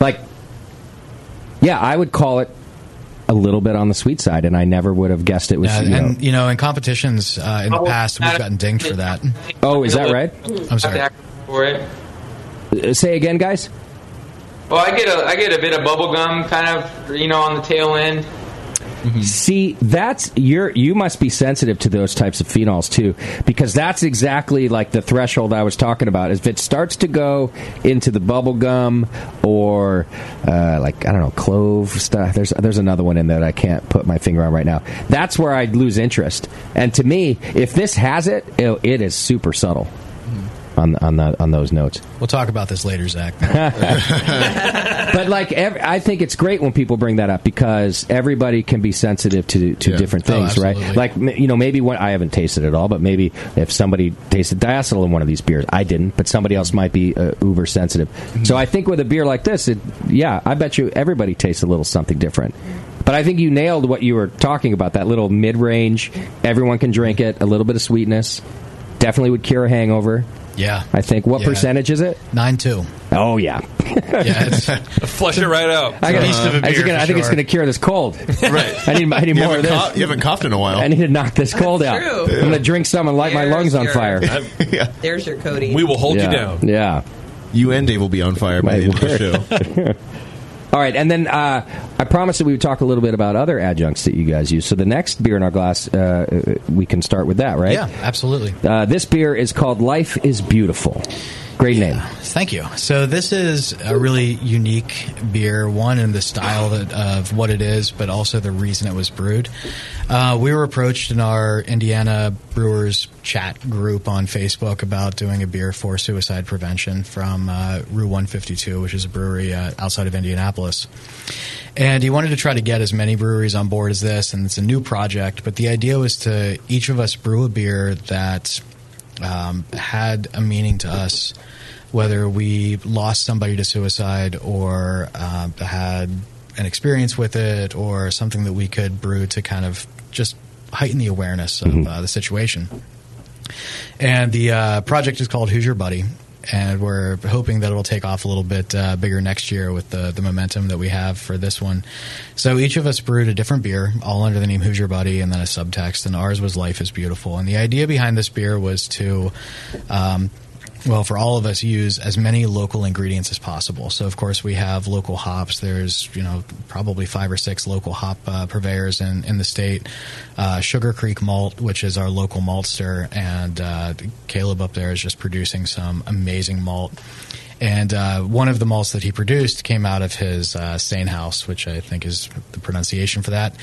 B: Like, yeah, I would call it a little bit on the sweet side, and I never would have guessed it was. E
A: Yeah,
B: you know-
A: and you know, in competitions uh, in the past, we've gotten dinged for that.
B: oh, is that right?
A: I'm sorry.
I: for it.
B: Uh, Say again, guys.
I: Well, I get a I get a bit of bubble gum kind of you know on the tail end.
B: See, that's you're you must be sensitive to those types of phenols too, because that's exactly like the threshold I was talking about. If it starts to go into the bubble gum or uh, like I don't know clove stuff, there's there's another one in there that I can't put my finger on right now. That's where I'd lose interest. And to me, if this has it, it, it is super subtle on on the, on those notes.
A: We'll talk about this later, Zach.
B: but like ev I think it's great when people bring that up because everybody can be sensitive to to different
A: Oh,
B: things, right?
A: absolutely.
B: Like m- you know maybe what I haven't tasted at all, but maybe if somebody tasted diacetyl in one of these beers, I didn't, but somebody else might be uh, uber sensitive.
A: Mm-hmm.
B: So I think with a beer like this, it, yeah, I bet you everybody tastes a little something different. But I think you nailed what you were talking about, that little mid-range, everyone can drink it, a little bit of sweetness. Definitely would cure a hangover.
A: Yeah.
B: I think what
A: Yeah.
B: percentage is it?
A: Nine two.
B: Oh yeah.
A: yeah, it's,
H: Flush it right out.
B: I, gotta- I think gonna- I think it's going to cure this cold. Right. I need, I need
C: You
B: more of
C: haven't
B: this.
C: cough- you haven't coughed in a while.
B: I need to knock this cold out.
F: true.
B: I'm going to drink some and light my lungs on fire.
F: There's your Cody.
B: Yeah. Yeah.
C: You and Dave will be on fire by the end of the
B: All right, and then uh, I promised that we would talk a little bit about other adjuncts that you guys use. So the next beer in our glass, uh, we can start with that, right?
A: Yeah, absolutely.
B: Uh, this beer is called Life is Beautiful. Great name.
A: Thank you. So this is a really unique beer, one in the style that, of what it is, but also the reason it was brewed. Uh, we were approached in our Indiana Brewers chat group on Facebook about doing a beer for suicide prevention from uh, Rue 152, which is a brewery uh, outside of Indianapolis. And he wanted to try to get as many breweries on board as this, and it's a new project. But the idea was to each of us brew a beer that um, had a meaning to us, whether we lost somebody to suicide or um, had an experience with it or something that we could brew to kind of just heighten the awareness of
B: Mm-hmm.
A: uh, the situation. And the uh, project is called Who's Your Buddy? And we're hoping that it'll take off a little bit uh, bigger next year with the, the momentum that we have for this one. So each of us brewed a different beer, all under the name Who's Your Buddy, and then a subtext. And ours was Life is Beautiful. And the idea behind this beer was to. Um, well, for all of us, use as many local ingredients as possible. So, of course, we have local hops. There's, you know, probably five or six local hop uh, purveyors in, in the state. Uh, Sugar Creek Malt, which is our local maltster, and uh, Caleb up there is just producing some amazing malt. And uh, one of the malts that he produced came out of his uh, Sane House, which I think is the pronunciation for that.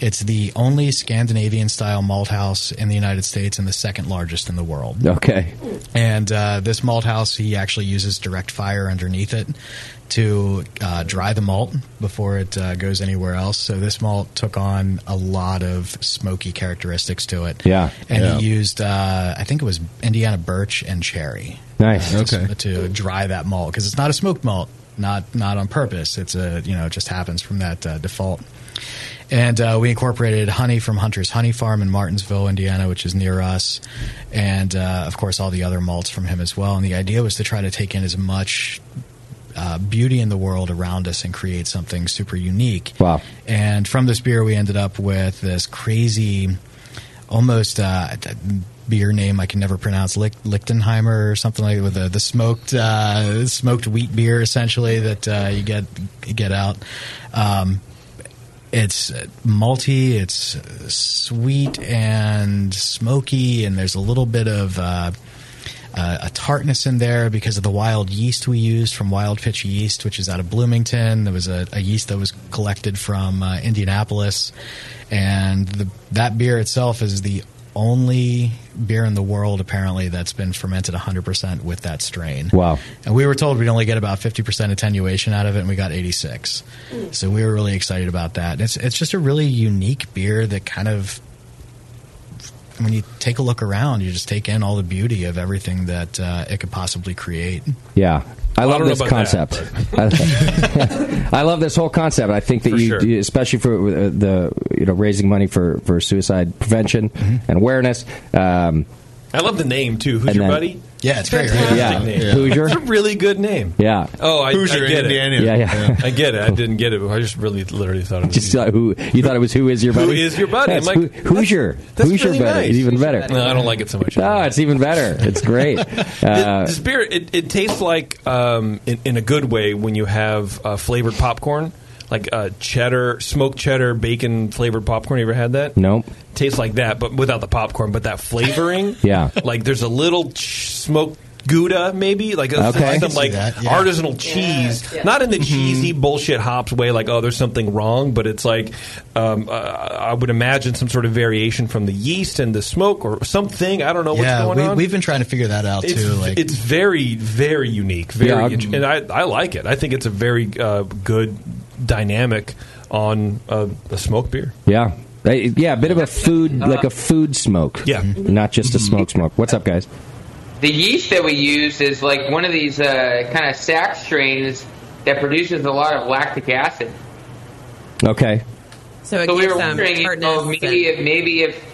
A: It's the only Scandinavian style malt house in the United States and the second largest in the world.
B: Okay.
A: Mm. And uh, this malt house, he actually uses direct fire underneath it to uh, dry the malt before it uh, goes anywhere else. So this malt took on a lot of smoky characteristics to it.
B: Yeah.
A: and
B: Yeah.
A: he used uh, I think it was Indiana birch and cherry.
B: Nice.
A: uh, to-
B: Okay.
A: to dry that malt because it's not a smoked malt, not not on purpose. It's a you know it just happens from that uh, default. And uh, we incorporated honey from Hunter's Honey Farm in Martinsville, Indiana, which is near us, and uh, of course all the other malts from him as well. And the idea was to try to take in as much uh, beauty in the world around us and create something super unique.
B: Wow.
A: And from this beer, we ended up with this crazy, almost uh, t- beer name I can never pronounce, Licht- Lichtenheimer or something like with the, the smoked uh, smoked wheat beer essentially that uh, you get you get out. Um, it's uh, malty, it's uh, sweet and smoky, and there's a little bit of. Uh, uh, a tartness in there because of the wild yeast we used from Wild Pitch Yeast, which is out of Bloomington. There was a, a yeast that was collected from uh, Indianapolis, and the, that beer itself is the only beer in the world apparently that's been fermented 100% with that strain.
B: Wow.
A: And we were told we'd only get about 50% attenuation out of it, and we got 86. So we were really excited about that. And It's it's just a really unique beer that kind of when you take a look around, you just take in all the beauty of everything that uh, it could possibly create.
B: Yeah. I
A: Well, I
B: love
A: don't know
B: this
A: about
B: concept. I love this whole concept. I think that you,
A: sure.
B: you- especially for uh, the you know raising money for, for suicide prevention and awareness. Um,
H: I love the name too. Who's
B: And
H: your
B: then-
H: buddy?
A: Yeah, it's
B: great, right?
H: Fantastic
B: Yeah.
H: name.
B: Yeah. Hoosier?
H: It's a really good name.
B: yeah.
H: Oh, I,
B: Hoosier
H: I get
B: in
H: it.
B: Indiana. Yeah, yeah.
H: I get it. I didn't get it. but I just really, literally thought it was.
B: Just uh, who you thought it was? Who is your
H: Who
B: buddy?
H: is your buddy?
B: That's
H: I'm
B: who,
H: like,
B: who's your?
H: that's
B: who's
H: really
B: your buddy?
H: nice.
B: It's even better.
H: No, I don't like it so much.
B: No, it's even better. It's great. Uh,
H: this beer, it, it tastes like, um, in, in a good way, when you have uh, flavored popcorn, like uh, cheddar, smoked cheddar, bacon flavored popcorn. You ever had that?
B: nope.
H: Tastes like that, but without the popcorn. But that flavoring,
B: Yeah.
H: like there's a little ch- smoked gouda, maybe like a,
B: Okay. Mm-hmm. I can
H: some
B: see
H: like
B: that, yeah.
H: artisanal cheese, not in the cheesy bullshit hops way, like oh, there's something wrong, but it's like um, uh, I would imagine some sort of variation from the yeast and the smoke or something. I don't know
A: yeah,
H: what's
A: we,
H: going on.
A: we've been trying to figure that out
H: It's,
A: too. Like,
H: it's very, very unique. Very,
A: Yeah.
H: int- and I, I like it. I think it's a very uh, good dynamic on uh, a smoke beer.
B: Yeah. Uh, Yeah, a bit of a food, like a food smoke. Yeah. Not just a smoke smoke. What's up, guys?
I: the yeast that we use is like one of these uh, kind of sac strains that produces a lot of lactic acid.
B: Okay.
F: So it
I: we
F: gives
I: were
F: them
I: wondering, you know, maybe if, maybe if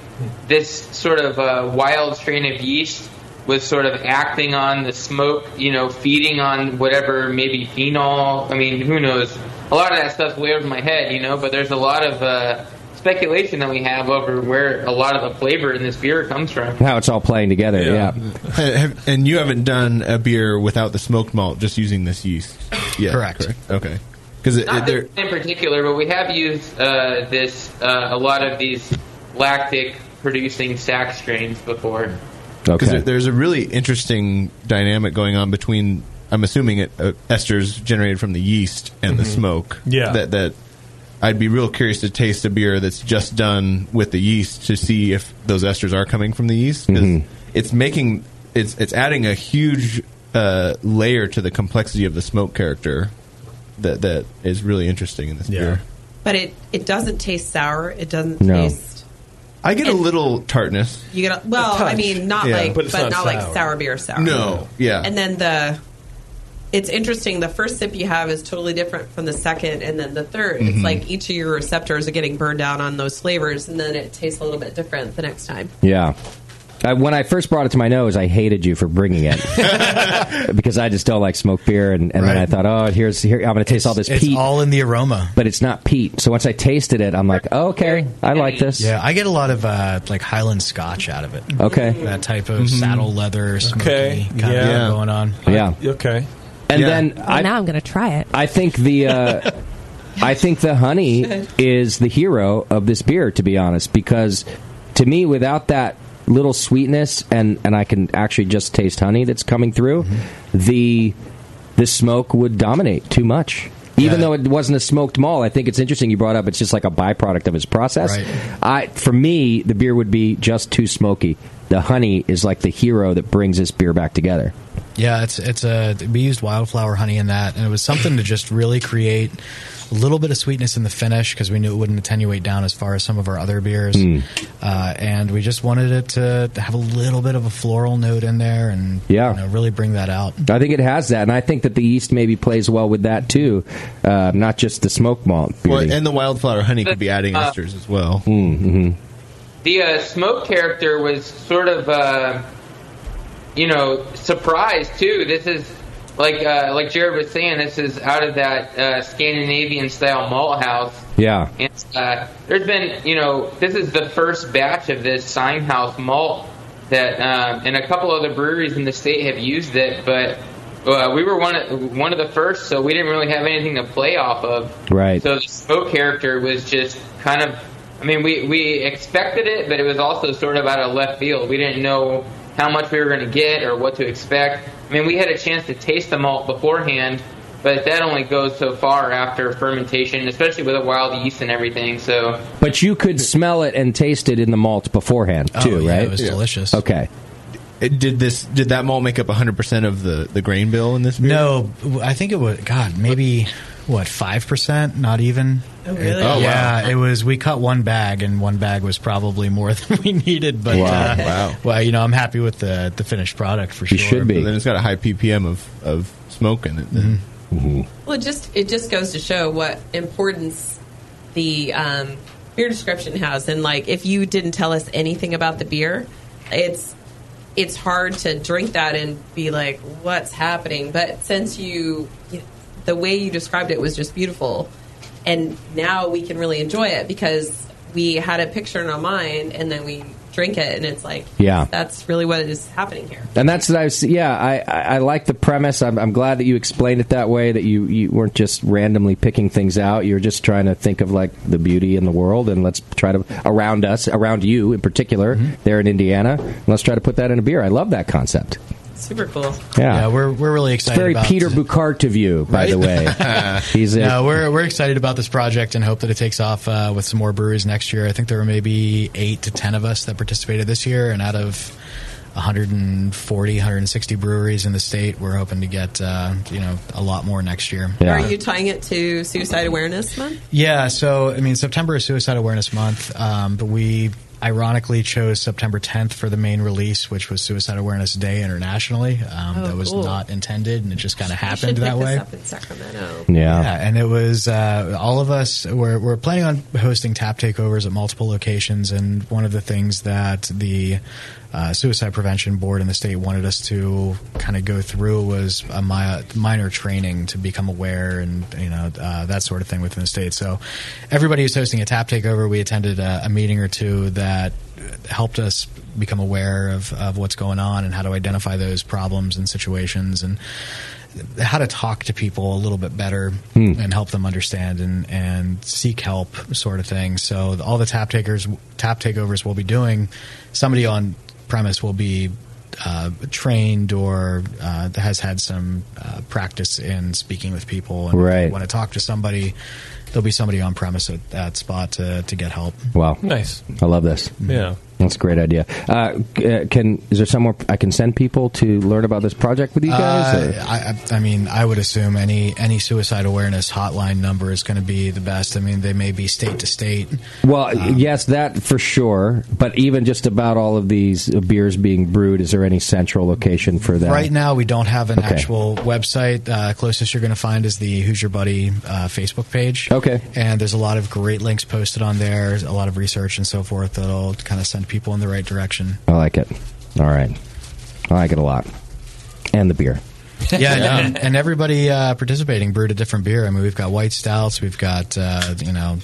I: this sort of uh, wild strain of yeast was sort of acting on the smoke, you know, feeding on whatever maybe phenol. I mean, who knows? A lot of that stuff's way over my head, you know. But there's a lot of uh, speculation that we have over where a lot of the flavor in this beer comes from.
B: How it's all playing together. Yeah.
C: Have- And you haven't done a beer without the smoked malt, just using this yeast. Yeah,
I: Correct.
C: Okay, because it,
I: Not
C: it, there-
I: this in particular, but we have used uh, this uh, a lot of these lactic producing sac strains before.
C: 'cause there- there's a really interesting dynamic going on between. I'm assuming it uh, esters generated from the yeast and the
H: Mhm.
C: smoke.
H: Yeah.
C: that that I'd be real curious to taste a beer that's just done with the yeast to see if those esters are coming from the yeast. 'cause It's making it's it's adding a huge uh, layer to the complexity of the smoke character that that is really interesting in this beer.
F: But it, it doesn't taste sour. It doesn't
C: No.
F: taste.
C: I get a little tartness.
F: You get a, well, I mean, not
C: Yeah.
F: like,
C: But
F: but,
C: it's not
F: not,
C: sour.
F: like sour beer sour.
C: No, yeah.
F: And then the, it's interesting. The first sip you have is totally different from the second, and then the 3rd
C: Mhm.
F: It's like each of your receptors are getting burned down on those flavors, and then it tastes a little bit different the next time.
B: Yeah. I, when I first brought it to my nose, I hated you for bringing it because I just don't like smoked beer. And, and then I thought, oh, here's here I'm going to taste all this
A: it's
B: peat,
A: all in the aroma.
B: but it's not peat. So once I tasted it, I'm like, oh, okay, I like this.
A: Yeah, I get a lot of uh, like Highland Scotch out of it.
B: Okay.
A: that type of
B: Mhm.
H: Mm-hmm.
A: saddle leather, smoky
B: Okay,
A: kind of
B: yeah.
A: thing going on.
B: Yeah.
H: Okay.
B: And then
D: Well,
B: I,
D: now I'm going to try it.
B: I think the uh, I think the honey is the hero of this beer, to be honest, because to me, without that little sweetness and and I can actually just taste honey that's coming through, the the smoke would dominate too much. Even though it wasn't a smoked malt, I think it's interesting you brought up. It's just like a byproduct of its process.
A: Right.
B: I, for me, the beer would be just too smoky. The honey is like the hero that brings this beer back together.
A: Yeah, it's it's a we used wildflower honey in that, and it was something to just really create a little bit of sweetness in the finish because we knew it wouldn't attenuate down as far as some of our other beers,
B: Mm.
A: uh, and we just wanted it to have a little bit of a floral note in there and
B: Yeah.
A: you know, really bring that out.
B: I think it has that, and I think that the yeast maybe plays well with that too, uh, not just the smoke malt.
C: Well, and the wildflower honey could be adding
I: Uh,
C: esters as well.
B: Mm-hmm.
I: The uh, smoke character was sort of, uh, you know, surprised too. This is like uh, like Jared was saying. This is out of that uh, Scandinavian style malt house.
B: Yeah.
I: And uh, there's been, you know, this is the first batch of this Simehouse malt that, um, and a couple other breweries in the state have used it, but uh, we were one of, one of the first, so we didn't really have anything to play off of.
B: Right.
I: So the smoke character was just kind of, I mean, we, we expected it, but it was also sort of out of left field. We didn't know how much we were going to get or what to expect. I mean, we had a chance to taste the malt beforehand, but that only goes so far after fermentation, especially with a wild yeast and everything. So
B: But you could smell it and taste it in the malt beforehand
C: Oh,
B: too, right?
A: delicious.
B: Okay.
C: It- did this? Did that malt make up 100 percent of the, the grain bill in this? Beer?
A: No, I think it was God, maybe what five percent, not even.
F: Oh, really?
A: It-
F: Oh, wow.
A: yeah, it was. We cut one bag, and one bag was probably more than we needed. But
C: Wow,
A: uh,
C: wow.
A: well, you know, I'm happy with the the finished product for sure.
C: But then it's got a high ppm of, of smoke in it. Then.
B: Mm-hmm.
F: Well, it just it just goes to show what importance the um, beer description has, and like if you didn't tell us anything about the beer, it's it's hard to drink that and be like, what's happening? But since you, the way you described it was just beautiful, and now we can really enjoy it because we had a picture in our mind, and then we drink it, and it's like,
B: Yeah.
F: that's really what is happening here.
B: And that's what I was. Yeah, I, I, I like the premise. I'm, I'm glad that you explained it that way. That you, you weren't just randomly picking things out. you were just trying to think of like the beauty in the world, and let's try to around us, around you in particular,
C: Mm-hmm.
B: there in Indiana. and let's try to put that in a beer. I love that concept.
F: Super cool.
B: Yeah,
A: we're we're really
B: It's
A: excited.
B: very
A: about
B: Peter Bucart of you, by
A: Right?
B: the way. He's a,
A: no, we're we're excited about this project and hope that it takes off uh, with some more breweries next year. I think there were maybe eight to ten of us that participated this year, and out of 140, 160 breweries in the state, we're hoping to get uh, you know a lot more next year.
F: Are you tying it to Suicide Awareness Month?
A: Yeah, so I mean, September is Suicide Awareness Month, um, but we ironically chose September 10th for the main release, which was Suicide Awareness Day internationally. Um,
F: Oh,
A: that was
F: cool.
A: not intended, and it just kind of
F: We should
A: happened that
F: pick
A: way.
F: This up in Sacramento.
A: and it was uh, all of us. We're, we're planning on hosting tap takeovers at multiple locations, and one of the things that the uh, suicide prevention board in the state wanted us to kind of go through was a mi- minor training to become aware and you know uh, that sort of thing within the state. So everybody who's hosting a tap takeover, we attended a, a meeting or two that helped us become aware of, of what's going on and how to identify those problems and situations and how to talk to people a little bit better
L: Hmm.
A: and help them understand and, and seek help sort of thing. So all the tap takers, tap takeovers we'll be doing, somebody on premise will be uh, trained or uh, has had some uh, practice in speaking with people. And
B: Right.
A: want to talk to somebody, there'll be somebody on premise at that spot to, to get help.
B: Wow.
A: Nice.
B: I love this.
A: Yeah.
B: That's a great idea. Uh, c- uh, can is there somewhere I can send people to learn about this project with you guys? or-
A: Uh, I, I I mean, I would assume any any suicide awareness hotline number is going to be the best. I mean, they may be state to state.
B: Well,
A: Um,
B: yes, that for sure. But even just about all of these uh, beers being brewed, is there any central location for that?
A: Right now, we don't have an
B: Okay.
A: actual website. Uh, closest you're going to find is the Who's Your Buddy uh, Facebook page.
B: Okay.
A: And there's a lot of great links posted on there, a lot of research and so forth that'll kind of send people in the right direction.
B: I like it. All right, I like it a lot, and the beer.
A: yeah, And, and everybody uh, participating brewed a different beer. I mean, we've got white stouts, we've got uh, you know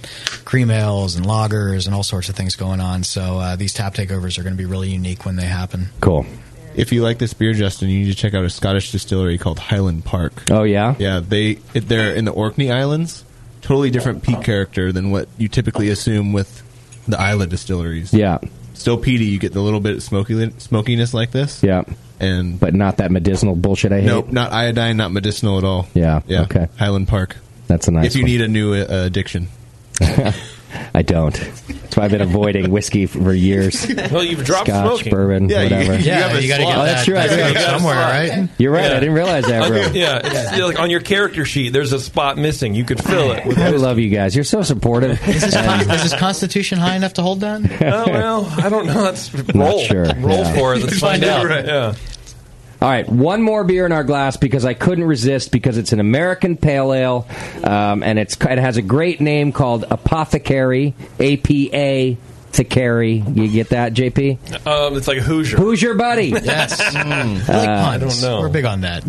A: cream ales and lagers and all sorts of things going on. So uh, these tap takeovers are going to be really unique when they happen.
B: Cool.
C: If you like this beer, Justin, you need to check out a Scottish distillery called Highland Park.
B: Oh yeah,
C: yeah. They it- they're in the Orkney Islands. Totally different peat character than what you typically assume with the islet distilleries.
B: Yeah.
C: Still peaty. You get the little bit of smoky, smokiness like this.
B: Yeah.
C: And
B: but not that medicinal bullshit. I hate.
C: Nope, not iodine, not medicinal at all.
B: Yeah.
C: Yeah.
B: Okay.
C: Highland Park.
B: That's a nice.
C: if you
B: one.
C: need a new uh, addiction.
B: I don't. That's why I've been avoiding whiskey for years.
H: Well, you've dropped
B: Scotch,
H: smoking.
B: bourbon,
H: Yeah, you-
B: whatever.
H: you have a Yeah, you gotta get slot.
B: oh, that's true. I
H: that-
B: do
H: that
B: have
H: somewhere,
B: a slot.
H: right?
B: You're right.
H: Yeah.
B: I didn't realize that.
H: On
B: Room.
H: your- yeah, it's like on your character sheet. There's a spot missing. You could fill it.
B: I love you guys. You're so supportive. Uh,
A: Is this,
B: And-
A: con- is this Constitution high enough to hold that?
H: Oh, well, I don't know. Let's
B: Not
H: roll.
B: sure.
H: Roll
B: Yeah.
H: for it. Let's
A: Find
H: find out.
A: out.
H: Yeah.
B: All right, one more beer in our glass because I couldn't resist because it's an American Pale Ale, um, and it's it has a great name called Apothecary, A P A to carry. You get that, JP?
H: Um, it's like a Hoosier.
B: Hoosier buddy.
A: Yes. I like
B: Uh,
A: puns. We're big on that.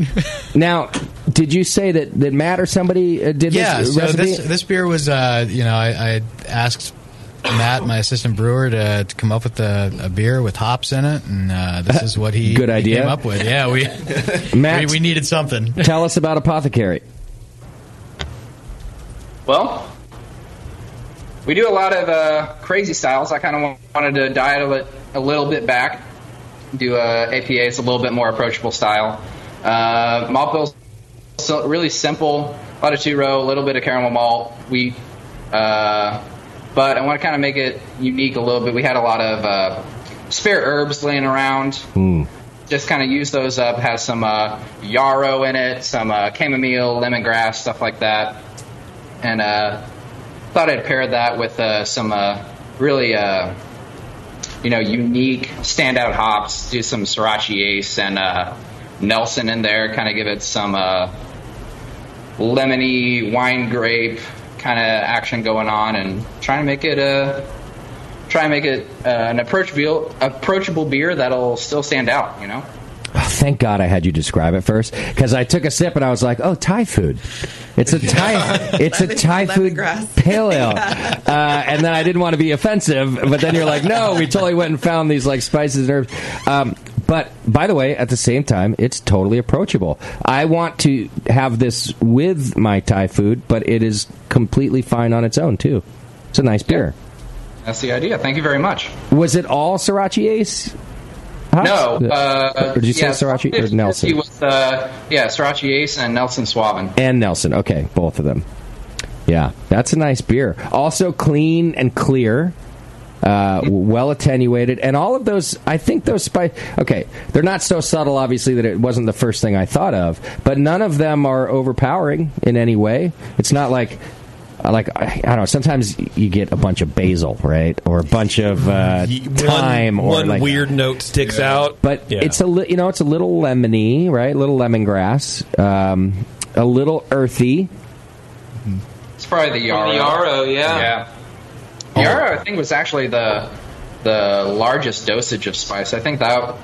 B: Now, did you say that that Matt or somebody uh, did
A: yeah,
B: this
A: so
B: recipe?
A: this this beer was uh, you know I, I asked Matt, my assistant brewer, to, to come up with a, a beer with hops in it, and uh, this is what he
B: Good
A: he
B: idea.
A: came up with. Yeah, we
B: Matt,
A: we, we needed something.
B: Tell us about Apothecary.
K: Well, we do a lot of uh, crazy styles. I kind of wanted to dial it a little bit back, do uh, APAs a little bit more approachable style. Uh, malt bills so really simple, a lot of two row, a little bit of caramel malt, wheat. Uh, but I want to kind of make it unique a little bit. We had a lot of uh, spare herbs laying around
B: Hmm.
K: just kind of use those up. Has some uh, yarrow in it, some uh, chamomile, lemongrass, stuff like that. And uh, thought I'd pair that with uh, some uh, really, uh, you know, unique standout hops. Do some sriracha ace and uh, Nelson in there. Kind of give it some uh, lemony wine grape kind of action going on, and try and make it a. Try and make it uh, an approachable, approachable beer that'll still stand out, you know.
B: Oh, thank God I had you describe it first because I took a sip and I was like, "Oh, Thai food! It's a Thai, it's a Thai food pale ale." uh, and then I didn't want to be offensive, but then you're like, "No, we totally went and found these like spices and herbs." Um, but by the way, at the same time, it's totally approachable. I want to have this with my Thai food, but it is completely fine on its own too. It's a nice beer.
K: That's the idea. Thank you very much.
B: Was it all sriracha ace?
K: No,
B: hops?
K: uh,
B: or did you
K: yeah,
B: say sriracha or Nelson?
K: He was, uh, yeah, Sriracha Ace and Nelson Swabin.
B: and Nelson. Okay, both of them. Yeah, that's a nice beer. Also clean and clear, uh, well attenuated, and all of those. I think those spice. Okay, they're not so subtle, obviously, that it wasn't the first thing I thought of. But none of them are overpowering in any way. It's not like. uh, Like I I don't know. Sometimes you get a bunch of basil, right, or a bunch of uh, thyme,
H: one,
B: or
H: one
B: like
H: weird note sticks out.
B: but
H: Yeah.
B: it's a li- you know it's a little lemony, right? A little lemongrass, um, a little earthy.
K: It's probably the Yarrow.
I: The Yarrow,
K: yeah. The Yarrow, I think, was actually the the largest dosage of spice. I think that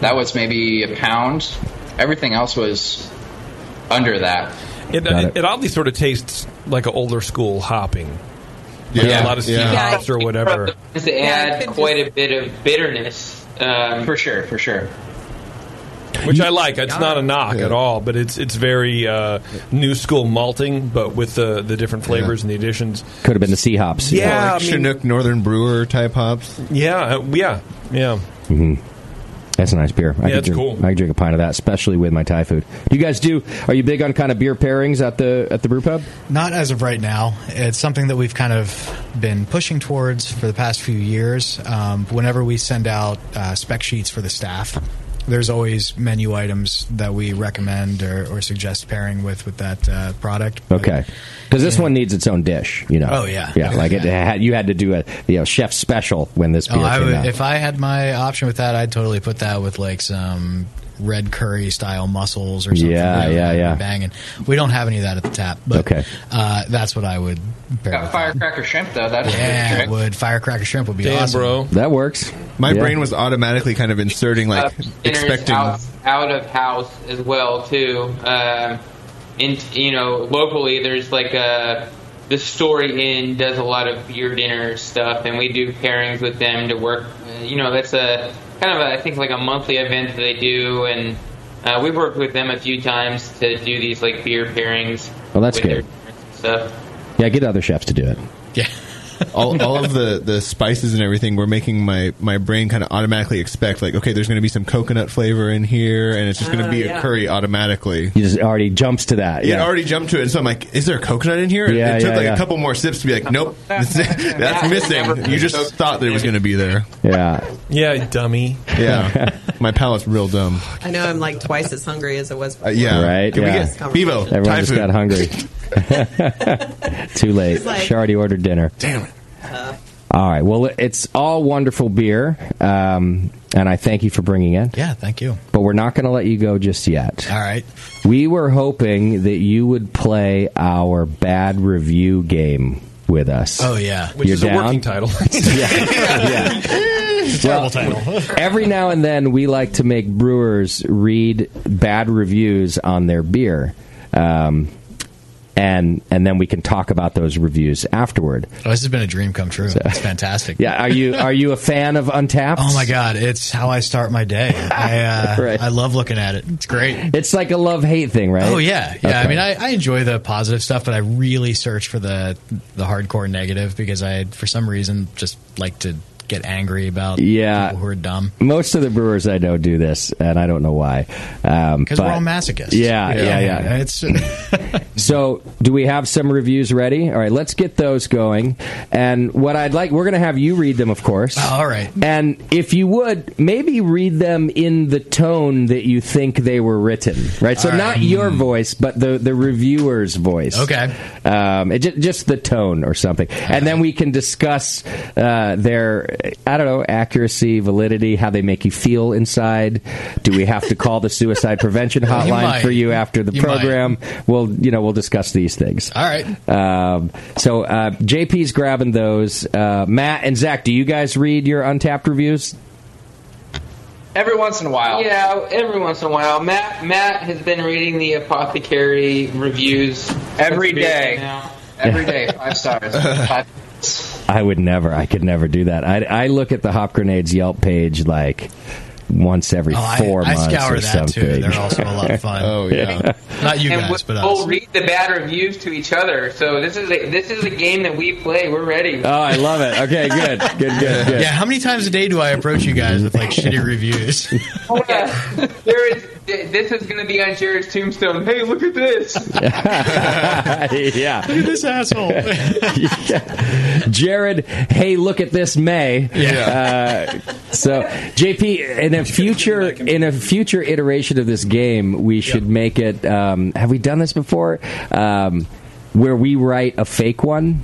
K: that was maybe a pound. Everything else was under that.
H: It, it, it oddly sort of tastes like an older school hopping. Like
K: Yeah.
H: a lot of sea
K: Yeah.
H: hops or whatever.
I: Just to add quite a bit of bitterness. Um,
K: for sure, for sure.
H: Which I like. It's not a knock at all, but it's it's very uh, new school malting, but with the the different flavors and the additions.
B: Could have been the sea hops.
H: Yeah, I
C: like
H: mean-
C: Chinook Northern Brewer type hops.
H: Yeah, uh, yeah, yeah.
B: hmm That's a nice beer. I
H: Yeah,
B: could
H: it's
B: drink,
H: cool.
B: I could drink a pint of that, especially with my Thai food. Do you guys do? Are you big on kind of beer pairings at the at the brew pub?
A: Not as of right now. It's something that we've kind of been pushing towards for the past few years. Um, whenever we send out uh, spec sheets for the staff, there's always menu items that we recommend or, or suggest pairing with with that uh, product.
B: Okay, because this one needs its own dish. You know.
A: Oh, yeah.
B: yeah. Like it had, you had to do a you know chef special when this beer
A: Oh, I
B: came
A: would,
B: out.
A: if I had my option with that, I'd totally put that with like some red curry style mussels or something.
B: Yeah,
A: really
B: yeah, yeah.
A: Banging. We don't have any of that at the tap, but
B: Okay.
A: uh, that's what I would pair
K: Got
A: with.
K: firecracker shrimp though. That's
A: Yeah, would firecracker shrimp would be
K: Damn,
A: awesome,
K: bro.
B: That works.
C: My
K: Yeah.
C: brain was automatically kind of inserting like
I: dinners
C: expecting.
I: out, out of house as well too. Um, and you know, locally there's like a the story inn does a lot of beer dinner stuff, and we do pairings with them to work. uh, You know, that's a kind of a, I think like a monthly event that they do, and uh, we've worked with them a few times to do these like beer pairings
B: Well, that's
I: with their
B: good.
I: stuff.
B: Yeah, get other chefs to do it.
A: Yeah.
C: all, all of the, the spices and everything were making my, my brain kind of automatically expect like okay there's going to be some coconut flavor in here and it's just going to
B: Oh,
C: be
B: yeah.
C: a curry automatically
B: You just already jumps to that.
C: it already jumped to it so i'm like is there coconut in here
B: Yeah,
C: it took
B: yeah,
C: like
B: yeah.
C: a couple more sips to be like nope Oh, that's, that's missing you just thought that it was going to be there
B: yeah
H: yeah dummy
C: yeah my palate's real dumb
F: I know I'm like twice as hungry as I was.
C: Uh, yeah.
B: Right?
C: Can we
B: yeah.
C: get Bevo,
B: Everyone
C: Thai
B: just
C: food.
B: got hungry. Too late.
F: It's like-
B: she already ordered dinner. Uh,
C: Damn it.
B: All right. Well, it's all wonderful beer, um, and I thank you for bringing it.
A: Yeah, thank you.
B: But we're not going to let you go just yet.
A: All right.
B: We were hoping that you would play our bad review game with us.
A: Oh, yeah.
H: Which
B: You're
H: is
B: down?
H: a working title.
B: Well, every now and then, we like to make brewers read bad reviews on their beer, um, and and then we can talk about those reviews afterward.
A: Oh, this has been a dream come true. it's fantastic.
B: Yeah, are you are you a fan of Untapped?
A: Oh my god, it's how I start my day. I uh,
B: Right.
A: I love looking at it. It's great.
B: It's like a love hate thing, right?
A: Oh yeah, yeah. I
B: Okay.
A: mean, I, I enjoy the positive stuff, but I really search for the the hardcore negative because I, for some reason, just like to get angry about
B: Yeah.
A: people who are dumb.
B: Most of the brewers I know do this, and I don't know why. Because
A: Because we're all masochists.
B: Yeah, yeah, yeah.
A: It's
B: So, do we have some reviews ready? All right, let's get those going. And what I'd like, we're going to have you read them, of course.
A: Oh, all right.
B: And if you would, maybe read them in the tone that you think they were written, right? So,
A: All right. Hmm.
B: not your voice, but the, the reviewer's voice.
A: Okay.
B: Um, it, just, just the tone or something. and then we can discuss uh, their, I don't know, accuracy, validity, how they make you feel inside. Do we have to call the suicide prevention
A: You
B: hotline
A: might.
B: for you after the
A: You might.
B: program? program, we'll you know we'll discuss these things.
A: All right.
B: Um, so uh, JP's grabbing those. Uh, Matt and Zach, do you guys read your Untapped reviews?
K: Every once in a while. Yeah, every once in a while. Matt Matt has been reading the apothecary reviews every day. Every day, five stars. Five-
B: I would never. I could never do that. I, I look at the Hop Grenades Yelp page like once every
A: Oh, I-
B: four
A: I
B: months
A: scour
B: or
A: that, too.
B: something.
A: They're also a lot of fun. Oh, yeah. Not you
K: and
A: guys, but
K: we'll
A: us.
K: read the bad reviews to each other. So this is a, this is a game that we play. We're ready.
B: Oh, I love it. Okay, good, good, good, good.
A: Yeah. How many times a day do I approach you guys with like shitty reviews?
K: Oh, There is, this is going to be on Jared's tombstone. Hey, look at this.
B: yeah.
A: Look at this asshole.
B: Jared, hey, look at this May.
A: Yeah.
B: Uh, so, JP, in a future in a future iteration of this game, we should make it. Um, have we done this before? Um, where we write a fake one.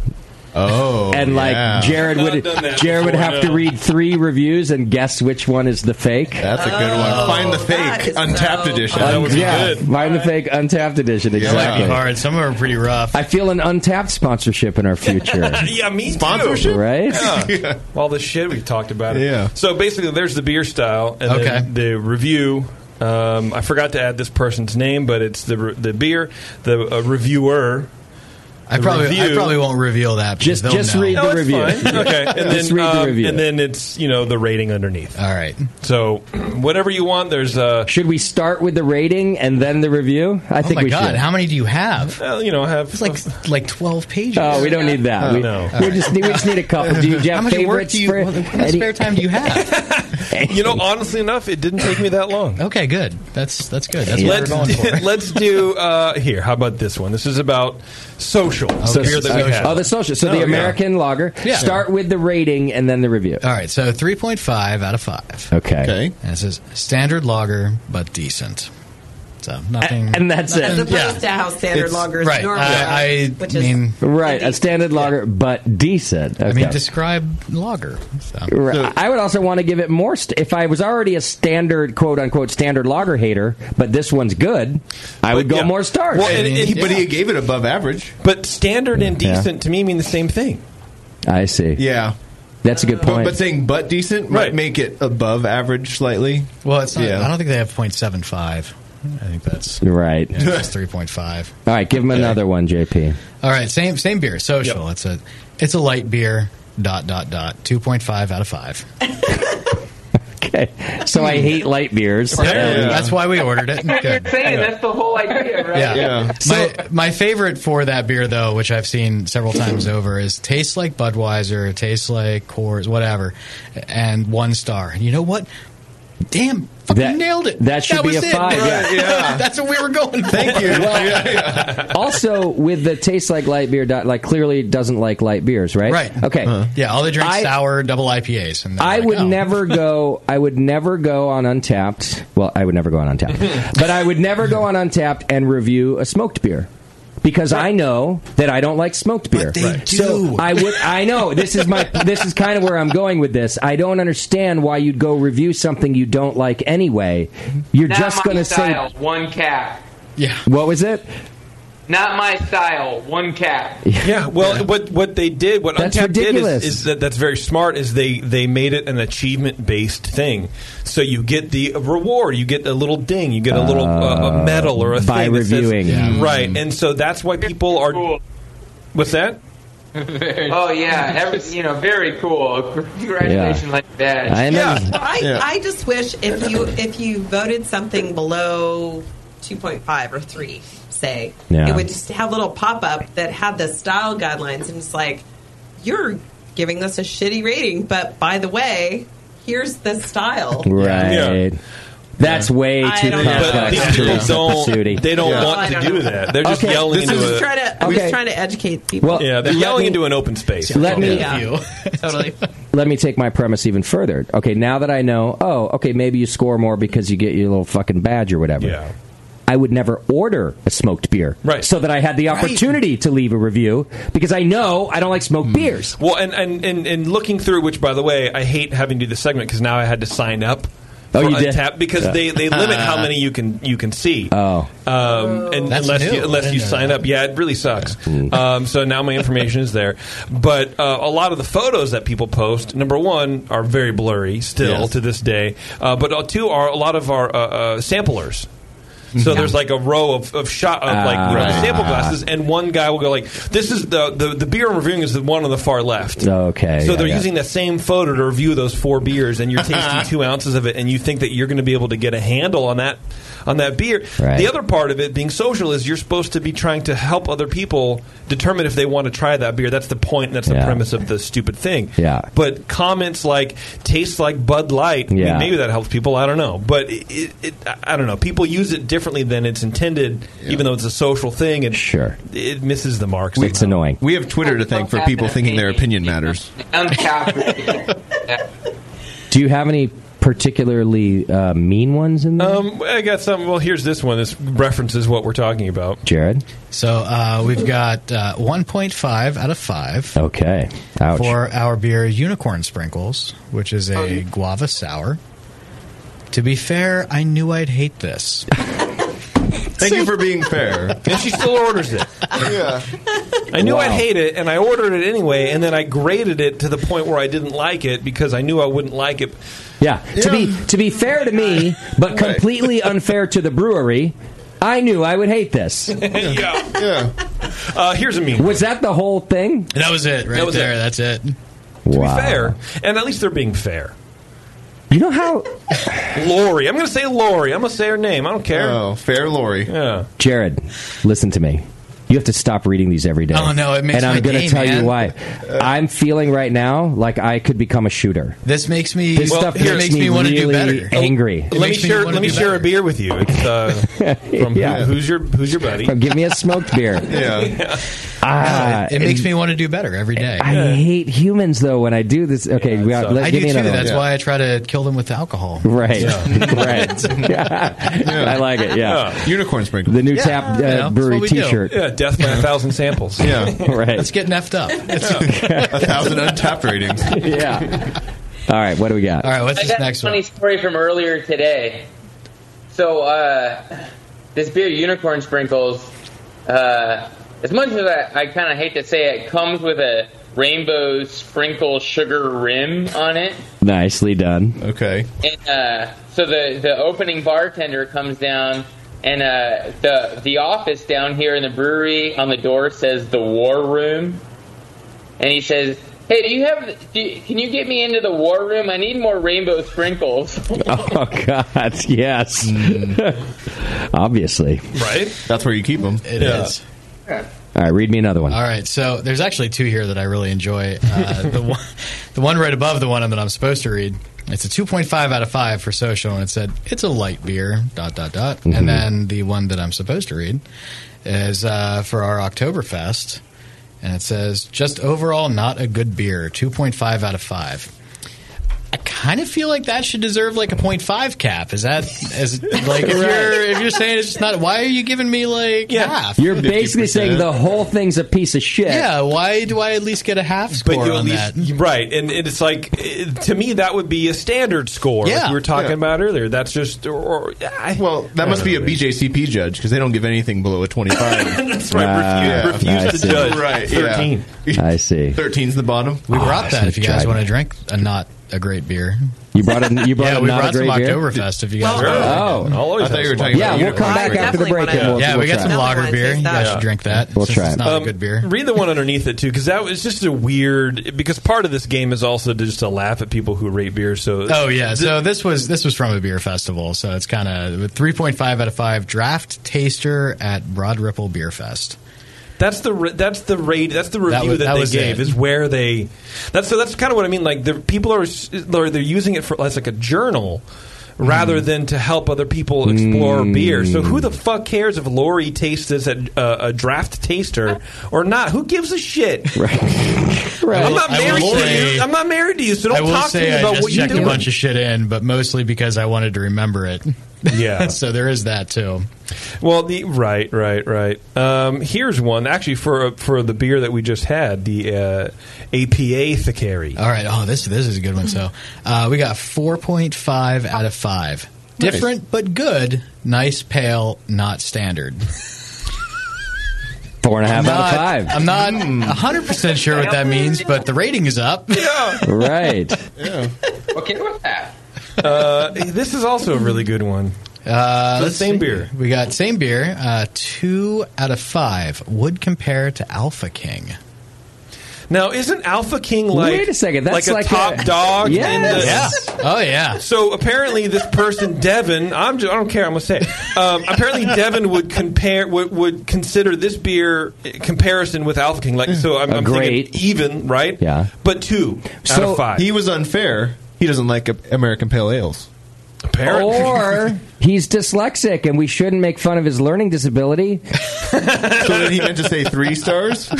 C: Oh,
B: and like
C: yeah.
B: Jared
C: Not
B: would
C: done that
B: Jared would
C: before,
B: have to
C: no.
B: read three reviews and guess which one is the fake.
C: That's a good one. Find the fake untapped edition.
B: yeah, find the fake untapped edition.
A: That
B: Exactly.
A: might be hard. Some of them are pretty rough.
B: I feel an untapped sponsorship in our future.
H: yeah, me
B: Sponsorship?
H: too.
B: Right?
H: Yeah. All the shit we've talked about. It.
B: Yeah.
H: So basically, there's the beer style, and
A: Okay.
H: then the review. Um, I forgot to add this person's name, but it's the re- the beer, the uh, reviewer.
A: I
H: the
A: probably I
H: review.
A: probably won't reveal that. because
H: Just-
A: they'll
H: just
A: know.
H: read the No, it's review. fine. Okay, and then,
A: Just read the
H: um,
A: review.
H: and then it's you know the rating underneath.
A: All right.
H: So whatever you want, there's uh
B: Should we start with the rating and then the review? I
A: oh
B: think
A: my
B: we
A: god,
B: should.
A: how many do you have?
H: Well, you know, I have
A: it's like like twelve pages.
B: Oh, we don't need that. we, we just need, we just need a couple. Do you, do you have
A: how much work
B: favorites
A: do you?
B: for-
A: What what
B: any-
A: spare time do you have?
H: you know, honestly enough, it didn't take me that long.
A: Okay, good. That's that's good. That's what we're
H: let's,
A: going for.
H: let's do uh, here. How about this one? This is about social
B: So-
H: beer that we have.
B: Oh, the social. So
H: Oh,
B: the
H: yeah.
B: American lager.
A: Yeah.
B: Start with the rating and then the review.
A: All right, so three point five out of five.
B: Okay.
A: Okay. And it says standard lager, but decent. So nothing,
B: and that's it.
F: As
A: nothing-
F: opposed
A: yeah.
F: to how standard
A: It's-
F: loggers
A: right.
F: normally
A: I-
F: are,
A: I
F: which
A: mean,
B: Right, a standard lager, but decent.
A: I
B: Okay.
A: mean, describe lager. So.
B: Right. I would also want to give it more. St- if I was already a standard, quote unquote, standard lager hater, but this one's good, I would go
H: yeah.
B: more stars.
H: Well, and- and- but he
C: gave it above average.
H: But standard and
B: Yeah.
H: decent to me mean the same thing.
B: I see.
C: Yeah.
B: That's a good
C: But,
B: point.
C: but saying but decent might
H: Right.
C: make it above average slightly.
A: Well, it's not,
C: Yeah.
A: I don't think they have 0.75. I think that's
B: right.
A: yeah, it's three point five.
B: All right, give him another one, JP.
A: All right, same same beer, social. It's a it's a light beer. Dot dot dot. Two point five out of five.
B: Okay. So I hate light beers. And-
A: That's why we ordered it.
K: You're
A: Good.
K: saying that's the whole idea, right?
A: Yeah. my, my favorite for that beer, though, which I've seen several times over, is tastes like Budweiser, tastes like Coors, whatever, and one star. And you know what? Damn, fucking nailed it.
B: that should be
A: was
B: a
A: it.
B: five, yeah. Yeah.
A: That's what we were going Thank you.
B: also with the taste like light beer dot like clearly doesn't like light beers right
A: Right. Uh-huh.
B: okay
A: Yeah, all they drink
B: I-
A: sour double IPAs. And
B: I would never go. I would never go on Untapped. Well, I would never go on Untapped, but I would never go on Untapped and review a smoked beer because I know that I don't like smoked beer.
A: they Right. do.
B: So I would. I know this is my. This is kind of where I'm going with this. I don't understand why you'd go review something you don't like anyway. You're
I: Not
B: just
I: my
B: going to say,
I: style, one cap.
B: "What was it?"
I: Not my style. One cap.
H: Yeah, well, what what they did, what
B: That's
H: Untapped did
B: ridiculous.
H: is, is that that's very smart. Is they they made it an achievement based thing, so you get the reward, you get a little ding, you get a little uh, a medal or a
B: by
H: thing that says-
B: reviewing. Mm. Yeah.
H: right? And so that's why people are. What's that?
I: oh yeah, every, you know, very cool. Congratulations, like that.
F: Well, I, I just wish if you if you voted something below 2.5 or 3, say,
B: Yeah.
F: it would just have a little pop up that had the style guidelines and it's like, you're giving this a shitty rating, but by the way, here's the style.
B: Right. That's way
F: I
B: too
F: don't know. But
B: complex.
F: these
B: to
F: people
B: reach the
H: don't-
B: patootie.
H: they don't Yeah. want to do that. They're just yelling
F: I'm
H: into
F: just
H: a-
F: trying to, I'm
B: Okay.
F: just trying to educate people.
B: Well,
H: Yeah, they're
B: let
H: yelling
B: me-
H: into an open space.
B: Let me-
F: Yeah. totally.
B: let me take my premise even further. Okay, now that I know, oh, okay, maybe you score more because you get your little fucking badge or whatever. Yeah. I would never order a smoked beer, right? So that I had the opportunity to leave a review because I know I don't like smoked beers.
H: Hmm. Well, and, and, and, and looking through, which by the way, I hate having to do this segment because now I had to sign up.
B: Oh,
H: for
B: you did?
H: Untappd because
B: Yeah.
H: they, they limit how many you can you can see.
B: Oh,
H: um, and
B: That's
H: unless
B: new.
H: you, unless you
B: Didn't know
H: sign up, yeah, it really sucks. Um, so now my information is there, but uh, a lot of the photos that people post, number one, are very blurry still
L: Yes.
H: to this day. Uh, but uh, two are a lot of our uh, uh, samplers. So there's like a row of, of shot of like
L: Ah.
H: you know, the sample
L: Right.
H: glasses, and one guy will go like, "This is the the, the beer I'm reviewing is the one on the far left."
B: Okay,
H: So
B: yeah,
H: they're
B: yeah.
H: using that same photo to review those four beers, and you're tasting two ounces of it, and you think that you're going to be able to get a handle on that on that beer.
B: Right.
H: The other part of it being social is you're supposed to be trying to help other people determine if they want to try that beer. That's the point. And that's the
B: Yeah.
H: premise of the stupid thing.
B: Yeah.
H: But comments like "tastes like Bud Light," I mean,
B: Yeah.
H: maybe that helps people. I don't know, but it, it, it, I I don't know. People use it differently than it's intended, even though it's a social thing. And
B: sure,
H: it misses the mark.
B: It's annoying.
H: We have Twitter to thank
C: for people thinking their opinion matters.
B: Do you have any particularly uh, mean ones in there,
H: Um, I got some. Well, here's this one. This references what we're talking about.
B: Jared?
A: So uh, we've got uh, 1.5 out of 5
B: Okay, ouch.
A: for our beer Unicorn Sprinkles, which is a guava sour. To be fair, I knew I'd hate this.
C: Thank you for being fair.
H: And she still orders it.
C: Yeah.
H: I knew I'd
C: Wow.
H: hate it, and I ordered it anyway, and then I graded it to the point where I didn't like it because I knew I wouldn't like it.
B: Yeah. To be to be fair to me, but completely unfair to the brewery, I knew I would hate this.
H: yeah. Uh, here's a meme.
B: Was that the whole thing?
A: That was it, right
H: That was
A: there.
H: it.
A: That's it.
H: To
B: Wow.
H: be fair, and at least they're being fair.
B: You know how
H: Lori. I'm going to say Lori. I'm going to say her name. I don't care.
C: Oh, fair Lori.
H: Yeah.
B: Jared, listen to me. You have to stop reading these every day.
A: Oh, no, it makes
B: And
A: my
B: I'm gonna
A: day,
B: tell
A: man. Uh,
B: you why. I'm feeling right now like I could become a shooter.
A: This makes me.
B: This
A: well,
B: stuff
A: here,
B: makes
A: makes me,
B: me
A: want to do
B: really
A: better.
B: angry.
A: It
H: Let me
A: makes
H: share.
A: wanna
H: Let me
A: do
H: share
A: better.
H: a beer with you. It's, uh, from who-
B: Yeah.
H: who's your Who's your buddy?
B: Give me a smoked beer.
H: yeah.
B: Ah,
A: Uh, it, it makes me want to do better every day.
B: I hate humans though when I do this. Okay, we got, let,
A: I
B: give
A: do
B: me
A: too.
B: another one.
A: That's why I try to kill them with alcohol.
B: Right.
A: Yeah.
B: right. I like it. Yeah.
C: Unicorn sprinkle.
B: The new
A: Yeah,
B: tap uh,
A: you know, that's what
B: brewery
A: we do.
B: T-shirt.
H: Yeah, death by a thousand samples.
C: Yeah.
B: right.
A: Let's get neffed up.
C: A thousand untapped ratings.
B: yeah. All right. What do we got?
A: All right. What's
I: I got a funny story from earlier today. So uh, this beer, Unicorn Sprinkles, uh, as much as I, I kind of hate to say it, comes with a rainbow sprinkle sugar rim on it.
B: Nicely done.
C: Okay.
I: And uh, so the, the opening bartender comes down, and uh, the the office down here in the brewery on the door says the War Room, and he says, Hey, do you have? Do you, can you get me into the war room? I need more rainbow sprinkles.
B: Oh God! Yes,
A: Mm.
B: obviously.
H: Right.
C: That's where you keep them.
A: It is.
B: Yeah. All right, read me another one.
A: All right, so there's actually two here that I really enjoy. Uh, the one, the one right above the one that I'm supposed to read. It's a 2.5 out of five for social, and it said it's a light beer. Dot dot dot.
B: Mhm.
A: And then the one that I'm supposed to read is uh, for our Oktoberfest, and it says just overall not a good beer. 2.5 out of five. I kind of feel like that should deserve like a 0.5 cap. Is that as like if you're if you're saying it's just not? Why are you giving me like half?
B: You're basically saying the whole thing's a piece of shit.
A: Yeah, why do I at least get a half score
H: you at
A: on
H: least-
A: that?
H: Right, and it's like eh, to me that would be a standard score. like
A: Yeah.
H: we were talking
A: Yeah.
H: about earlier. That's just or, or I, well,
C: That must be a BJCP judge because they don't give anything below a 25.
H: That's
B: right, Ah, refuse- refuse I to see. judge.
C: Right, yeah.
B: 13. I see.
C: 13's the bottom.
A: We brought
B: Ah,
A: that if you guys
B: giant.
A: want to drink a not a great beer.
B: You brought it. You brought
A: yeah,
B: it
A: we
B: not
A: brought
B: a great
A: some
B: beer?
A: Oktoberfest if you guys
B: Sure.
A: want.
B: Oh. I'll always
A: I thought you were
B: have
A: talking
B: some.
A: about
B: Yeah, we'll come
A: unicorn
B: back
A: beer.
B: after the break and
A: Yeah,
B: we'll-
A: yeah,
B: we'll
A: we got
B: try it.
A: some lager beer. You guys
H: Yeah.
A: should drink that.
B: We'll
A: since
B: try
A: it's
B: it.
A: not
H: Um,
A: a good beer.
H: Read the one underneath it too, because that was just a weird. Because part of this game is also just to laugh at people who rate beer. So
A: Oh yeah, so this was this was from a beer festival, so it's kind of three point five out of five draft taster at Broad Ripple Beer Fest.
H: That's the re- that's the rate that's the
A: That
H: review
A: was-
H: that,
A: that was
H: they gave
A: it.
H: is where they that's so that's kind of what I mean like the people are s- they're they're using it for as like a journal
A: Mm.
H: rather than to help other people explore beer. So who the fuck cares if Lori tastes this at uh, a draft taster or not? Who gives a shit? I'm
A: I will
H: not married to
A: say-
H: you. I'm not married to you, so
A: I
H: don't
A: will
H: talk to
A: say
H: me
A: I
H: about
A: just
H: what you
A: checked
H: do.
A: a bunch of shit in, but mostly because I wanted to remember it.
H: Yeah.
A: so there is that too.
H: Well, the right, right, right. Um, here's one actually for uh, for the beer that we just had, the uh, APA Thicary.
A: All right. Oh, this this is a good one. So uh, we got four point five out of five.
H: Nice.
A: Different but good. Nice, pale, not standard.
B: Four and a half
A: I'm
B: out of
A: not-
B: five. Hmm.
A: I'm not 100 percent sure what that means, but the rating is up. Uh,
B: right.
I: okay with that.
H: Uh, this is also a really good one.
A: Uh,
H: The
A: let's
H: same
A: see.
H: beer.
A: We got same beer. Uh, two out of five would compare to Alpha King.
H: Now, isn't Alpha King like
A: Wait a second, that's
H: like a
A: like
H: top
A: a-
H: dog?
A: Yes.
H: in the-
A: Yeah. Oh yeah.
H: So apparently, this person Devin, I'm just, I don't care. I'm gonna say. It. Um, apparently, Devin would compare would, would consider this beer uh, comparison with Alpha King.
A: Hmm.
H: Like, so I'm,
C: A
H: I'm
C: great.
H: thinking even, right?
C: Yeah.
H: But two out of five.
C: He was unfair. He doesn't like American Pale Ales.
H: Apparently.
B: Or he's dyslexic and we shouldn't make fun of his learning disability.
C: so did he meant to say three stars?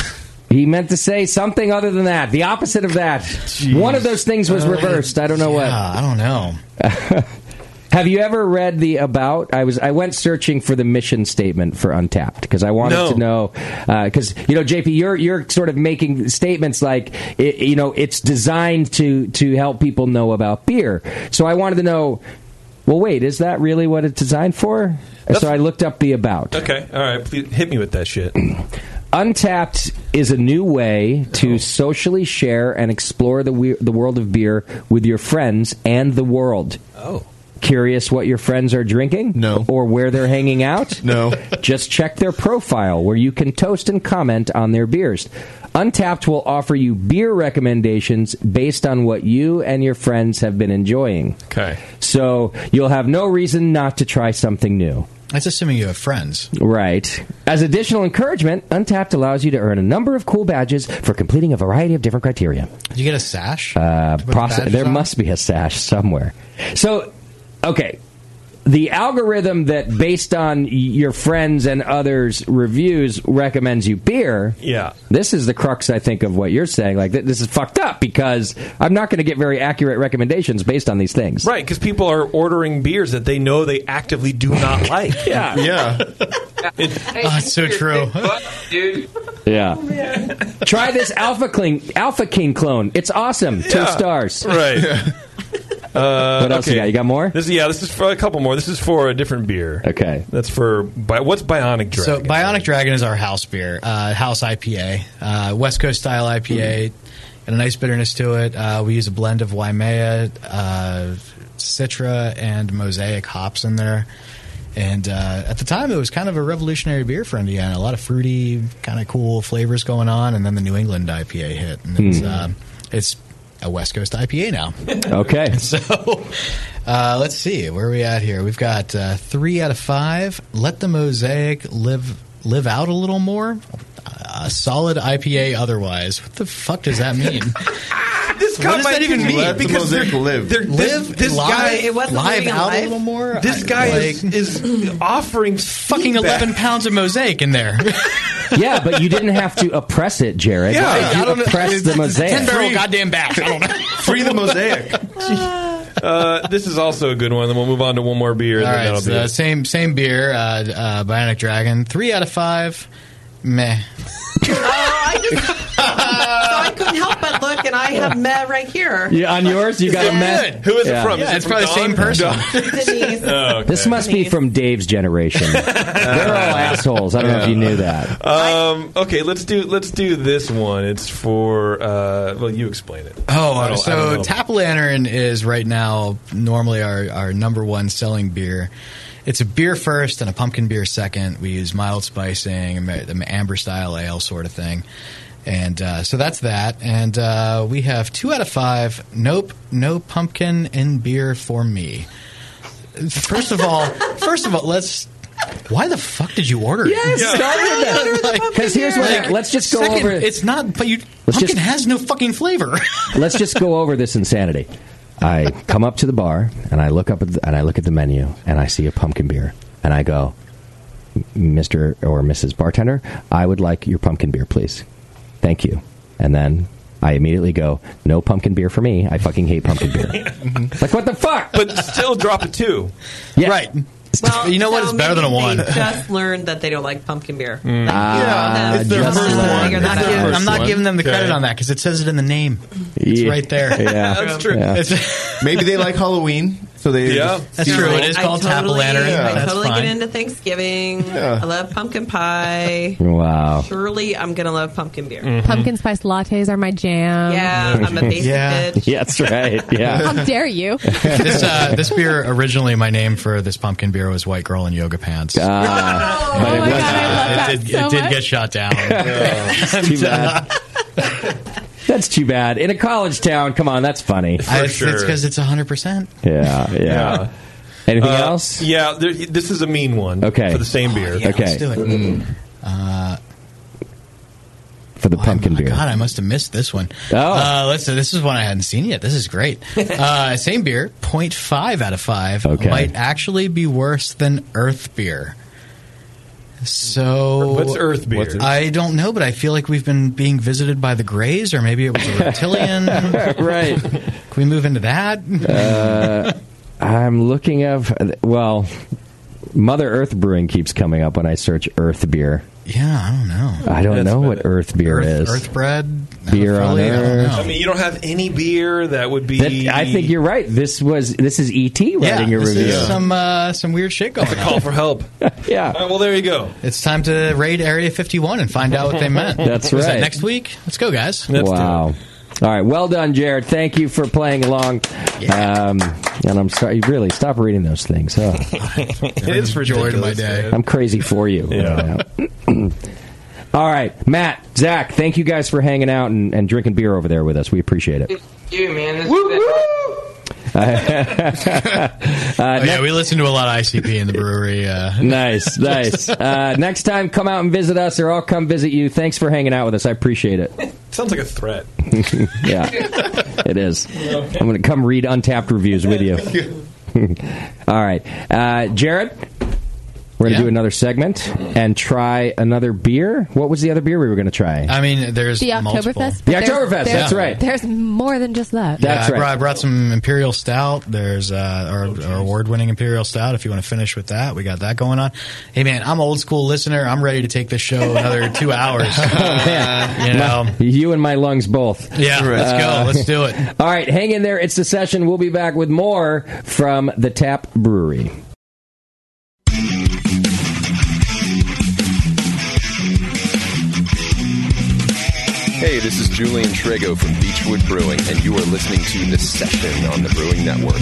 B: He meant to say something other than that. The opposite of that. One of those things was
A: Uh,
B: reversed. I don't know what.
A: I don't know.
B: Have you ever read the about? I was I went searching for the mission statement for Untapped because I wanted
H: No.
B: to know because you know JP you're you're sort of making statements like it, you know it's designed to to help people know about beer. So I wanted to know. Well, wait, is that really what it's designed for? so I looked up the about.
H: Okay, all right. Please hit me with that shit.
B: Untapped is a new way to socially share and explore the we- the world of beer with your friends and the world.
H: Oh.
B: Curious what your friends are drinking? No. Or where they're hanging out?
C: no.
B: Just check their profile where you can toast and comment on their beers. Untapped will offer you beer recommendations based on what you and your friends have been enjoying.
H: Okay.
B: So you'll have no reason not to try something new.
A: That's assuming you have friends.
B: Right. As additional encouragement, Untapped allows you to earn a number of cool badges for completing a variety of different criteria.
A: Did you get a sash?
B: Uh,
A: put
B: process-
A: badges
B: there
A: on?
B: must be a sash somewhere. So, okay. The algorithm that, based on y- your friends and others' reviews, recommends you beer.
H: Yeah.
B: This is the crux, I think, of what you're saying. Like, th- this is fucked up because I'm not going to get very accurate recommendations based on these things.
H: Right, because people are ordering beers that they know they actively do not like.
B: Yeah.
C: Yeah.
A: Oh, it's so true.
I: dude.
B: Yeah. Try this Alpha King Alpha King clone. It's awesome. Two
H: Yeah.
B: stars.
H: Right. Uh,
B: What else you got? You got more?
H: This, yeah, this is for a couple more. This is for a different beer.
B: Okay.
H: That's for bi- what's Bionic Dragon?
A: So Bionic Dragon is our house beer, uh, house IPA, uh, West Coast style IPA, got a nice bitterness to it. Uh, we use a blend of Waimea, uh, Citra, and Mosaic hops in there. And uh, at the time, it was kind of a revolutionary beer for Indiana. A lot of fruity, kind of cool flavors going on, and then the New England IPA hit, and it was,
B: Hmm.
A: uh, it's a West Coast IPA now.
B: Okay.
A: so uh, let's see where are we at here. We've got uh, three out of five. Let the mosaic live live out a little more. A solid IPA. Otherwise, what the fuck does that mean?
H: This
A: What does that even mean?
H: Because they're, they're, this,
A: Live
H: this
A: live-
H: guy
A: It wasn't live living out a alive? little more.
H: This
A: I-
H: guy
A: like-
H: is, is offering
A: fucking eleven pounds of mosaic in there.
B: yeah, but you didn't have to oppress it, Jared.
A: Yeah.
B: you
A: I don't know.
B: oppressed the mosaic.
A: Ten barrel goddamn back. I don't know.
C: Free the mosaic.
H: Uh, this is also a good one. Then we'll move on to one more beer. And
A: All
H: then
A: right,
H: that'll
A: so
H: be it.
A: same same beer. Uh, uh, Bionic Dragon, three out of five. Meh.
F: so I couldn't help but look, and I have Met right here.
B: Yeah, on yours you got a mess.
H: Who is it
B: Yeah.
H: from?
B: Yeah,
H: Is it
B: it's
H: from
B: probably the
H: Don?
B: same person.
F: Denise.
H: Oh, okay.
B: This must be from Dave's generation. They're all
A: Uh,
B: assholes. I don't know if you knew that.
H: Um, okay, let's do let's do this one. It's for uh, well, you explain it.
A: Oh,
H: I don't- I don't
A: so
H: know.
A: Tap Lantern is right now normally our, our number one selling beer. It's a beer first and a pumpkin beer second. We use mild spicing, am- the amber style ale sort of thing. And uh, so that's that. And uh, we have two out of five. Nope, no pumpkin in beer for me. First of all, first of all, let's. Why the fuck did you order
B: Yes,
A: it?
B: Yeah. start with that. Order the pumpkin 'Cause here's what- beer. let's just go
A: second,
B: over it.
A: It's not, but you
B: Let's
A: pumpkin
B: just-
A: has no fucking flavor.
B: Let's just go over this insanity. I come up to the bar and I look up at the, and I look at the menu and I see a pumpkin beer and I go, Mister or Mrs. Bartender, I would like your pumpkin beer, please. Thank you. And then I immediately go, no pumpkin beer for me. I fucking hate pumpkin beer. like what the fuck?
H: But still drop a two.
B: Yeah.
A: Right.
F: Well,
A: you know what?
F: so
A: It's better than a
F: maybe
A: one.
F: They just learned that they don't like pumpkin beer.
A: Mm.
F: Like,
A: Ah,
F: you know,
A: it's their
F: that's-
A: first
F: that's
A: one.
F: bigger than
A: It's their
F: that.
A: first I'm not one. giving them the credit Okay. on that because it says it in the name. It's
C: Yeah.
A: right there.
C: Yeah. That's true. Yeah.
A: It's-
C: Maybe they like Halloween, so they.
A: Yeah.
C: just-
A: That's true. It is
F: I
A: called
F: totally,
A: Tap-O-Lantern. Yeah,
F: I
A: that's
F: totally
A: fine.
F: get into Thanksgiving.
C: Yeah.
F: I love pumpkin pie.
B: Wow.
F: Surely I'm gonna love pumpkin beer.
A: Mm-hmm.
D: Pumpkin spice lattes are my jam.
F: Yeah, I'm a basic
A: Yeah.
F: bitch.
B: Yeah, that's right.
D: How dare you?
A: this uh, this beer originally, my name for this pumpkin beer was White Girl in Yoga Pants.
B: Ah,
A: but
B: Oh
A: it
B: my
A: was,
B: God, I love
A: uh, it
B: that
A: did,
B: so
A: it did
B: much.
A: get shot down. uh,
B: That's too bad. That's too bad. In a college town, come on, that's funny.
A: I- it's because it's 100. percent
B: Yeah, yeah.
H: Yeah.
B: Anything
H: Uh,
B: else?
H: Yeah, there, this is a mean one.
B: Okay.
H: for the same beer.
A: Yeah, let's do it.
H: Mm.
A: Uh,
B: For the pumpkin beer.
A: Oh, God, I must have missed this one.
B: Oh.
A: Uh, let's see. This is one I hadn't seen yet. This is great. Uh, same beer, 0.5 out of 5.
B: Okay.
A: Might actually be worse than Earth beer. So.
H: What's Earth beer? What's-
A: I don't know, but I feel like we've been being visited by the Greys, or maybe it was a reptilian.
B: right.
A: Can we move into that?
B: Uh, I'm looking of well, Mother Earth Brewing keeps coming up when I search Earth beer.
A: yeah, I don't know.
B: I don't
A: That's
B: know what Earth beer
A: Earth,
B: is.
A: Earth bread?
B: beer on
A: Philly, I don't
B: Earth.
H: I mean, you don't have any beer that would be.
B: That- I think you're right. This was this is ET writing your
A: this
B: review.
A: Is some uh, some weird shit going.
H: That's a call for help.
B: yeah.
H: well, there you go.
A: It's time to raid Area 51 and find out what they meant.
B: That's
A: Is that
B: right.
A: next week, let's go, guys.
B: wow. All right, well done, Jared. Thank you for playing along. Um, and I'm sorry, really, stop reading those things. huh?
H: it is for
A: Enjoyed my day.
B: I'm crazy for you.
H: Yeah.
B: All right, Matt, Zach, thank you guys for hanging out and, and drinking beer over there with us. We appreciate it. Uh,
K: You man, this
A: Oh, yeah, we listen to a lot of ICP in the brewery. Uh,
B: nice, nice. Uh, next time, come out and visit us, or I'll come visit you. Thanks for hanging out with us. I appreciate it.
H: Sounds like a threat.
B: yeah, it is. I'm going to come read untapped reviews with you. All right, uh, Jared, we're going to do another segment and try another beer. What was the other beer we were going to try?
A: I mean, there's
D: The
A: multiple.
D: Oktoberfest. but
B: The
D: there's-
B: Oktoberfest,
D: there's-
B: that's right.
D: There's more than just that.
A: Yeah, I, brought, I brought some Imperial Stout. There's uh, our, our award-winning Imperial Stout. If you want to finish with that, we got that going on. Hey, man, I'm an old school listener. I'm ready to take this show another two hours. Uh, you know,
B: My- you and my lungs both. Uh,
A: Yeah, let's go. Let's do it.
B: All right, hang in there. It's the session. We'll be back with more from the Tap Brewery.
L: Hey, this is Julian Trego from Beechwood Brewing, and you are listening to The Session on the Brewing Network.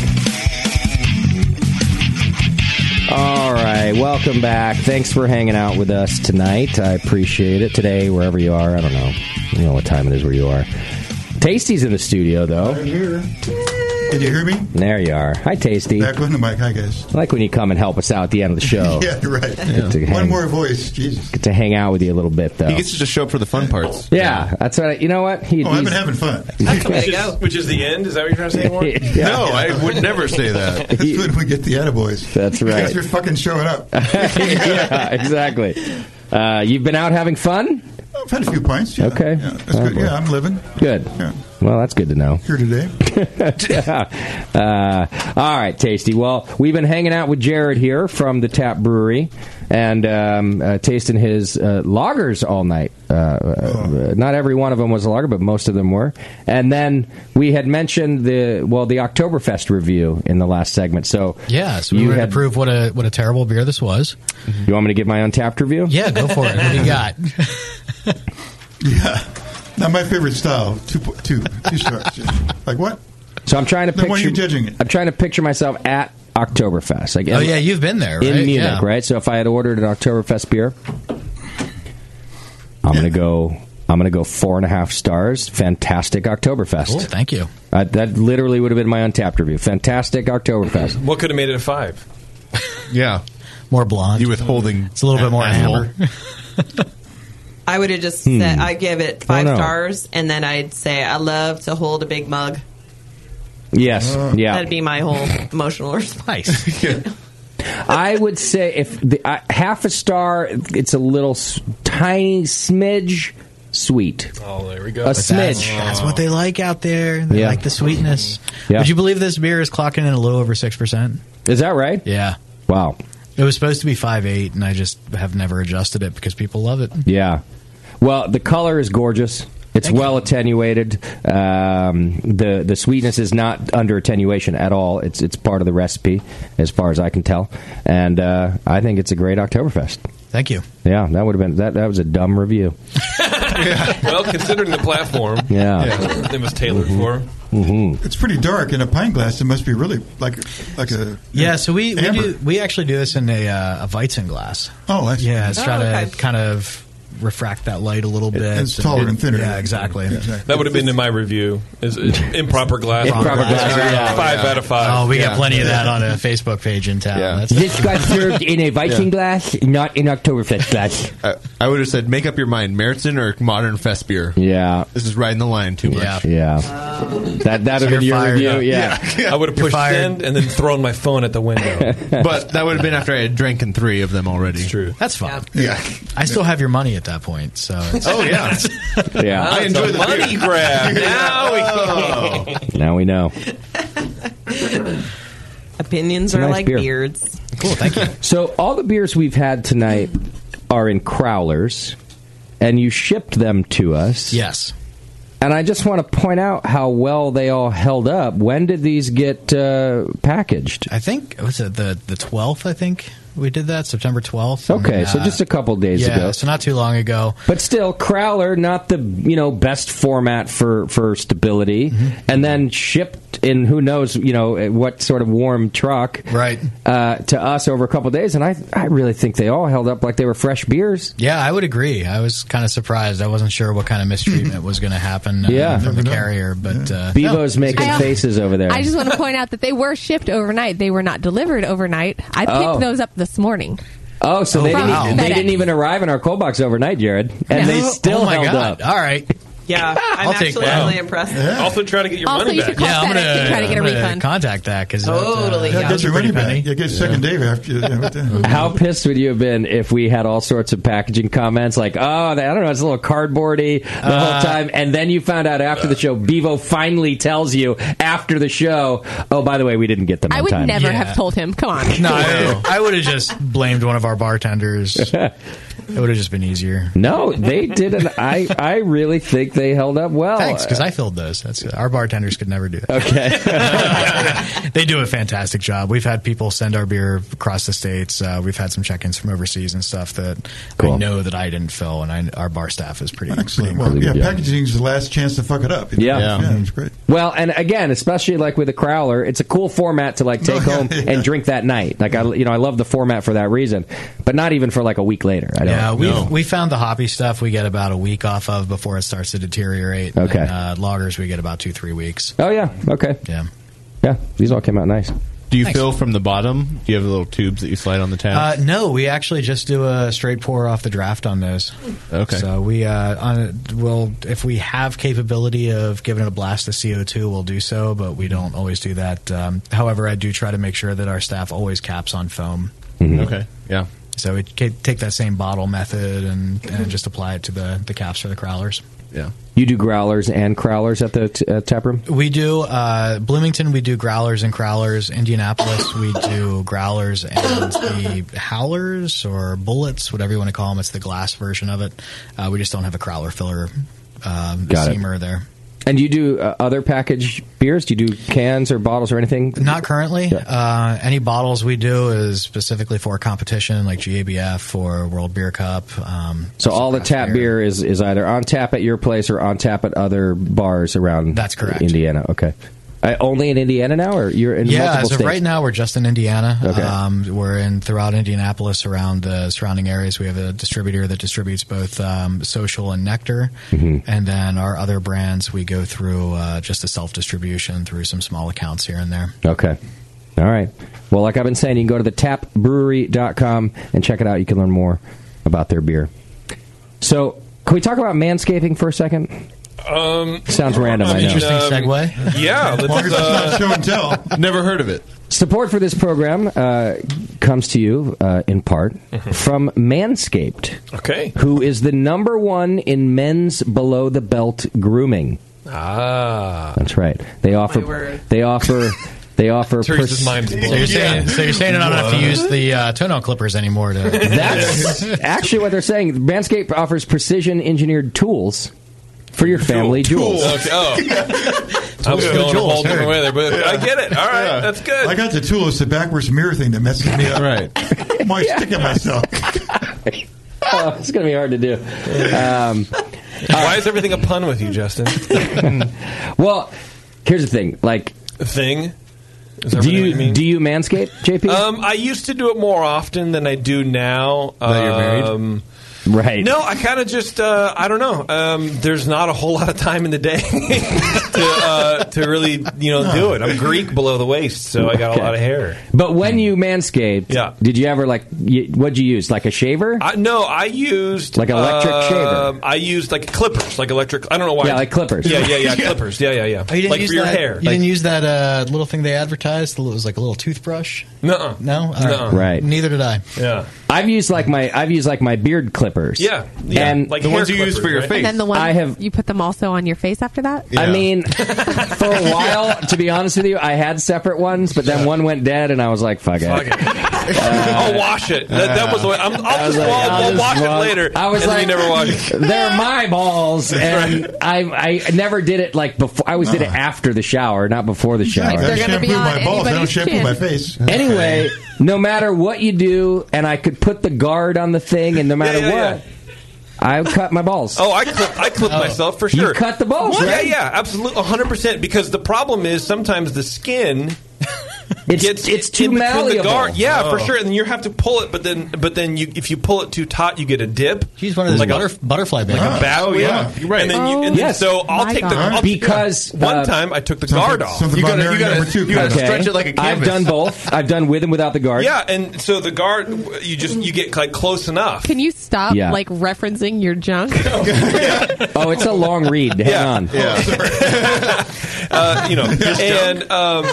B: All right, welcome back. Thanks for hanging out with us tonight. I appreciate it. Today, wherever you are, I don't know. You know what time it is where you are. Tasty's in the studio, though.
M: Here. Did you hear me?
B: There you are. Hi, Tasty.
M: Back with the mic. Hi, guys.
B: I like when you come and help us out at the end of the show.
M: Yeah, you're right.
B: Get Oh. to
M: One
B: hang-
M: more voice. Jesus.
B: Get to hang out with you a little bit, though.
M: He gets
C: to just show up for the fun parts.
B: Yeah, that's what I, you know what? He,
M: Oh, I've
B: he's-
M: been having fun.
H: which, is, which is the end? Is that what you're trying to say? Warren?
B: Yeah.
M: No, I would never say that. That's when we get the attaboys.
B: That's
M: Because
B: right.
M: you're fucking showing up.
B: yeah, exactly. Uh, you've been out having fun?
M: I've had a few pints. Yeah.
B: Okay. Oh,
M: Yeah, that's good. Yeah, I'm living.
B: Good. Well, that's good to know.
M: Here today.
B: uh, all right, Tasty. Well, we've been hanging out with Jared here from the Tap Brewery and um, uh, tasting his uh, lagers all night. Uh,
M: Oh.
B: uh, uh, Not every one of them was a lager, but most of them were. And then we had mentioned the well, the Oktoberfest review in the last segment. So
A: Yeah, so we
B: you
A: were
B: had. Mm-hmm.
A: to prove what a what a terrible beer this was.
B: you want me to give my untapped review?
A: Yeah, go for it. What do you got?
M: Not my favorite style. Two, po- two, two stars. like what?
B: So I'm trying to
M: Then
B: picture.
M: why are you judging it?
B: I'm trying to picture myself at Oktoberfest. Like,
A: Oh,
B: in-
A: yeah, you've been there, right?
B: in Munich,
A: Yeah.
B: right? So if I had ordered an Oktoberfest beer, I'm gonna go. I'm gonna go four and a half stars. Fantastic Oktoberfest.
A: Cool, thank you.
B: Uh, that literally would have been my untapped review. Fantastic Oktoberfest.
H: What could have made it a five?
C: Yeah,
A: more blonde.
C: You withholding? It's
A: a little bit more
F: I would have just
B: Hmm.
F: said I give it five
B: no.
F: stars, and then I'd say I love to hold a big mug.
B: Yes.
A: Uh. Uh-huh.
B: Yeah.
F: that'd be my whole emotional response.
B: I would say if the, uh, half a star, it's a little s- tiny smidge sweet.
A: Oh, there we
B: go. A
A: That's,
B: smidge.
A: that's what they like out there. They
B: Yeah.
A: like the sweetness.
B: Yeah.
A: Would you believe this beer is clocking in a little over six percent?
B: Is that right?
A: Yeah.
B: Wow.
A: It was supposed to be five eight, and I just have never adjusted it because people love it.
B: Yeah. Well, the color is gorgeous. It's well attenuated. Um, the the sweetness is not under attenuation at all. It's it's part of the recipe, as far as I can tell. And uh, I think it's a great Oktoberfest.
A: Thank you.
B: Yeah, that would have been that. That was a dumb review.
H: well, considering the platform,
B: Yeah. Mm-hmm.
H: it was tailored for.
B: hmm
M: It's pretty dark in a pine glass. It must be really like like a
A: Yeah, so we, we
M: Amber.
A: do we actually do this in a uh, a Weizen glass.
M: Oh, I see.
A: yeah, it's
M: Oh,
A: try
M: okay.
A: to kind of refract that light a little bit.
M: it's taller and thinner.
A: Yeah, exactly.
H: That would have been in my review. Is is improper glass?
A: Improper glass, yeah.
H: Five out of five.
A: Oh, we got plenty of that on a Facebook page in town. That's
B: This got served in a Weizen
C: Yeah.
B: glass, not in Oktoberfest glass.
C: I, I would have said, make up your mind, Meritzen or modern fest beer.
B: Yeah,
C: this is riding the line too much.
B: Yeah, that that
C: So you're
B: would have been your
C: fired
B: review.
C: up.
B: Yeah.
H: I would have pushed send and then thrown my phone at the window.
C: but that would have been after I had drank in three of them already. It's
H: true.
A: That's fine. Yeah. I still have your money at that point, so.
C: Oh, yeah.
B: Yeah.
C: I enjoy the
H: money
C: beer.
H: grab. Now
A: Oh,
H: we-
B: Now we know.
F: Opinions
B: It's a
F: are
B: nice
F: like
B: beer.
F: beards.
A: Cool, thank you.
B: So all the beers we've had tonight are in crowlers, and you shipped them to us.
A: Yes.
B: And I just want to point out how well they all held up. When did these get uh, packaged?
A: I think was it the the twelfth? I think we did that September twelfth. uh,
B: Okay, so just a couple days
A: yeah,
B: ago.
A: so not too long ago.
B: But still, crowler, not the you know best format for for stability,
A: Mm-hmm.
B: and then shipped in who knows you know eh, what sort of warm truck
A: right
B: uh, to us over a couple days, and I I really think they all held up like they were fresh beers.
A: Yeah, I would agree. I was kind of surprised. I wasn't sure what kind of mistreatment was going to happen uh,
B: Yeah.
A: from the carrier, but uh,
B: Bevo's
A: no, it's a
B: making
A: good-
B: faces over there.
D: I just want to point out that they were shipped overnight. They were not delivered overnight. I picked
B: Oh.
D: those up this morning.
B: Oh, so they,
D: From
B: didn't,
D: FedEx.
B: they didn't even arrive in our cold box overnight, Jared, and they
A: No.
B: still
A: Oh my
B: held
A: God.
B: up.
A: All right,
F: Yeah, I'm
A: I'll take
F: actually
A: that.
F: really impressed.
H: Also, try to get your
F: Also,
H: money
F: you
H: back.
F: should call FedEx and try to get a
A: I'm gonna
F: refund.
A: Contact that because
F: Totally,
M: Yeah,
F: yeah.
M: get your
A: Pretty
M: money back.
A: penny.
M: Yeah, get second day after. You, yeah, what the-
B: How pissed would you have been if we had all sorts of packaging comments like, "Oh, I don't know, it's a little cardboardy the
A: Uh,
B: whole time," and then you found out after the show, Bevo finally tells you after the show, "Oh, by the way, we didn't get them."
D: I
B: on
D: would
B: time."
D: never have told him. Come on.
A: No, I, I would have just blamed one of our bartenders. it would have just been easier.
B: No, they didn't. I I really think they held up well.
A: Thanks, because I filled those. That's our bartenders could never do that. Okay, they do a fantastic job. We've had people send our beer across the states. Uh, we've had some check-ins from overseas and stuff that I know that I didn't fill, and I, our bar staff is pretty excellent.
M: well, yeah, packaging's the last chance to fuck it up. you know?
B: Yeah.
M: yeah, it's great.
B: Well, and again, especially like with a crowler, it's a cool format to like take home and drink that night. Like I, you know, I love the format for that reason, but not even for like a week later. I don't.
A: Yeah, we
B: know.
A: we found the hoppy stuff we get about a week off of before it starts to deteriorate.
B: Okay.
A: And, uh, loggers, we get about two, three weeks.
B: Oh yeah. Okay.
A: Yeah.
B: Yeah. These all came out nice.
C: Do you
A: Thanks.
C: fill from the bottom? Do you have little tubes that you slide on the
A: Uh,
C: tab?
A: no, we actually just do a straight pour off the draft on those.
C: Okay.
A: So we uh, on will if we have capability of giving it a blast of CO two, we'll do so, but we don't always do that. Um, however, I do try to make sure that our staff always caps on foam.
B: Mm-hmm.
C: Mhm. Okay. Yeah.
A: So we ca- take that same bottle method and, and just apply it to the, the caps for the crowlers.
C: Yeah.
B: You do growlers and crowlers at the t- uh, tap room.
A: We do uh, Bloomington. We do growlers and crowlers. Indianapolis, we do growlers and the howlers or bullets, whatever you want to call them. It's the glass version of it. Uh, we just don't have a crowler filler um,
B: Got it.
A: seamer there.
B: And you do uh, other packaged beers? Do you do cans or bottles or anything?
A: Not currently. Uh, any bottles we do is specifically for competition, like GABF or World Beer Cup. Um,
B: So all the tap beer, is, is either on tap at your place or on tap at other bars around. That's
A: correct.
B: Indiana. Okay. Uh, only in Indiana now, or you're in
A: yeah,
B: multiple
A: as of
B: states?
A: right now, we're just in Indiana.
B: Okay.
A: Um, we're in throughout Indianapolis, around the surrounding areas. We have a distributor that distributes both um, Social and Nectar,
B: Mhm.
A: and then our other brands we go through uh, just a self distribution through some small accounts here and there.
B: Okay. All right. Well, like I've been saying, you can go to the tapbrewery.com and check it out. You can learn more about their beer. So, can we talk about manscaping for a second?
H: Um,
B: Sounds random, I know.
H: Yeah, let's,
M: Marcus,
H: uh,
M: that's not show and tell.
C: Never heard of it.
B: Support for this program uh, comes to you uh, in part from Manscaped.
H: Okay.
B: Who is the number one in men's below the belt grooming?
H: Ah.
B: That's right. They offer.
A: word.
B: They offer. They offer.
A: Teresa's
B: pers-
A: mind is blown. So you're saying- so you're saying I don't have to use the uh, toenail clippers anymore to.
B: That's actually what they're saying. Manscaped offers precision engineered tools for your family jewels.
H: Okay, oh. I was
M: Tools for
H: going a
M: jewels,
H: whole different
M: hey.
H: way there, but I get it. All right, that's good.
M: I got the tool. It's the backwards mirror thing that messes me up.
C: right.
M: I'm always sticking myself.
B: Oh, it's going to be hard to do. Um,
H: Why is everything a pun with you, Justin?
B: well, here's the thing. Like,
H: thing. that
B: do
H: really
B: you,
H: what you mean?
B: do you manscape, JP?
H: Um, I used to do it more often than I do now.
B: Now you're married?
H: Um,
B: right.
H: No, I kind of just uh, I don't know. Um, there's not a whole lot of time in the day to uh, to really you know do it. I'm Greek below the waist, so I got
B: Okay.
H: a lot of hair.
B: But when you manscaped, yeah. did you ever like? You, what'd you use? Like a shaver?
H: I, no, I used uh,
B: Like electric shaver.
H: I used like clippers, like electric. I don't know why.
B: Yeah, like clippers.
H: Yeah, yeah, yeah, clippers. Yeah, yeah, yeah.
A: Oh, you didn't
H: like
A: use
H: for your
A: that,
H: hair.
A: You didn't use that uh, little thing they advertised. It was like a little toothbrush.
H: No,
A: no, All
H: Nuh-uh.
B: Right.
A: Neither did I.
H: Yeah.
B: I've used like my I've used like my beard clippers.
H: Yeah, yeah,
B: And
H: like The hair ones you use clippers, for your right? face.
D: And then the one
B: I have.
D: you put them also on your face after that.
B: I mean, for a while, to be honest with you, I had separate ones, but then one went dead, and I was like, "Fuck it."
H: Fuck it. I'll wash it. That, that was the way. I'm, I'll just,
B: like,
H: I'll,
B: I'll
H: I'll
B: just
H: wash
B: walk-
H: it later.
B: I was
H: and
B: like,
H: then you never wash it.
B: They're my balls, and I I never did it like before. I always did it
H: Uh-huh.
B: after the shower, not before the shower.
M: I don't shampoo my balls. I don't shampoo my face.
B: Anyway, no matter what you do, and I could put the guard on the thing, and no matter
H: Yeah, yeah,
B: what, I cut my balls.
H: Oh, I clip, I clip myself for
B: You
H: sure.
B: cut the balls,
H: What?
B: right?
H: Yeah, yeah, absolutely, hundred percent. Because the problem is sometimes the skin. gets it's
B: too
H: The
B: malleable.
H: guard. Yeah, for
B: Oh.
H: sure. And you have to pull it, but then but then you if you pull it too taut, you get a dip. He's
A: one of those butterf- butterfly
H: like
A: bands.
B: Ah,
H: a bow.
A: Oh,
H: yeah,
A: yeah.
H: right. And then, you, and then
A: Yes.
H: so I'll
A: My
H: take the
A: God.
H: I'll-
B: Oh, Because,
H: one
B: uh,
H: time I took the
B: something-
H: guard off.
B: something You about gotta- you Mary gotta- number two you gotta Okay. stretch it like a canvas. I've done both. I've done with and without the guard.
H: Yeah, and so the guard, you just you get like close enough.
D: Can you stop
B: Yeah.
D: like referencing your junk?
B: Oh, it's a long read. Hang on.
H: uh, you know, and um,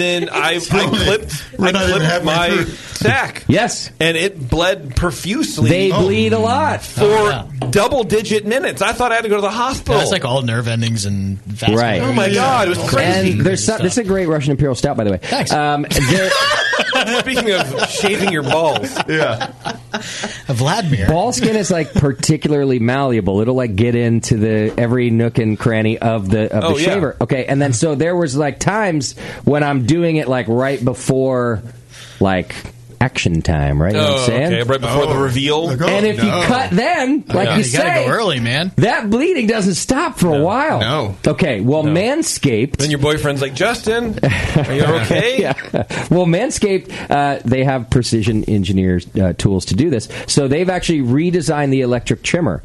H: then I, I clipped, I clipped my sack.
B: Yes,
H: and it bled profusely.
B: They
A: Oh.
B: bleed a lot Oh,
H: for double-digit minutes. I thought I had to go to the hospital.
A: That's like all nerve endings and vascular.
B: Right.
H: Oh my God, it was crazy.
B: And there's some, this is a great Russian Imperial Stout, by the way. Thanks. Um, there-
H: Speaking of shaving your balls,
C: yeah,
A: Vladimir.
B: Ball skin is like particularly malleable. It'll like get into the every nook and cranny of the of
N: Oh,
B: the
N: yeah.
B: shaver. Okay, and then so there was like times when I'm doing it like right before like action time, right? You know what I'm
H: Oh,
B: saying?
H: okay, right before the reveal.
B: And if you cut then, like
H: Yeah.
B: you,
H: You gotta
B: say,
H: go
A: early, man.
B: That bleeding doesn't stop for a while.
H: No.
B: Okay. Well, Manscaped.
H: then your boyfriend's like, Justin, are you okay?
B: yeah. Well, Manscaped, uh, they have precision engineers uh, tools to do this. So they've actually redesigned the electric trimmer.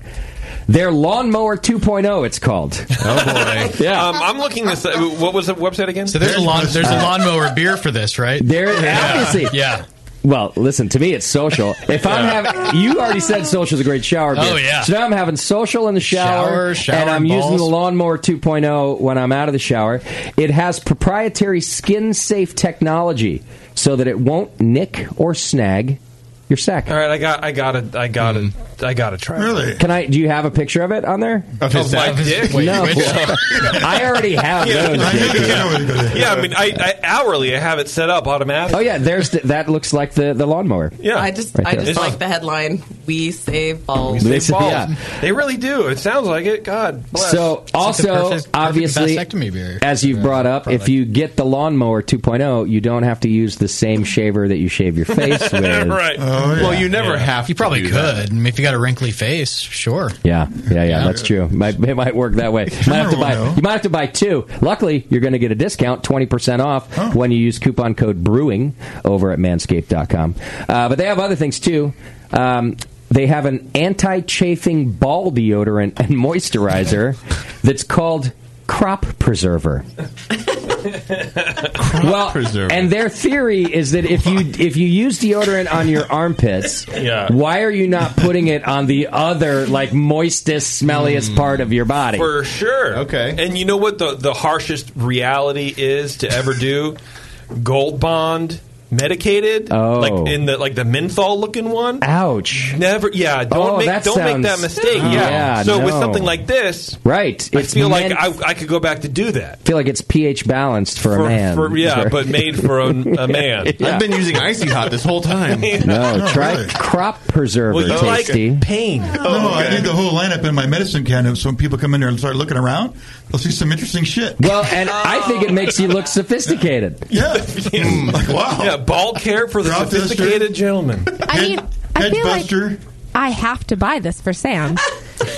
B: Their lawnmower 2.0. It's called.
H: Oh boy! yeah, um, I'm looking this. What was the website again?
A: So there's a lawn, there's
B: Uh,
A: a lawnmower beer for this, right?
B: There, obviously.
A: Yeah.
B: Well, listen to me. It's social. If I'm having, you already said social is a great shower. Beer.
A: Oh, yeah.
B: So now I'm having social in the shower,
A: Shower, shower
B: and I'm
A: and
B: using
A: balls.
B: the lawnmower 2.0 when I'm out of the shower. It has proprietary skin safe technology so that it won't nick or snag your sack.
H: All right, I got, I got it, I got it, I got to try. Really?
B: Can I? Do you have a picture of it on there?
H: Of his Of my sack? dick? Wait,
B: no,
H: which-
B: I already have
H: Yeah.
B: those.
H: Yeah. I mean, I, I hourly I have it set up automatically.
B: Oh yeah, there's the, that looks like the the lawnmower.
H: Yeah,
F: I just
B: Right
F: I
B: there.
F: just like the headline. We save balls.
B: We save They- balls. Oh, yeah.
H: They really do. It sounds like it. God bless.
B: So also obviously, as you've brought up, if you get the lawnmower 2.0, you don't have to use the same shaver that you shave your face with.
H: right.
C: Well, you never have.
A: Oh, You probably
C: to do
A: could. I mean, if you got a wrinkly face, sure.
B: Yeah, yeah, yeah, that's true. Might, it might work that way. Might have to buy, you might have to buy two. Luckily, you're going to get a discount, 20% off, when you use coupon code BREWING over at manscaped.com. Uh, but they have other things, too. Um, they have an anti chafing ball deodorant and moisturizer that's called Crop Preserver. well, and their theory is that if you if you use deodorant on your armpits,
H: Yeah.
B: why are you not putting it on the other like moistest, smelliest part of your body?
H: Hmm. For sure. Okay. And you know what the the harshest reality is to ever do? Gold bond medicated
B: Oh.
H: like in the like the menthol looking one
B: ouch
H: never yeah don't
B: Oh,
H: make
B: that
H: don't make that
B: sounds-
H: mistake
B: Oh,
H: yeah,
B: yeah,
H: so with
B: no.
H: something like this
B: right?
H: i
B: It's
H: feel
B: meant-
H: like I, I could go back to do that
B: feel like it's pH balanced for, a man.
H: for- yeah but made for a, a man
B: Yeah. I've been using
C: Icy Hot this whole time.
B: no, try crop preserver,
C: Well, you like
B: tasty.
H: pain.
M: no, I need the whole lineup in my medicine cabinet. So when people come in there and start looking around, they'll see some interesting shit.
B: Well, and I think it makes you look sophisticated.
M: Yeah. Hmm.
H: wow yeah ball care for the
M: Drop this
H: sophisticated gentleman
D: I mean, I feel like I have to buy this for Sam.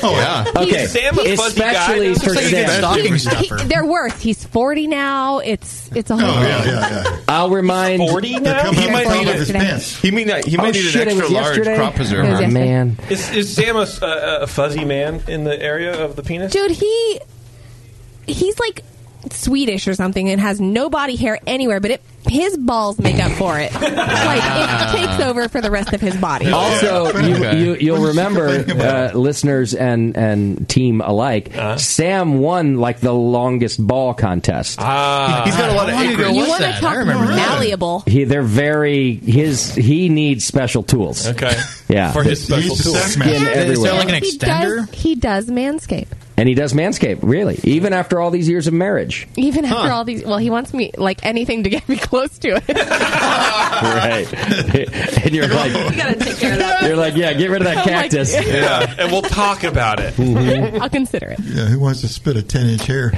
M: Oh yeah.
B: Okay.
H: Sam a fuzzy guy?
B: Especially
H: Looks
B: for
H: like a good
B: Sam.
H: stocking
D: He, they're worth. He's forty now. It's it's
C: Oh,
D: a whole.
B: I'll remind.
H: Forty now. He might need
D: his pants.
C: He mean he
B: Oh,
C: might need an
B: shit, it was
C: extra large
B: yesterday?
C: crop preserver.
B: It was yesterday. Man.
H: Is, is Sam a, a, a fuzzy man in the area of the penis?
D: Dude, he he's like Swedish or something and has no body hair anywhere, but it his balls make up for it. like it takes over for the rest of his body.
B: Also, you,
D: Okay.
B: you, you'll remember, uh, listeners and, and team alike,
H: Uh-huh.
B: Sam won like the longest ball contest.
H: Ah,
C: he's got a lot of acreage.
D: you want to talk malleable?
B: He, they're very his. He needs special tools.
H: Okay,
B: yeah,
H: For his special He's a tools. sex
B: Skin
H: master. Is there
B: everywhere.
H: like an
D: He does. He does manscape.
B: and he does manscape. Really, even after all these years of marriage.
D: Even after
B: Huh.
D: all these, well, he wants me like anything to get me close to it.
B: right, and you're like,
D: gotta take care of that.
B: you're like, yeah, get rid of that
D: Oh my
B: cactus.
D: God.
H: yeah, and we'll talk about it.
D: I'll consider it.
M: Mm-hmm. Yeah, who wants to spit a 10 inch hair?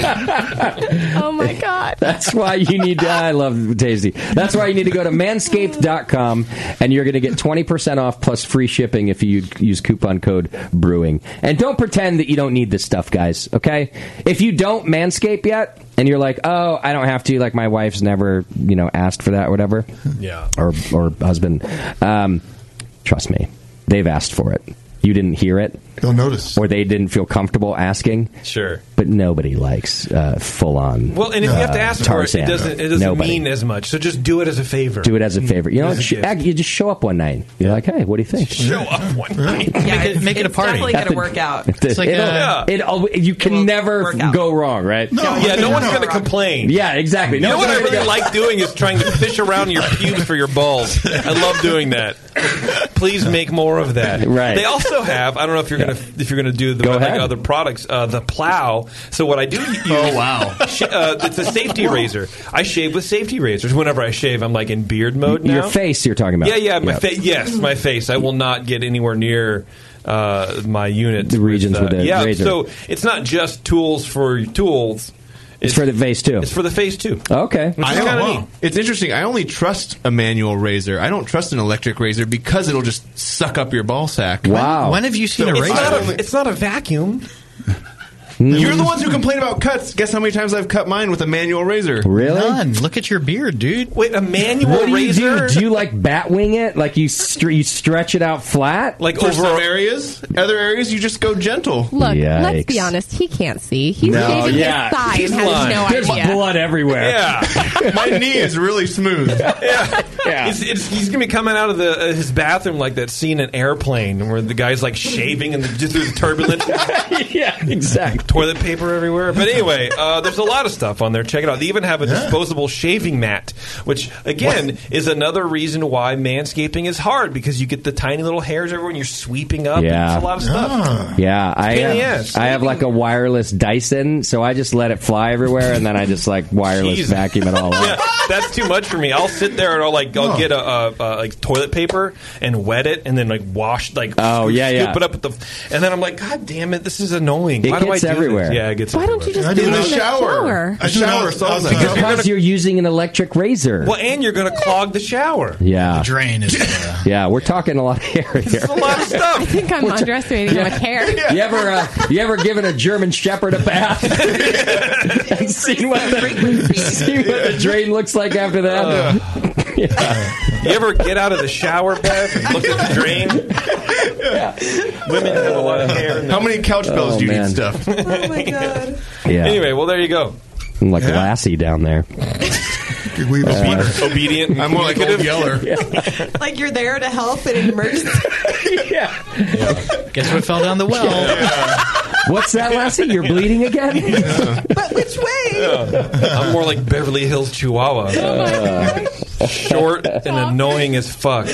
D: Oh my god.
B: That's why you need to. I love Daisy. That's why you need to go to manscaped.com and you're going to get 20% off plus free shipping if you use coupon code BREWING. And don't pretend that you don't need this stuff, guys, okay? If you don't manscape yet and you're like, oh, I don't have to, like my wife's never, you know, asked for that or whatever,
H: Yeah.
B: or, or husband, um, trust me, they've asked for it. You didn't hear it.
M: They'll notice.
B: Or they didn't feel comfortable asking.
H: Sure.
B: But nobody likes uh, full on.
H: Well, and if you have to ask for it, it doesn't it doesn't
B: Uh, Nobody.
H: mean as much. So just do it as a favor.
B: Do it as a favor. You know,
H: As a
B: sh-
H: gift.
B: act- you just show up one night. You're like, hey, what do you think?
H: Show up one night.
F: Yeah, it's- it's Definitely
B: At
F: gonna
B: the-
F: work out.
B: It's like uh, it al- you can never go wrong, right?
H: No, yeah, no one's going to complain.
B: Yeah, exactly.
H: You
B: No
H: know what
B: one's
H: I
B: gonna
H: really
B: go-
H: like doing is trying to fish around your pubes for your balls. I love doing that. Please make more of that.
B: Right.
H: They also have. I don't know if you're gonna if you're gonna do the like
B: ahead.
H: other products. Uh, the plow. So what I do? Use, oh wow! Uh, it's a safety razor. I shave with safety razors. Whenever I shave, I'm like in beard mode now.
B: Your face, you're talking about.
H: Yeah, yeah. My
B: Yeah.
H: fa- yes, my face. I will not get anywhere near uh, my unit. The
B: regions with a
H: yeah.
B: razor.
H: So it's not just tools for tools.
B: It's, for the face too.
H: It's for the face too.
B: Okay.
H: Which is
C: I
H: kind of
C: don't,
H: neat.
C: It's interesting. I only trust a manual razor. I don't trust an electric razor because it'll just suck up your ball sack.
B: Wow.
A: When have you seen a
C: So
A: razor?
C: I don't-
H: It's not a vacuum.
B: Mm.
C: You're the ones who complain about cuts. Guess how many times I've cut mine with a manual razor?
B: Really?
C: None.
A: Look at your beard, dude.
H: Wait, a manual
B: What do you do? Do you like bat wing it? Like you, stre- you stretch it out flat?
C: Like For some areas, other areas you just go gentle.
D: Look, let's be
B: Yikes.
D: honest. He can't see. He's shaving his thigh
C: He's
D: and has
C: lying.
D: no idea.
B: blood everywhere.
C: Yeah, my knee is really smooth.
H: Yeah. It's, it's, he's gonna be coming out of the uh, his bathroom like that scene in Airplane where the guy's like shaving and just through the turbulence.
B: yeah, exactly.
H: Toilet paper everywhere. But anyway, uh, there's a lot of stuff on there. Check it out. They even have a disposable shaving mat, which again is another reason why manscaping is hard because you get the tiny little hairs everywhere and you're sweeping up.
B: Yeah. Ah.
H: It's a lot of stuff.
B: Yeah, I
H: pain in the
B: have,
H: ass.
B: I have like a wireless Dyson, so I just let it fly everywhere, and then I just like wireless
H: Jesus.
B: vacuum it all up.
H: Yeah, that's too much for me. I'll sit there and I'll like I'll get a, a, a like toilet paper and wet it and then like wash like
B: Oh,
H: scoop-
B: yeah, yeah.
H: scoop it up with the and then I'm like God damn it this is annoying.
B: It
H: Why do I
B: gets
H: do this?
B: everywhere.
H: Yeah, it gets.
D: Why don't you just do it in the shower?
C: A shower solves that.
B: Because you're using an electric razor.
H: Well, and you're going to clog the shower.
B: Yeah,
A: drain is. uh,
B: yeah, we're talking a lot of hair here.
H: lot of stuff.
D: I think I'm underestimating
B: Yeah.
D: him with hair.
B: You ever uh, you ever given a German Shepherd a bath and seen what the, seen what the drain looks like after that?
H: Uh, You ever get out of the shower bath and look at the drain? Women have a lot of hair.
C: How many couch
B: bells Oh, do you need man.
C: stuff?
H: Oh my god.
B: Yeah.
H: Anyway, well there you go.
B: I'm like Lassie down there. Uh,
H: Obe- obedient.
C: I'm more like Old Yeller.
F: like you're there to help in an emergency.
B: yeah.
A: Guess what fell down the well?
B: What's that, Lassie? You're bleeding again?
F: But which way?
H: I'm more like Beverly Hills Chihuahua.
B: Uh,
H: Short and annoying as fuck.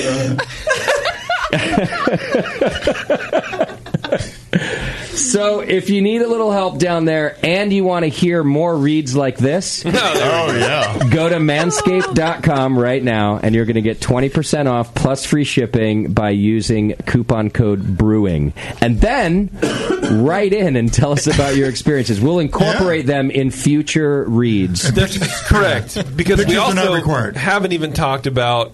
B: so, if you need a little help down there and you want to hear more reads like this,
C: oh yeah.
B: go to manscaped.com right now and you're going to get 20% off plus free shipping by using coupon code brewing and then write in and tell us about your experiences we'll incorporate them in future reads
H: That's correct. Because we
B: Pictures are
H: also
B: not required.
H: haven't even talked about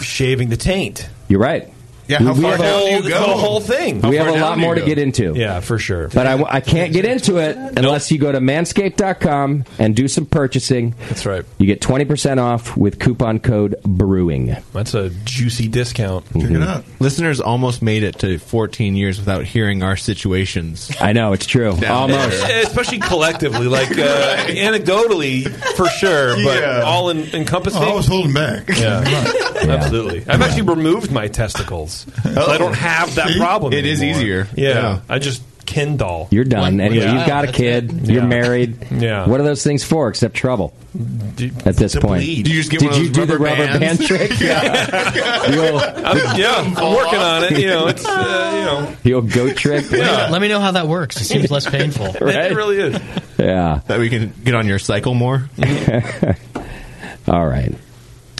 H: shaving the taint.
B: you're right we have a-
H: whole, The whole thing.
B: we have a lot more to get into
H: Yeah, for sure.
B: But I, I can't get into it unless you go to manscaped.com and do some purchasing.
H: That's right.
B: You get 20% off with coupon code BREWING.
H: That's a juicy discount.
C: Check
B: Mm-hmm.
C: it out. Listeners almost made it to 14 years without hearing our situations.
B: I know, it's true. Almost.
H: Eh, Especially collectively, like uh, anecdotally, for sure, but
M: Yeah.
H: all
B: Oh,
H: in, encompassing.
M: I was holding back.
H: Yeah. Absolutely. I've actually removed my testicles. So I don't have that
C: See?
H: problem.
C: It is
H: anymore.
C: easier.
H: Yeah.
C: Yeah.
H: I just Ken doll.
B: You're done. Anyway,
H: Yeah.
B: you've got a kid. You're married.
H: Yeah.
B: What are those things for except trouble? At this
H: to
B: point,
H: bleed. Do you just get
B: did
H: one of
B: you
H: those
B: do the
H: rubber
B: rubber band
H: bands?
B: trick? Yeah. the, old,
H: I'm, yeah, I'm working on it. You know, it's uh, you know,
B: the old goat trick.
H: Yeah.
A: Let me know how that works. It seems less painful.
H: it really is.
B: Yeah.
C: That we can get on your cycle more.
B: All right.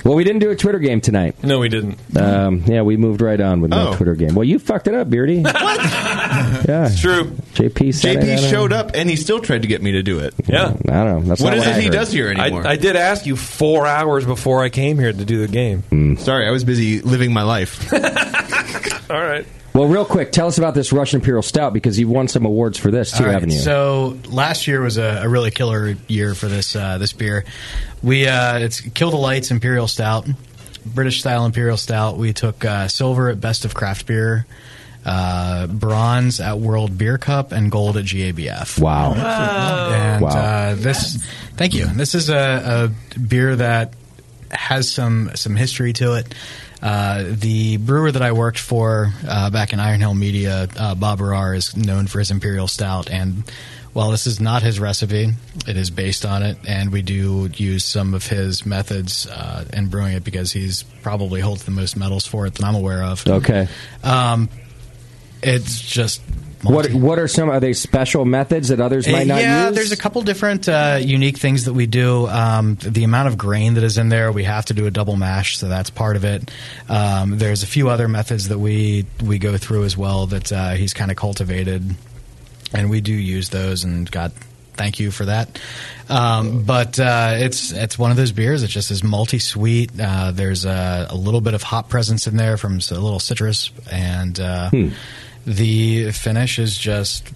B: Well, we didn't do a Twitter game tonight.
H: No, we didn't.
B: Um, yeah, we moved right on with no
C: Oh.
B: Twitter game. Well, you fucked it up, Beardy. what? Yeah, it's
H: true.
B: JP said it, I
C: JP
B: don't-
C: showed up and he still tried to get me to do it.
H: Yeah.
B: I don't know. That's
C: What
B: not
C: is
B: what
C: it
B: I
C: he
B: heard.
C: does here anymore?
H: I, I did ask you four hours before I came here to do the game.
B: Mm.
C: Sorry, I was busy living my life.
H: All right.
B: Well, real quick, tell us about this Russian Imperial Stout because you've won some awards for this too,
A: All right,
B: haven't you?
A: So last year was a, a really killer year for this uh, this beer. We uh, it's Kill the Lights Imperial Stout, British style Imperial Stout. We took uh, silver at Best of Craft Beer, uh, bronze at World Beer Cup, and gold at GABF.
B: Wow.
A: And
B: Wow.
A: Uh, this, thank you. This is a, a beer that has some some history to it. Uh, the brewer that I worked for uh, back in Iron Hill Media, uh, Bob Barrar, is known for his Imperial Stout, and while this is not his recipe, it is based on it, and we do use some of his methods uh, in brewing it because he's probably holds the most medals for it that I'm aware of.
B: okay.
A: Um, it's just
B: What What are some are they special methods that others might not
A: yeah,
B: use?
A: there's a couple different uh, unique things that we do. Um, the amount of grain that is in there, we have to do a double mash, so that's part of it. Um, there's a few other methods that we we go through as well that uh, he's kind of cultivated, and we do use those. And God, thank you for that. Um, but uh, it's it's one of those beers. It just is multi sweet. Uh, there's a, a little bit of hop presence in there from s- a little citrus, and uh, the finish is just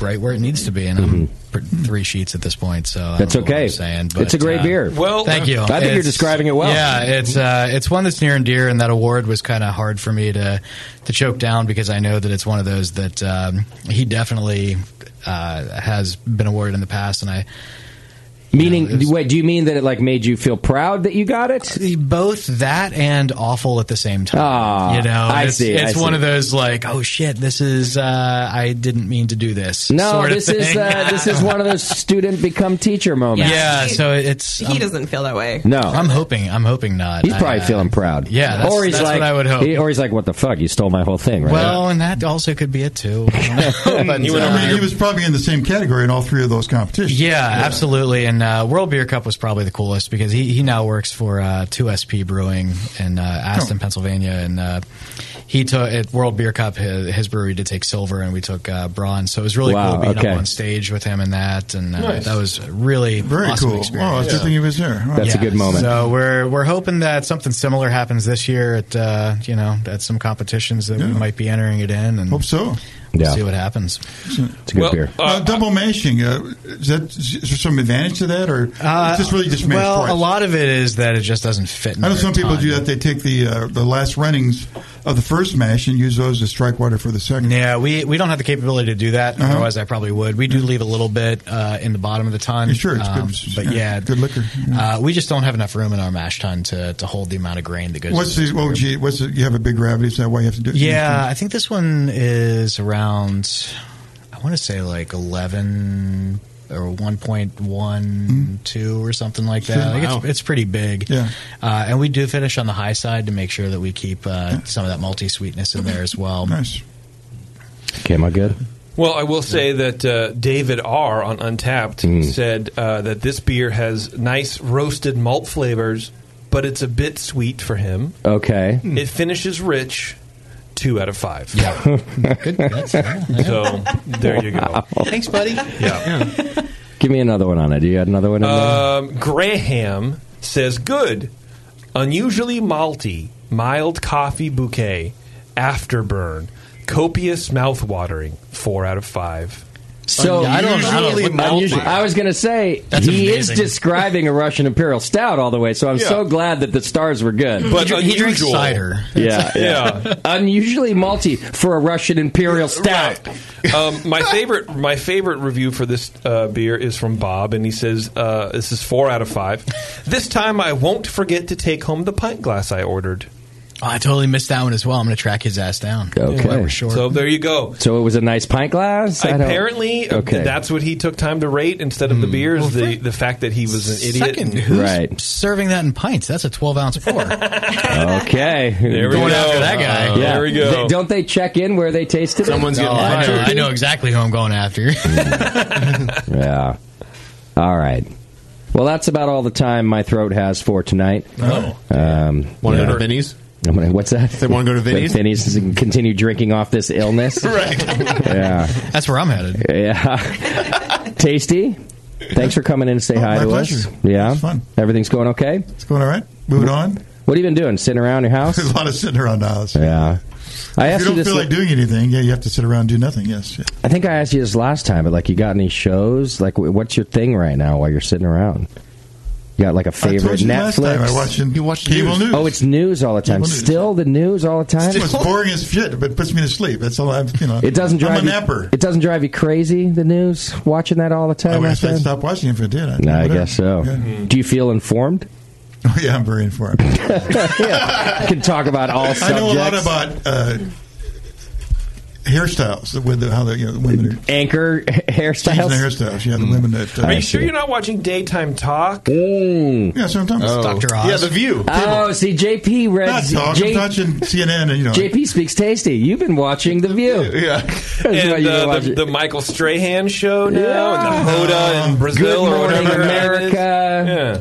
A: right where it needs to be, and I'm pr- three sheets at this point. So I
B: Mm-hmm. That's
A: don't know what
B: okay.
A: I'm saying,
B: It's
A: but,
B: a great
A: uh,
B: beer. Well,
A: thank you.
B: I think you're
A: It's-
B: describing it well.
A: Yeah, it's uh, it's one that's near and dear, and that award was kind of hard for me to to choke down because I know that it's one of those that um, he definitely uh, has been awarded in the past, and I.
B: Meaning, wait, do you mean that it like made you feel proud that you got it?
A: Both that and awful at the same time.
B: Ah,
A: you know,
B: I
A: it's,
B: see,
A: It's
B: I
A: one
B: see.
A: of those like, oh shit, this is uh, I didn't mean to do this.
B: No,
A: sort of
B: this is
A: thing.
B: uh, this is one of those student become teacher moments.
A: Yeah, so it's
F: he doesn't feel that way.
B: No.
A: I'm hoping. I'm hoping not.
B: He's probably
A: I-
B: feeling proud.
A: uh, Yeah, that's-
B: or he's
A: that's
B: like,
A: what I would hope.
B: he- or he's like, "What the fuck? You stole my whole thing, right?"
A: Well, Oh, and that also could be it too.
M: I mean, he was probably in the same category in all three of those competitions.
A: Yeah, absolutely. And uh, World Beer Cup was probably the coolest because he, he now works for uh, 2SP Brewing in uh,
B: Oh.
A: Aston, Pennsylvania, and uh, he took at World Beer Cup his, his brewery did take silver and we took uh, bronze. So it was really
B: Wow,
A: cool being
B: okay.
A: up on stage with him and that, and uh,
M: Nice.
A: that was a really
M: Very
A: awesome
M: cool.
A: Experience.
M: Oh, I was just thinking he was there. Wow.
B: That's a good moment.
A: So we're we're hoping that something similar happens this year at uh, you know at some competitions that we might be entering it in, and hope
M: so.
A: We'll
M: Yeah.
A: see what happens.
B: It's
A: a good Well, beer.
M: Uh, double mashing. Uh, is, that, is there some advantage to that, or it's just really just mashed
A: Uh, well,
M: twice?
A: a lot of it is that it just doesn't fit. In
M: I know
A: their
M: some people
A: time.
M: do that. They take the uh, the last runnings of the first mash and use those as strike water for the second.
A: Yeah, we, we don't have the capability to do that.
M: Uh-huh.
A: Otherwise, I probably would. We do leave a little bit uh, in the bottom of the ton.
M: Sure, it's good.
A: um, but yeah,
M: good liquor.
A: Uh, we just don't have enough room in our mash tun to, to hold the amount of grain that goes.
M: What's
A: into
M: the, what would you, what's the, you have a big gravity, is that why you have to do it?
A: Yeah, I think this one is around. I want to say like eleven or one point one two or something like that.
M: Hmm. Sure.
A: Like
M: Wow.
A: it's, it's pretty big.
M: Yeah.
A: uh, and we do finish on the high side to make sure that we keep uh, some of that multi sweetness in there as well.
M: Nice.
B: Okay, am I good?
H: Well, I will say that uh, David R. on Untapped
B: Mm.
H: said uh, that this beer has nice roasted malt flavors, but it's a bit sweet for him.
B: Okay.
A: Hmm.
H: It finishes rich. Two out of five.
A: Good.
H: So there you go.
A: Thanks, buddy.
H: Yeah.
B: Give me another one on it. Do you got another one? on there?
H: Um, Graham says, "Good, unusually malty, mild coffee bouquet, afterburn, copious mouthwatering. Four out of five.
B: So unusual- I was going to say
H: That's
B: he
H: amazing.
B: is describing a Russian imperial stout all the way. So I'm
H: Yeah.
B: so glad that the stars were good.
H: But He dr- he drinks unusual. cider.
B: Yeah, yeah.
H: Yeah.
B: unusually malty for a Russian imperial stout.
H: um, my favorite, my favorite review for this uh, beer is from Bob, and he says uh, this is four out of five. This time, I won't forget to take home the pint glass I ordered.
A: Oh, I totally missed that one as well. I'm going to track his ass down.
B: Okay.
A: Why we're short.
H: So there you go.
B: So it was a nice pint glass. I don't-
H: Apparently, uh,
B: okay.
H: that's what he took time to rate instead of the beers. the the fact that he was an idiot.
A: Second, who's
B: Right.
A: serving that in pints? That's a 12 ounce pour.
B: okay.
A: There we Going go. after that guy.
B: yeah.
A: There we go.
B: They- don't they check in where they tasted it?
A: No, Oh, I know, I know exactly who I'm going after.
B: Yeah. All right. Well, that's about all the time my throat has for tonight.
C: Oh.
B: Um,
C: Wanna go to
B: Vinny's? I'm gonna, what's that? They want to go to
C: Vinny's?
B: Vinny's and continue drinking off this illness. right. Yeah.
A: That's where I'm headed.
B: Yeah. Tasty. Thanks for coming in and say hi
M: my
B: to us.
M: pleasure.
B: Yeah.
M: It's fun.
B: Everything's going okay?
M: It's going all right. Moving on.
B: What have you been doing? Sitting around your house?
M: There's a lot of sitting around the house.
B: Yeah. I
M: if
B: asked
M: you
B: you,
M: don't
B: this.
M: feel like doing anything, yeah, you have to sit around and do nothing, yes. yeah.
B: I think I asked you this last time, but like, you got any shows? Like, wh- what's your thing right now while you're sitting around? You got like a
M: I
B: favorite
M: told you last
B: Netflix?
M: time I watched you watched cable news.
B: Oh, it's news all the time.
M: Cable news.
B: Still the news all the time.
M: It's boring as shit, but it puts me to sleep. That's all I'm, you know.
B: It doesn't drive
M: I'm a
B: you,
M: napper.
B: It doesn't drive you crazy. The news, watching that all the time.
M: I wish
B: my
M: I'd
B: friend?
M: stop watching if it did. I,
B: No, I
M: whatever.
B: guess so.
M: Yeah.
B: Do you feel informed?
M: Oh, yeah, I'm very informed.
B: Can talk about all
M: I know a lot
B: subjects.
M: about uh, hairstyles, with the, how the you know, women are
B: anchor
M: changing
B: hairstyles. Mm.
M: their hairstyles. Yeah, the women that. uh,
H: Are you sure you're not watching daytime talk?
M: Yeah, so I'm talking about
H: Oh. Dr. Oz. Yeah, The View.
B: Oh, see, JP
M: Not
B: reads.
M: talk.
B: J-
M: I'm watching CNN, and you know.
B: JP speaks tasty. You've been watching The View. Yeah,
H: And uh, the, the Michael Strahan show now, and the Hoda in Brazil or
B: Morning
H: whatever.
B: Uh, America.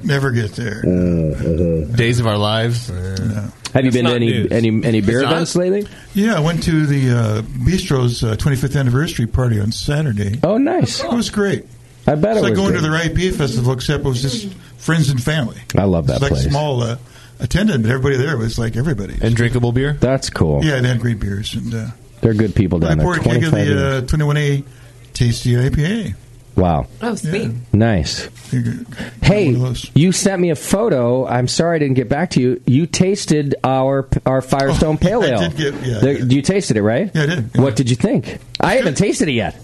M: Never get there.
C: Days of Our Lives.
B: Have you been
C: not
B: to any
C: news.
B: any any beer
C: It's not?
B: events lately?
M: Yeah, I went to the uh, Bistro's uh, 25th anniversary party on Saturday.
B: Oh, nice! It
M: was great.
B: I bet
M: it's
B: it
M: like
B: was
M: going
B: good.
M: to the Rye Beer Festival, except it was just friends and family.
B: I love that
M: It's like
B: place.
M: small uh, attendant, but everybody there was like everybody.
B: And drinkable beer. That's cool.
M: Yeah, they had great beers, and uh,
B: They're good people
M: I
B: down there.
M: poured uh, a keg of
B: 25 years.
M: the uh, 21A Tasty IPA.
B: Wow.
F: Oh, sweet.
B: Nice. Hey, you sent me a photo. I'm sorry I didn't get back to you. You tasted our our Firestone Pale Ale.
M: did get- yeah, Oh, I
B: There- You tasted it, right? Yeah, I
M: did.
B: What did you think? I haven't tasted it yet.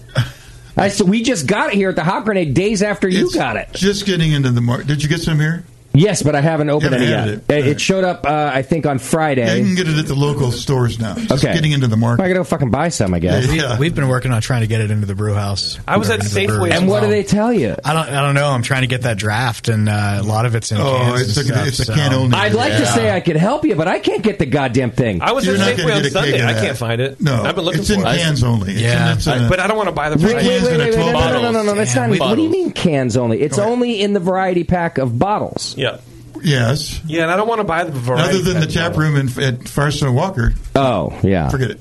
B: I so we just got it here at the Hop Grenade days after you got it.
M: Just getting into the market. Did you get some here?
B: Yes, but I haven't opened
M: Haven't
B: it yet.
M: had
B: It, it showed up, uh, I think, on Friday.
M: Yeah, you can get it at the local stores now. Just
B: okay,
M: getting into the market.
B: I gotta go fucking buy some, I guess.
A: We, uh, we've been working on trying to get it into the brew house.
B: I was
A: Or
B: at
A: into the
B: Safeway
A: brewery
B: as
A: as
B: And what
A: well.
B: do they tell you?
A: I don't. I don't know. I'm trying to get that draft, and uh, a lot of it's in.
M: Oh,
A: cans
M: it's
A: and
M: a-
A: stuff,
M: it's a
A: so-
M: can only.
B: I'd like to say I could help you, but I can't get the goddamn thing.
H: I was
M: You're
H: at
M: not
H: Safeway
M: gonna
H: on
M: get a
H: Sunday.
M: cake of
H: I
M: that.
H: can't find it.
M: No,
H: I've been looking
M: it's
H: for
M: in
H: it.
M: cans only. It's in- Yeah. it's in a-
H: I- but I don't want to buy the
B: Wait, wait, wait,
H: cans
B: wait,
H: in a
B: wait, no,
H: 12
B: no, no, no, no, no,
H: bottles.
B: that's not. What do you mean cans only? It's only in the variety pack of bottles.
H: Yeah.
M: Yes.
H: Yeah, and I don't want to buy the variety.
M: Other than the tap room in, at Firestone Walker.
B: Oh, yeah.
M: Forget it.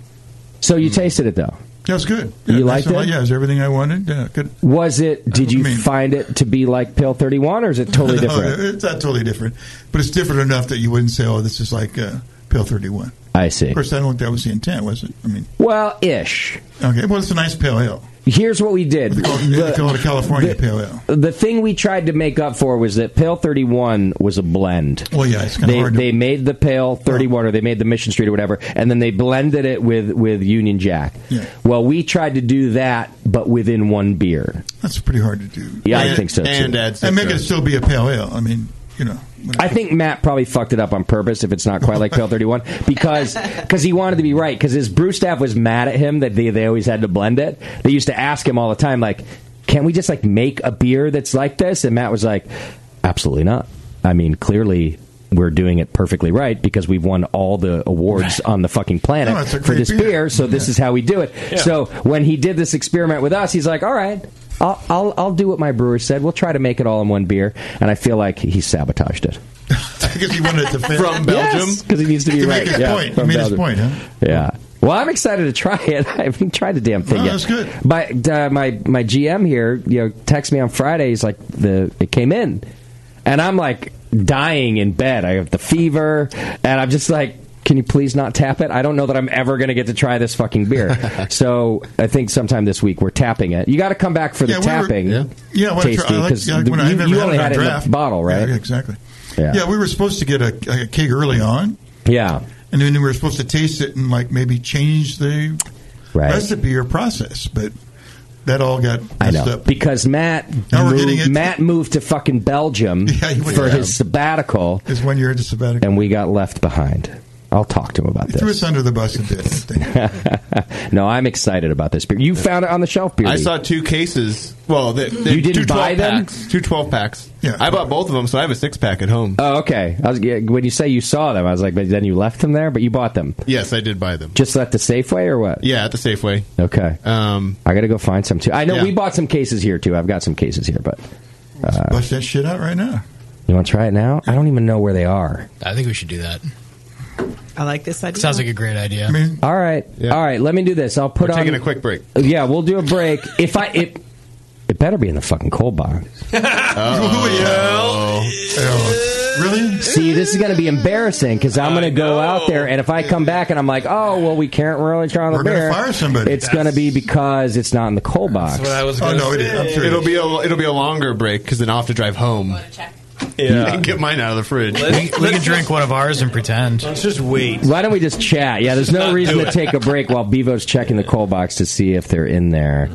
B: So you tasted it though.
M: That was good. Yeah,
B: you
M: that's
B: liked
M: all-
B: it?
M: Yeah, it was everything I wanted. Yeah, good.
B: Was it? Did you
M: mean.
B: find it to be like Pale Thirty One, or is it totally
M: No,
B: different?
M: it's not totally different, but it's different enough that you wouldn't say, "Oh, this is like uh, Pill 31."
B: I see.
M: Of course, I don't think that was the intent, was it? I mean,
B: Well, ish.
M: okay. Well, it's a nice pale ale.
B: Here's what we did.
M: They call, it- they call it a California pale ale.
B: The thing we tried to make up for was that Pale 31 was a blend.
M: Well, yeah, it's kinda
B: they,
M: hard to-
B: They made the Pale 31 or they made the Mission Street or whatever, and then they blended it with, with Union Jack. Well, we tried to do that, but within one beer.
M: That's pretty hard to do.
B: Yeah, I And- think so, too. and add
M: and make it
B: citrus.
M: still be a pale ale. I mean, you know,
B: I think Matt probably fucked it up on purpose if it's not quite like Pale 31 because cause he wanted to be right because his brew staff was mad at him that they, they always had to blend it. They used to ask him all the time, like, can we just like make a beer that's like this? And Matt was like, absolutely not. I mean, clearly we're doing it perfectly right because we've won all the awards on the fucking planet
M: No, it's Oh, a
B: for
M: great
B: this
M: beer.
B: beer, so this is how we do it.
M: Yeah.
B: So when he did this experiment with us, he's like, all right. I'll, I'll, I'll do what my brewer said. We'll try to make it all in one beer, and I feel like he sabotaged it.
M: because he wanted it to fail.
B: From Belgium? Yes, 'cause he needs to be
M: to
B: right.
M: Make his
B: Yeah,
M: point. He
B: from
M: made his
B: Belgium.
M: point, huh?
B: Yeah. Well, I'm excited to try it. I haven't tried the damn thing
M: No,
B: yet.
M: that's good.
B: But uh, my my GM here, you know, texts me on Friday. He's like, the it came in, and I'm like dying in bed. I have the fever, and I'm just like. Can you please not tap it? I don't know that I'm ever going to get to try this fucking beer. so I think sometime this week we're tapping it. You got to come back for the
M: Yeah, we were-
B: tapping.
M: yeah. Yeah, I wanna try-
B: tasty
M: I like-
B: because
M: yeah, I wanna- I've
B: you,
M: never
B: you
M: had
B: only
M: it on
B: had it
M: draft.
B: in the bottle, right?
M: Yeah, exactly.
B: Yeah.
M: we were supposed to get a, a keg early on.
B: Yeah.
M: And then we were supposed to taste it and like maybe change the
B: Right.
M: recipe or process, but that all got messed
B: I know
M: up.
B: because Matt
M: Now we're
B: moved,
M: getting it.
B: Matt moved to fucking Belgium
M: he went
B: for
M: down.
B: his sabbatical,
M: His one year into sabbatical,
B: and we got left behind. I'll talk to him about
M: Threw
B: this.
M: us under the bus a bit. I think.
B: no, I'm excited about this beer. You found it on the shelf, Oh, beer.
C: I saw two cases. Well, they, they,
B: You didn't
C: two 12
B: buy them?
C: Packs, two 12 packs. Yeah. I bought both of them, so I have a six pack at home.
B: Oh, okay. I was, yeah, when you say you saw them, I was like, but then you left them there, but you bought them.
C: Yes, I did buy them.
B: Just at the Safeway or what?
C: Yeah, at the Safeway.
B: Okay.
C: Um,
B: I got to go find some too. I know
C: Yeah.
B: we bought some cases here too. I've got some cases here, but uh,
M: Bust that shit out right now.
B: you want to try it now? I don't even know where they are.
A: I think we should do that.
F: I like this idea.
A: Sounds like a great idea.
B: All right, all right. Let me do this. I'll put
A: We're
B: on
A: taking a quick break.
B: Yeah, we'll do a break. If I it, it better be in the fucking cold box.
M: Oh. Really?
B: See, this is going to be embarrassing because I'm going to go out there, and if I come back and I'm like, oh, well, we can't really try the
M: We're gonna
B: beer,
M: fire somebody.
B: it's going to be because it's not in the cold box.
C: oh no! It is. it'll be a it'll be a longer break because then I'll have to drive home.
A: Yeah.
C: and get mine out of the fridge.
A: we we can drink one of ours and pretend. Let's
H: just wait.
B: Why don't we just chat? Yeah, there's no
A: Not
B: reason
A: do
B: to
A: it.
B: take a break while Bevo's checking the cold box to see if they're in there.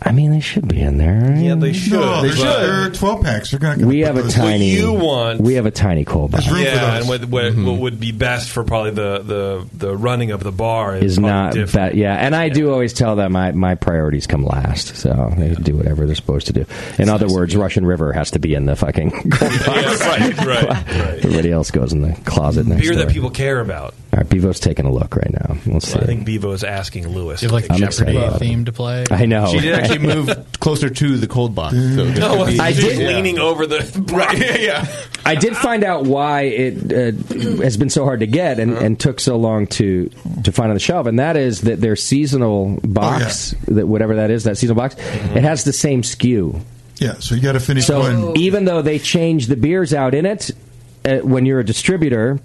B: I mean, they should be in there. Yeah,
H: they
M: No, they are Oh, twelve packs. They're going to.
B: We have a tiny.
H: you want-
B: We have a tiny cold box.
H: yeah, and what, what,
B: Mm-hmm.
H: what would be best for probably the, the, the running of the bar is,
B: Is
H: probably
B: not
H: different.
B: that yeah, and I do always tell them my, my priorities come last, so they do whatever they're supposed to do. In other words, Russian River has to be in the fucking cold box.
H: right, right,
B: Everybody else goes in the closet next
H: Beer
B: door.
H: that people care about.
B: All right, Bevo's taking a look right now. We'll see.
H: I think Bevo's asking Lewis.
B: You have, like, I'm Jeopardy excited about theme it. to play? I know.
C: She did actually move closer to the cold box. So this
H: No,
C: could be-
H: I
B: did-
H: leaning over the right. yeah,
B: I did find out why it uh, has been so hard to get and, and took so long to to find on the shelf, and that is that their seasonal box, that whatever that is, that seasonal box, it has the same skew.
M: Yeah, so you got to finish
B: So
M: one.
B: even though they change the beers out in it, uh, when you're a distributor,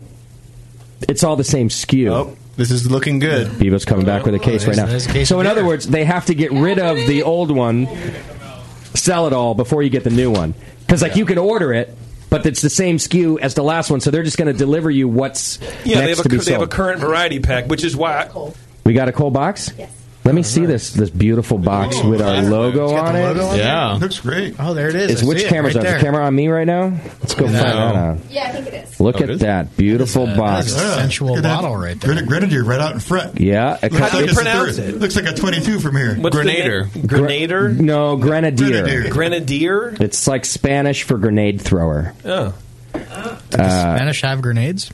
B: it's all the same skew.
C: This is looking good.
B: Bebo's coming back with a case right
C: there's-
B: now.
C: there's a case
B: so,
C: of
B: in
C: beer.
B: other words, they have to get rid of the old one, sell it all before you get the new one. Because, like, you can order it, but it's the same SKU as the last one, so they're just going to deliver you what's
H: Yeah, they
B: next
H: have, a,
B: to be
H: they have a
B: sold.
H: current variety pack, which is why. I,
B: we got a cold box? Yes. Let me see this this beautiful box with our logo on it.
M: Looks great.
A: Oh, there it is.
B: It's
A: I
B: which
A: see it
B: camera's
A: right
B: on? Is
A: there.
B: the camera on me right now? Let's go
A: No.
B: find that out.
D: Yeah, I think it is.
B: Look
A: Oh, it
B: at
A: is?
B: that beautiful box.
M: Yeah,
A: sensual
M: look at that
A: bottle right
M: Gren- Grenadier right out in front.
B: Yeah. a
M: Looks
B: co-
M: like it's a thir- Looks like a 22 from here.
B: Grenadier? No, grenadier.
H: Grenadier?
B: It's like Spanish for grenade thrower.
H: Oh.
B: Uh,
A: Spanish have grenades?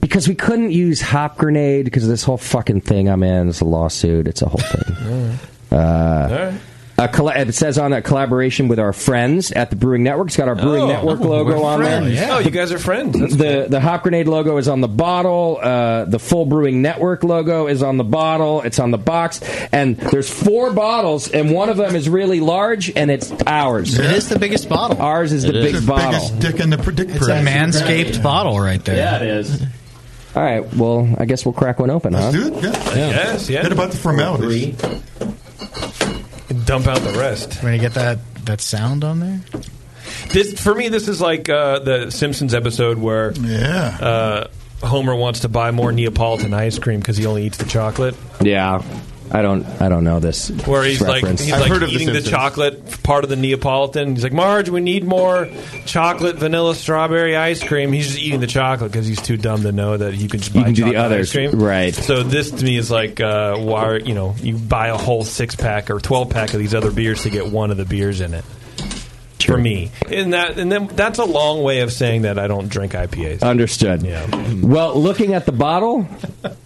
B: because we couldn't use hop grenade because of this whole fucking thing I'm in. It's a lawsuit. It's a whole thing. Uh, a colla- it says on that collaboration with our friends at the Brewing Network. It's got our Brewing
H: Oh.
B: Network
H: Oh,
B: logo
H: we're
B: on there.
H: friends. Oh, you guys are friends. That's
B: the the hop grenade logo is on the bottle. Uh, the full brewing network logo is on the bottle. It's on the box, and there's four bottles, and one of them is really large, and it's ours.
A: It is the biggest bottle.
B: Ours is the big bottle.
M: dick in the pr- dick
A: It's a manscaped bottle right there.
B: Yeah, it is. All right. Well, I guess we'll crack one open, huh?
M: Dude, yeah.
H: Yes, yeah.
M: What about the formalities?
H: Dump out the rest.
A: When you get that that sound on there,
H: This for me, this is like uh, the Simpsons episode where
M: yeah.
H: uh, Homer wants to buy more Neapolitan ice cream because he only eats the chocolate.
B: Yeah. I don't. I don't know this.
H: Where he's
B: reference.
H: like, he's like eating the, chocolate part of the Neapolitan. He's like, Marge, we need more chocolate, vanilla, strawberry ice cream. He's just eating the chocolate because he's too dumb to know that you can just buy
B: You can do the
H: chocolate
B: others,
H: ice cream.
B: right.
H: So this to me is like, uh, why you know you buy a whole six pack or twelve pack of these other beers to get one of the beers in it. For me, and that and then that's a long way of saying that I don't drink IPAs.
B: Understood.
H: Yeah.
B: Well, looking at the bottle,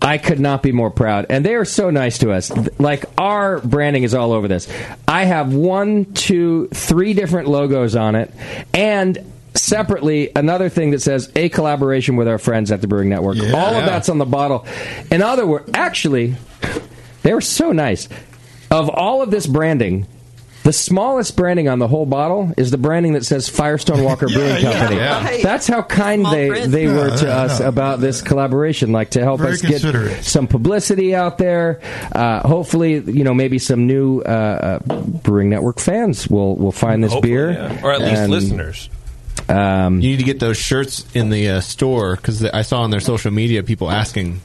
B: I could not be more proud. And they are so nice to us. Like, our branding is all over this. I have one, two, three different logos on it. And separately, another thing that says a collaboration with our friends at the Brewing Network. all of that's on the bottle. In other words, actually, they were so nice. Of all of this branding, the smallest branding on the whole bottle is the branding that says Firestone Walker Brewing
M: yeah,
B: Company.
M: yeah. Right.
B: That's how kind
M: Small
B: they,
M: print.
B: they
M: Yeah,
B: were to
M: yeah,
B: us
M: yeah.
B: about this collaboration, like to help
M: Very
B: us get
M: considerate.
B: some publicity out there. Uh, hopefully, you know, maybe some new uh, uh, Brewing Network fans will will find this
H: Hopefully,
B: beer,
H: yeah. Or at least
B: And,
H: listeners.
B: Um,
C: you need to get those shirts in the uh, store because I saw on their social media people asking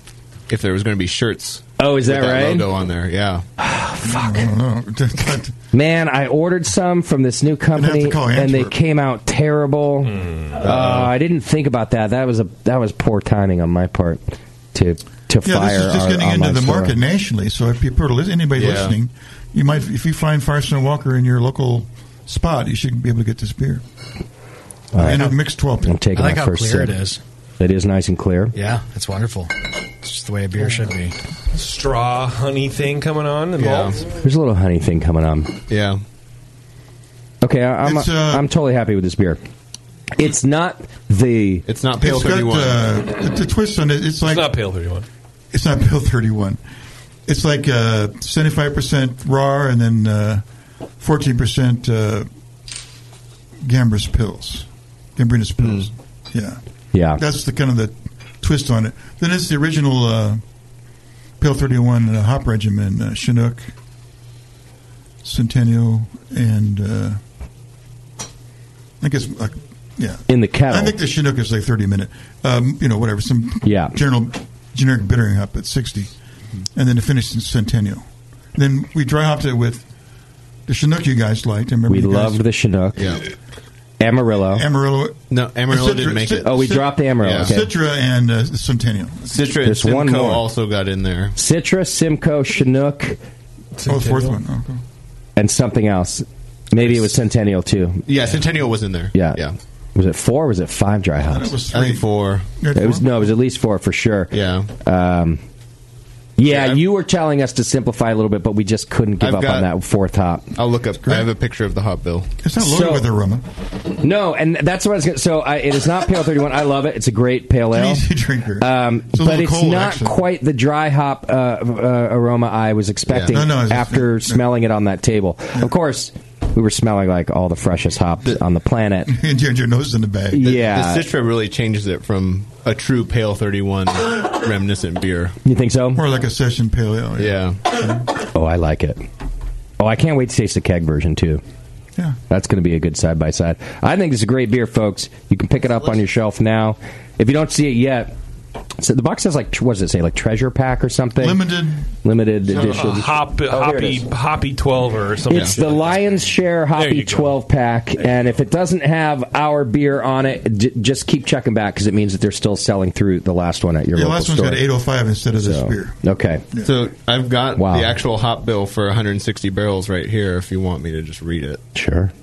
C: if there was going to be shirts.
B: Oh, is
C: with
B: that right?
C: Logo on there, yeah.
A: Oh,
M: fuck.
B: Man, I ordered some from this new company,
M: call
B: and they
M: Antwerp.
B: came out terrible.
H: Hmm.
B: Uh, I didn't think about that. That was a that was poor timing on my part to to
M: Yeah,
B: fire.
M: this is just
B: our
M: getting into
B: online
M: the
B: store.
M: market nationally. So if people are listening, anybody
B: Yeah.
M: listening, you might if you find Firestone Walker in your local spot, you should be able to get this beer.
B: All right.
M: And a mixed twelve.
B: I'm taking
A: I like
B: my
A: how
B: first
A: clear it
B: sip.
A: is.
B: It is nice and clear.
A: yeah, it's wonderful. It's just the way a beer should be.
H: Straw honey thing coming on the malt.
B: There's a little honey thing coming on.
C: Yeah.
B: Okay, I, I'm
C: It's, uh,
B: I'm totally happy with this beer. It's not the.
C: It's not
M: It's got uh, the twist on it. It's like
H: not pale thirty one.
M: It's not Bill 31. It's like uh, 75% raw and then uh, 14% uh, Gambrinus pills. Gambrinus pills. Yeah.
B: Yeah.
M: That's the kind of the twist on it. Then it's the original uh, Pale 31 uh, hop regimen uh, Chinook, Centennial, and uh, I guess, uh, yeah.
B: In the kettle.
M: I think the Chinook is like 30 minute, um, you know, whatever, some
B: Yeah.
M: general generic bittering hop at 60, and then to finish in Centennial. Then we dry hopped it with the Chinook you guys liked. I remember
B: We
M: you guys-
B: loved the Chinook. Amarillo.
M: Amarillo.
C: No, Amarillo
M: Citra-
C: didn't make
M: Cit-
C: it.
B: Oh, we
M: Cit-
B: dropped the Amarillo.
M: yeah.
B: Okay.
M: Citra and uh, Centennial.
C: Citra and
B: There's one
C: Simcoe
B: more.
C: also got in there.
B: Citra, Simcoe, Chinook.
M: Oh, the fourth one. Okay.
B: And something else. Maybe it was Centennial too.
C: Yeah, Centennial was in there.
B: Yeah. Yeah. Was it four? or Was it five dry hops?
C: it was I think three. four.
B: It was no. It was at least four for sure.
C: Yeah.
B: Um, yeah, you were telling us to simplify a little bit, but we just couldn't give
C: I've
B: up
C: got-
B: on that fourth hop.
C: I'll look up. I have a picture of the hot bill.
M: It's not loaded with aroma.
B: No, and that's what I was going to. So I, it is not pale thirty one. I love it. It's a great pale ale.
M: Easy drinker.
B: Um,
M: It's a
B: but
M: little
B: it's
M: cold,
B: not
M: actually.
B: quite the dry hop uh, uh, aroma I was expecting
M: No, no, it's-
B: after smelling it on that table. Of course, we were smelling like all the freshest hops on the planet.
M: and you had your nose in the bag.
B: yeah,
C: The Citra really changes it from a true pale 31 reminiscent beer.
B: You think so?
M: More like a session pale ale.
C: Yeah.
B: Oh, I like it. Oh, I can't wait to taste the keg version too.
M: Yeah.
B: That's going to be a good side by side. I think it's a great beer, folks. You can pick it up on your shelf now. If you don't see it yet, so the box says like what does it say like treasure pack or something?
M: Limited uh,
B: limited
H: A
B: edition.
H: hop,
B: here Oh, it
H: hoppy, hoppy twelve or something.
B: It's the Lion's Share Hoppy 12 pack, and if it doesn't have our beer on it, j- just keep checking back because it means that they're still selling through the last one at your
M: The
B: local
M: last
B: store.
M: one's got 805 instead of this
B: So,
M: beer.
B: Okay.
C: So I've got
B: Wow.
C: the actual hop bill for 160 barrels right here if you want me to just read it.
B: Sure.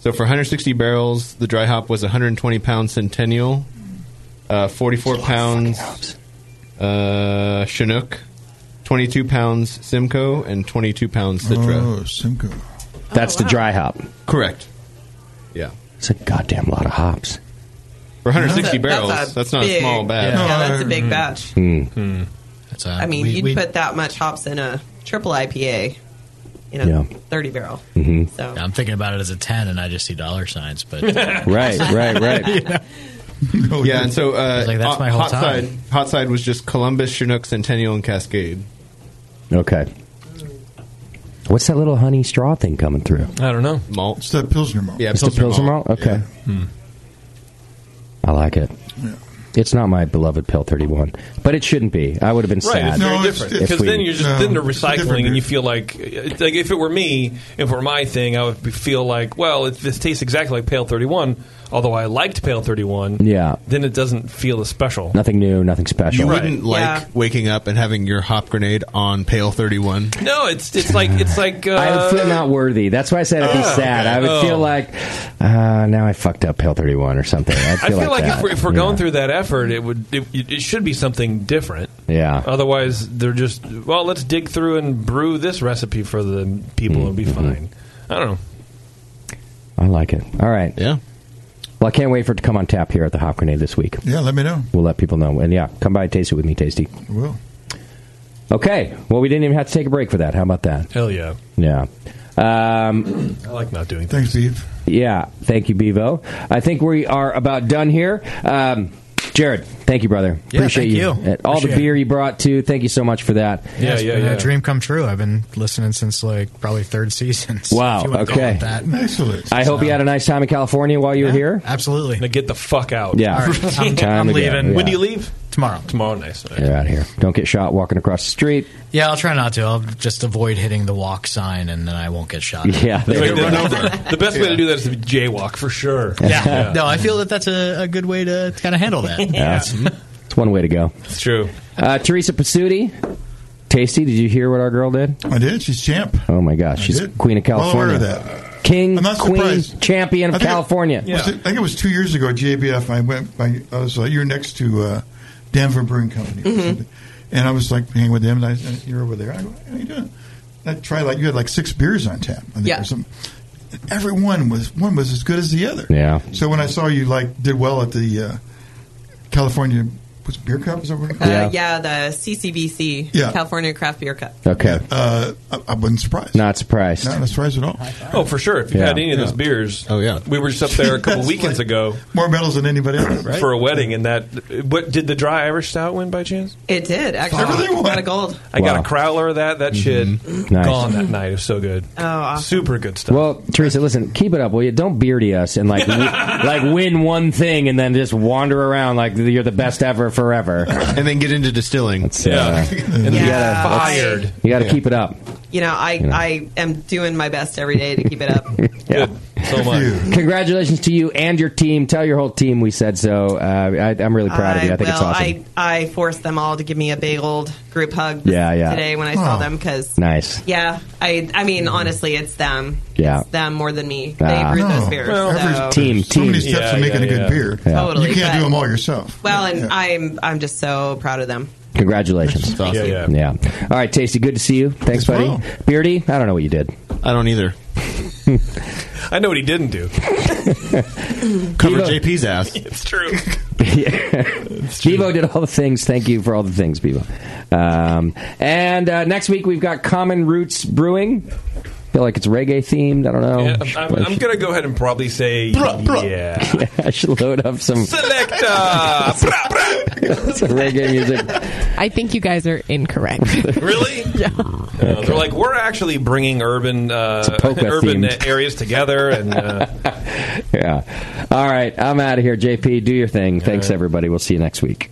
C: So for 160 barrels, the dry hop was 120 pounds Centennial, uh, 44 pounds uh, Chinook, 22 pounds Simcoe, and 22 pounds Citra.
M: Oh, Simcoe.
B: That's the dry hop.
C: Correct. Yeah.
B: It's a goddamn lot of hops.
C: For 160
F: That's a-
C: barrels, that's,
F: that's a
C: not a
F: big-
C: small batch.
F: yeah, that's a big
A: mm-hmm.
F: batch.
B: Hmm.
A: That's
C: Uh,
F: I mean, you'd put that much hops in a triple IPA, you know,
A: Yeah.
F: 30 barrel.
B: Mm-hmm.
F: So
A: I'm thinking about it as a ten, and I just see dollar signs. But
B: Right, right, right.
C: yeah, and so uh,
A: Like, that's
C: hot,
A: my whole
C: hot
A: time.
C: side, hot side was just Columbus, Chinook, Centennial, and Cascade.
B: Okay. What's that little honey straw thing coming through?
H: I don't know
C: malt.
M: It's that Pilsner malt.
C: Yeah,
B: It's the Pilsner malt? Okay. I like it. It's not my beloved Pill 31, but it shouldn't be. I would have been
H: Right,
B: sad.
H: it's very different
B: if
H: because
B: we-
H: then you're just
B: No,
H: then they're
B: it's a different
H: recycling,
B: beer.
H: and you feel like it's like if it were me, if it were my thing, I would be- feel like, well, if this tastes exactly like Pale Thirty One, although I liked Pale Thirty One,
B: Yeah.
H: then it doesn't feel as special.
B: Nothing new, nothing special.
C: You wouldn't like
H: Yeah.
C: waking up and having your hop grenade on Pale 31.
H: No, it's it's like it's like uh,
B: I would feel not worthy. That's why I said I'd be
H: Oh,
B: sad.
H: okay.
B: I would
H: Oh.
B: feel like uh, now I fucked up Pill Thirty One or something. I
H: I
B: feel,
H: feel like,
B: that.
H: if we're, if we're
B: Yeah.
H: going through that effort, it would it, it should be something different.
B: Yeah.
H: Otherwise, they're just well, let's dig through and brew this recipe for the people.
B: Mm,
H: It'll be fine. I don't know.
B: I like it. All right.
C: Yeah.
B: Well, I can't wait for it to come on tap here at the Hop Grenade this week.
M: Yeah, let me know.
B: We'll let people know. And yeah, come by and taste it with me, Tasty.
M: I will.
B: Okay. Well, we didn't even have to take a break for that. How about that?
H: Hell yeah.
B: Yeah. Um,
H: I like not doing
M: Thanks, Beef.
B: Yeah, thank you, Bevo. I think we are about done here. Um, Jared, thank you, brother.
A: Yeah,
B: Appreciate
A: thank you.
B: And all the
A: Appreciate
B: beer you brought too. Thank you so much for that.
A: it's been A dream come true. I've been listening since like probably third season. so
B: Wow,
A: if you wanna call
B: okay.
A: it that.
M: Excellent.
B: I hope you had a nice time in California while you were here.
A: Absolutely.
H: Now get the fuck out.
B: Yeah. All right. I'm- Time I'm to go. leaving. Yeah.
H: When do you leave?
A: Tomorrow.
H: Tomorrow, nice.
B: You're out here. Don't get shot walking across the street.
A: Yeah, I'll try not to. I'll just avoid hitting the walk sign, and then I won't get shot.
B: Yeah,
H: The, the best way to do that is to jaywalk for sure.
A: Yeah. No, I feel that that's a, a good way to kind of handle that.
B: That's it's one way to go.
H: Mm-hmm. It's true.
B: Uh, Teresa Pasuti, Tasty. Did you hear what our girl did?
M: I did. She's champ.
B: Oh my gosh, she's
M: did.
B: queen of
M: Well aware
B: California.
M: of
B: King,
M: I'm not
B: queen,
M: surprised.
B: champion of
M: I think it-
B: California.
M: was it- I think it was two years ago at JBF. I went. I, I was. Uh, you were next to uh, Denver Brewing Company, or something. and I was like hanging with them. And I, and you're over there. I go, how you doing? And I tried like you had like six beers on tap. I think,
F: Yeah.
M: Or something. And Every one was one was as good as the other.
B: Yeah.
M: So when I saw you like did well at the uh, California was it beer cup is that what? it-
F: uh, yeah. the CCBC,
M: Yeah.
F: California Craft Beer Cup.
B: Okay.
M: Uh, I, I wasn't surprised.
B: Not surprised.
M: Not surprised at all.
H: Oh, for sure. If you've
M: Yeah.
H: had any of those
M: Yeah.
H: beers, oh yeah, we were just up there a couple
M: That's
H: weekends
M: like-
H: ago
M: More medals than anybody else, right?
H: for a wedding, and that. What did the dry Irish stout win by chance?
F: It did, actually. Got a gold.
H: I got
B: Wow.
H: a crowler of that. That shit
B: Nice.
H: gone that night. It was so good.
F: Oh, awesome.
H: super good stuff.
B: Well, Teresa, listen, keep it up, will you? Don't beardy us and like w- like win one thing and then just wander around like you're the best ever forever.
C: And then get into distilling.
B: yeah.
H: And
F: Yeah.
B: you gotta,
H: Fired.
B: You got to
C: Yeah.
B: keep it up.
F: You know, I,
B: You know.
F: I am doing my best every day to keep it up.
B: Yeah.
H: So much.
B: Congratulations to you and your team. Tell your whole team we said so. Uh, I, I'm really proud of you. I think
F: will.
B: it's
F: I,
B: awesome.
F: I forced them all to give me a big old group hug
B: Yeah, yeah.
F: today when I saw
B: Oh.
F: them because,
B: nice.
F: yeah, I I mean, honestly, it's them.
B: Yeah.
F: It's them more than me.
B: Ah.
F: they brewed
M: No.
F: those beers.
M: Oh. Well, every-
F: so-
B: Team,
M: so many
B: team.
M: steps
B: Yeah,
M: to making
B: yeah,
M: a good
B: yeah.
M: beer.
B: Yeah.
F: Totally,
M: you can't
F: but-
M: do them all yourself.
F: Well, and I'm I'm just so proud of them.
B: Congratulations.
C: awesome.
B: Yeah,
C: Yeah,
B: All right, Tasty, good to see you. Thanks, buddy. Beardy, I don't know what you did.
C: I don't either.
H: I know what he didn't do.
C: Cover
B: Bevo-
C: JP's ass.
H: It's true.
B: Bevo did all the things. Thank you for all the things, Bevo. Um, and uh, next week we've got Common Roots Brewing. feel like it's reggae themed. I don't know.
H: Yeah, I'm, I'm going to go ahead and probably say yeah.
B: I should load up some, some
H: Selecta. Brah, brah.
B: reggae music.
D: I think you guys are incorrect.
H: really? Yeah. Uh, they're like we're actually bringing urban uh,
B: polka
H: urban
B: themed.
H: areas together, and uh,
B: Yeah. All right. I'm out of here. JP, do your thing. Thanks, everybody. We'll see you next week.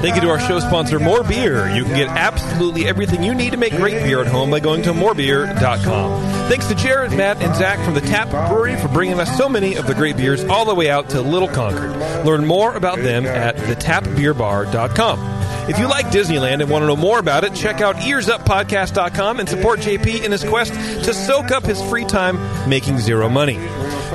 H: thank you to our show sponsor, More Beer. You can get absolutely everything you need to make great beer at home by going to morebeer.com. Thanks to Jared, Matt, and Zach from the Tap Brewery for bringing us so many of the great beers all the way out to Little Concord. Learn more about them at thetapbeerbar.com. If you like Disneyland and want to know more about it, check out earsuppodcast.com and support JP in his quest to soak up his free time making zero money.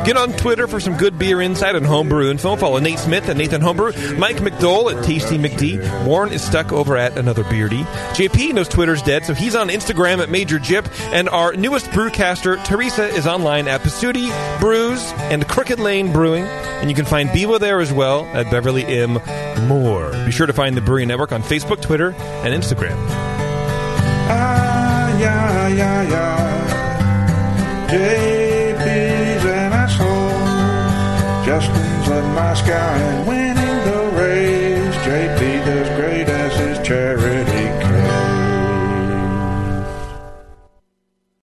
H: Get on Twitter for some good beer insight and homebrew info. Follow Nate Smith at Nathan Homebrew, Mike McDowell at Tasty McD. Warren is stuck over at Another Beardy. JP knows Twitter's dead, so he's on Instagram at Major Jip. And our newest brewcaster, Teresa, is online at Pasuti Brews and Crooked Lane Brewing. And you can find Biwa there as well at Beverly M. Moore. Be sure to find the Brewery Network on Facebook, Twitter, and Instagram.
N: Ah, yeah, yeah, yeah. JP's an asshole. Justin's a nice guy, and when he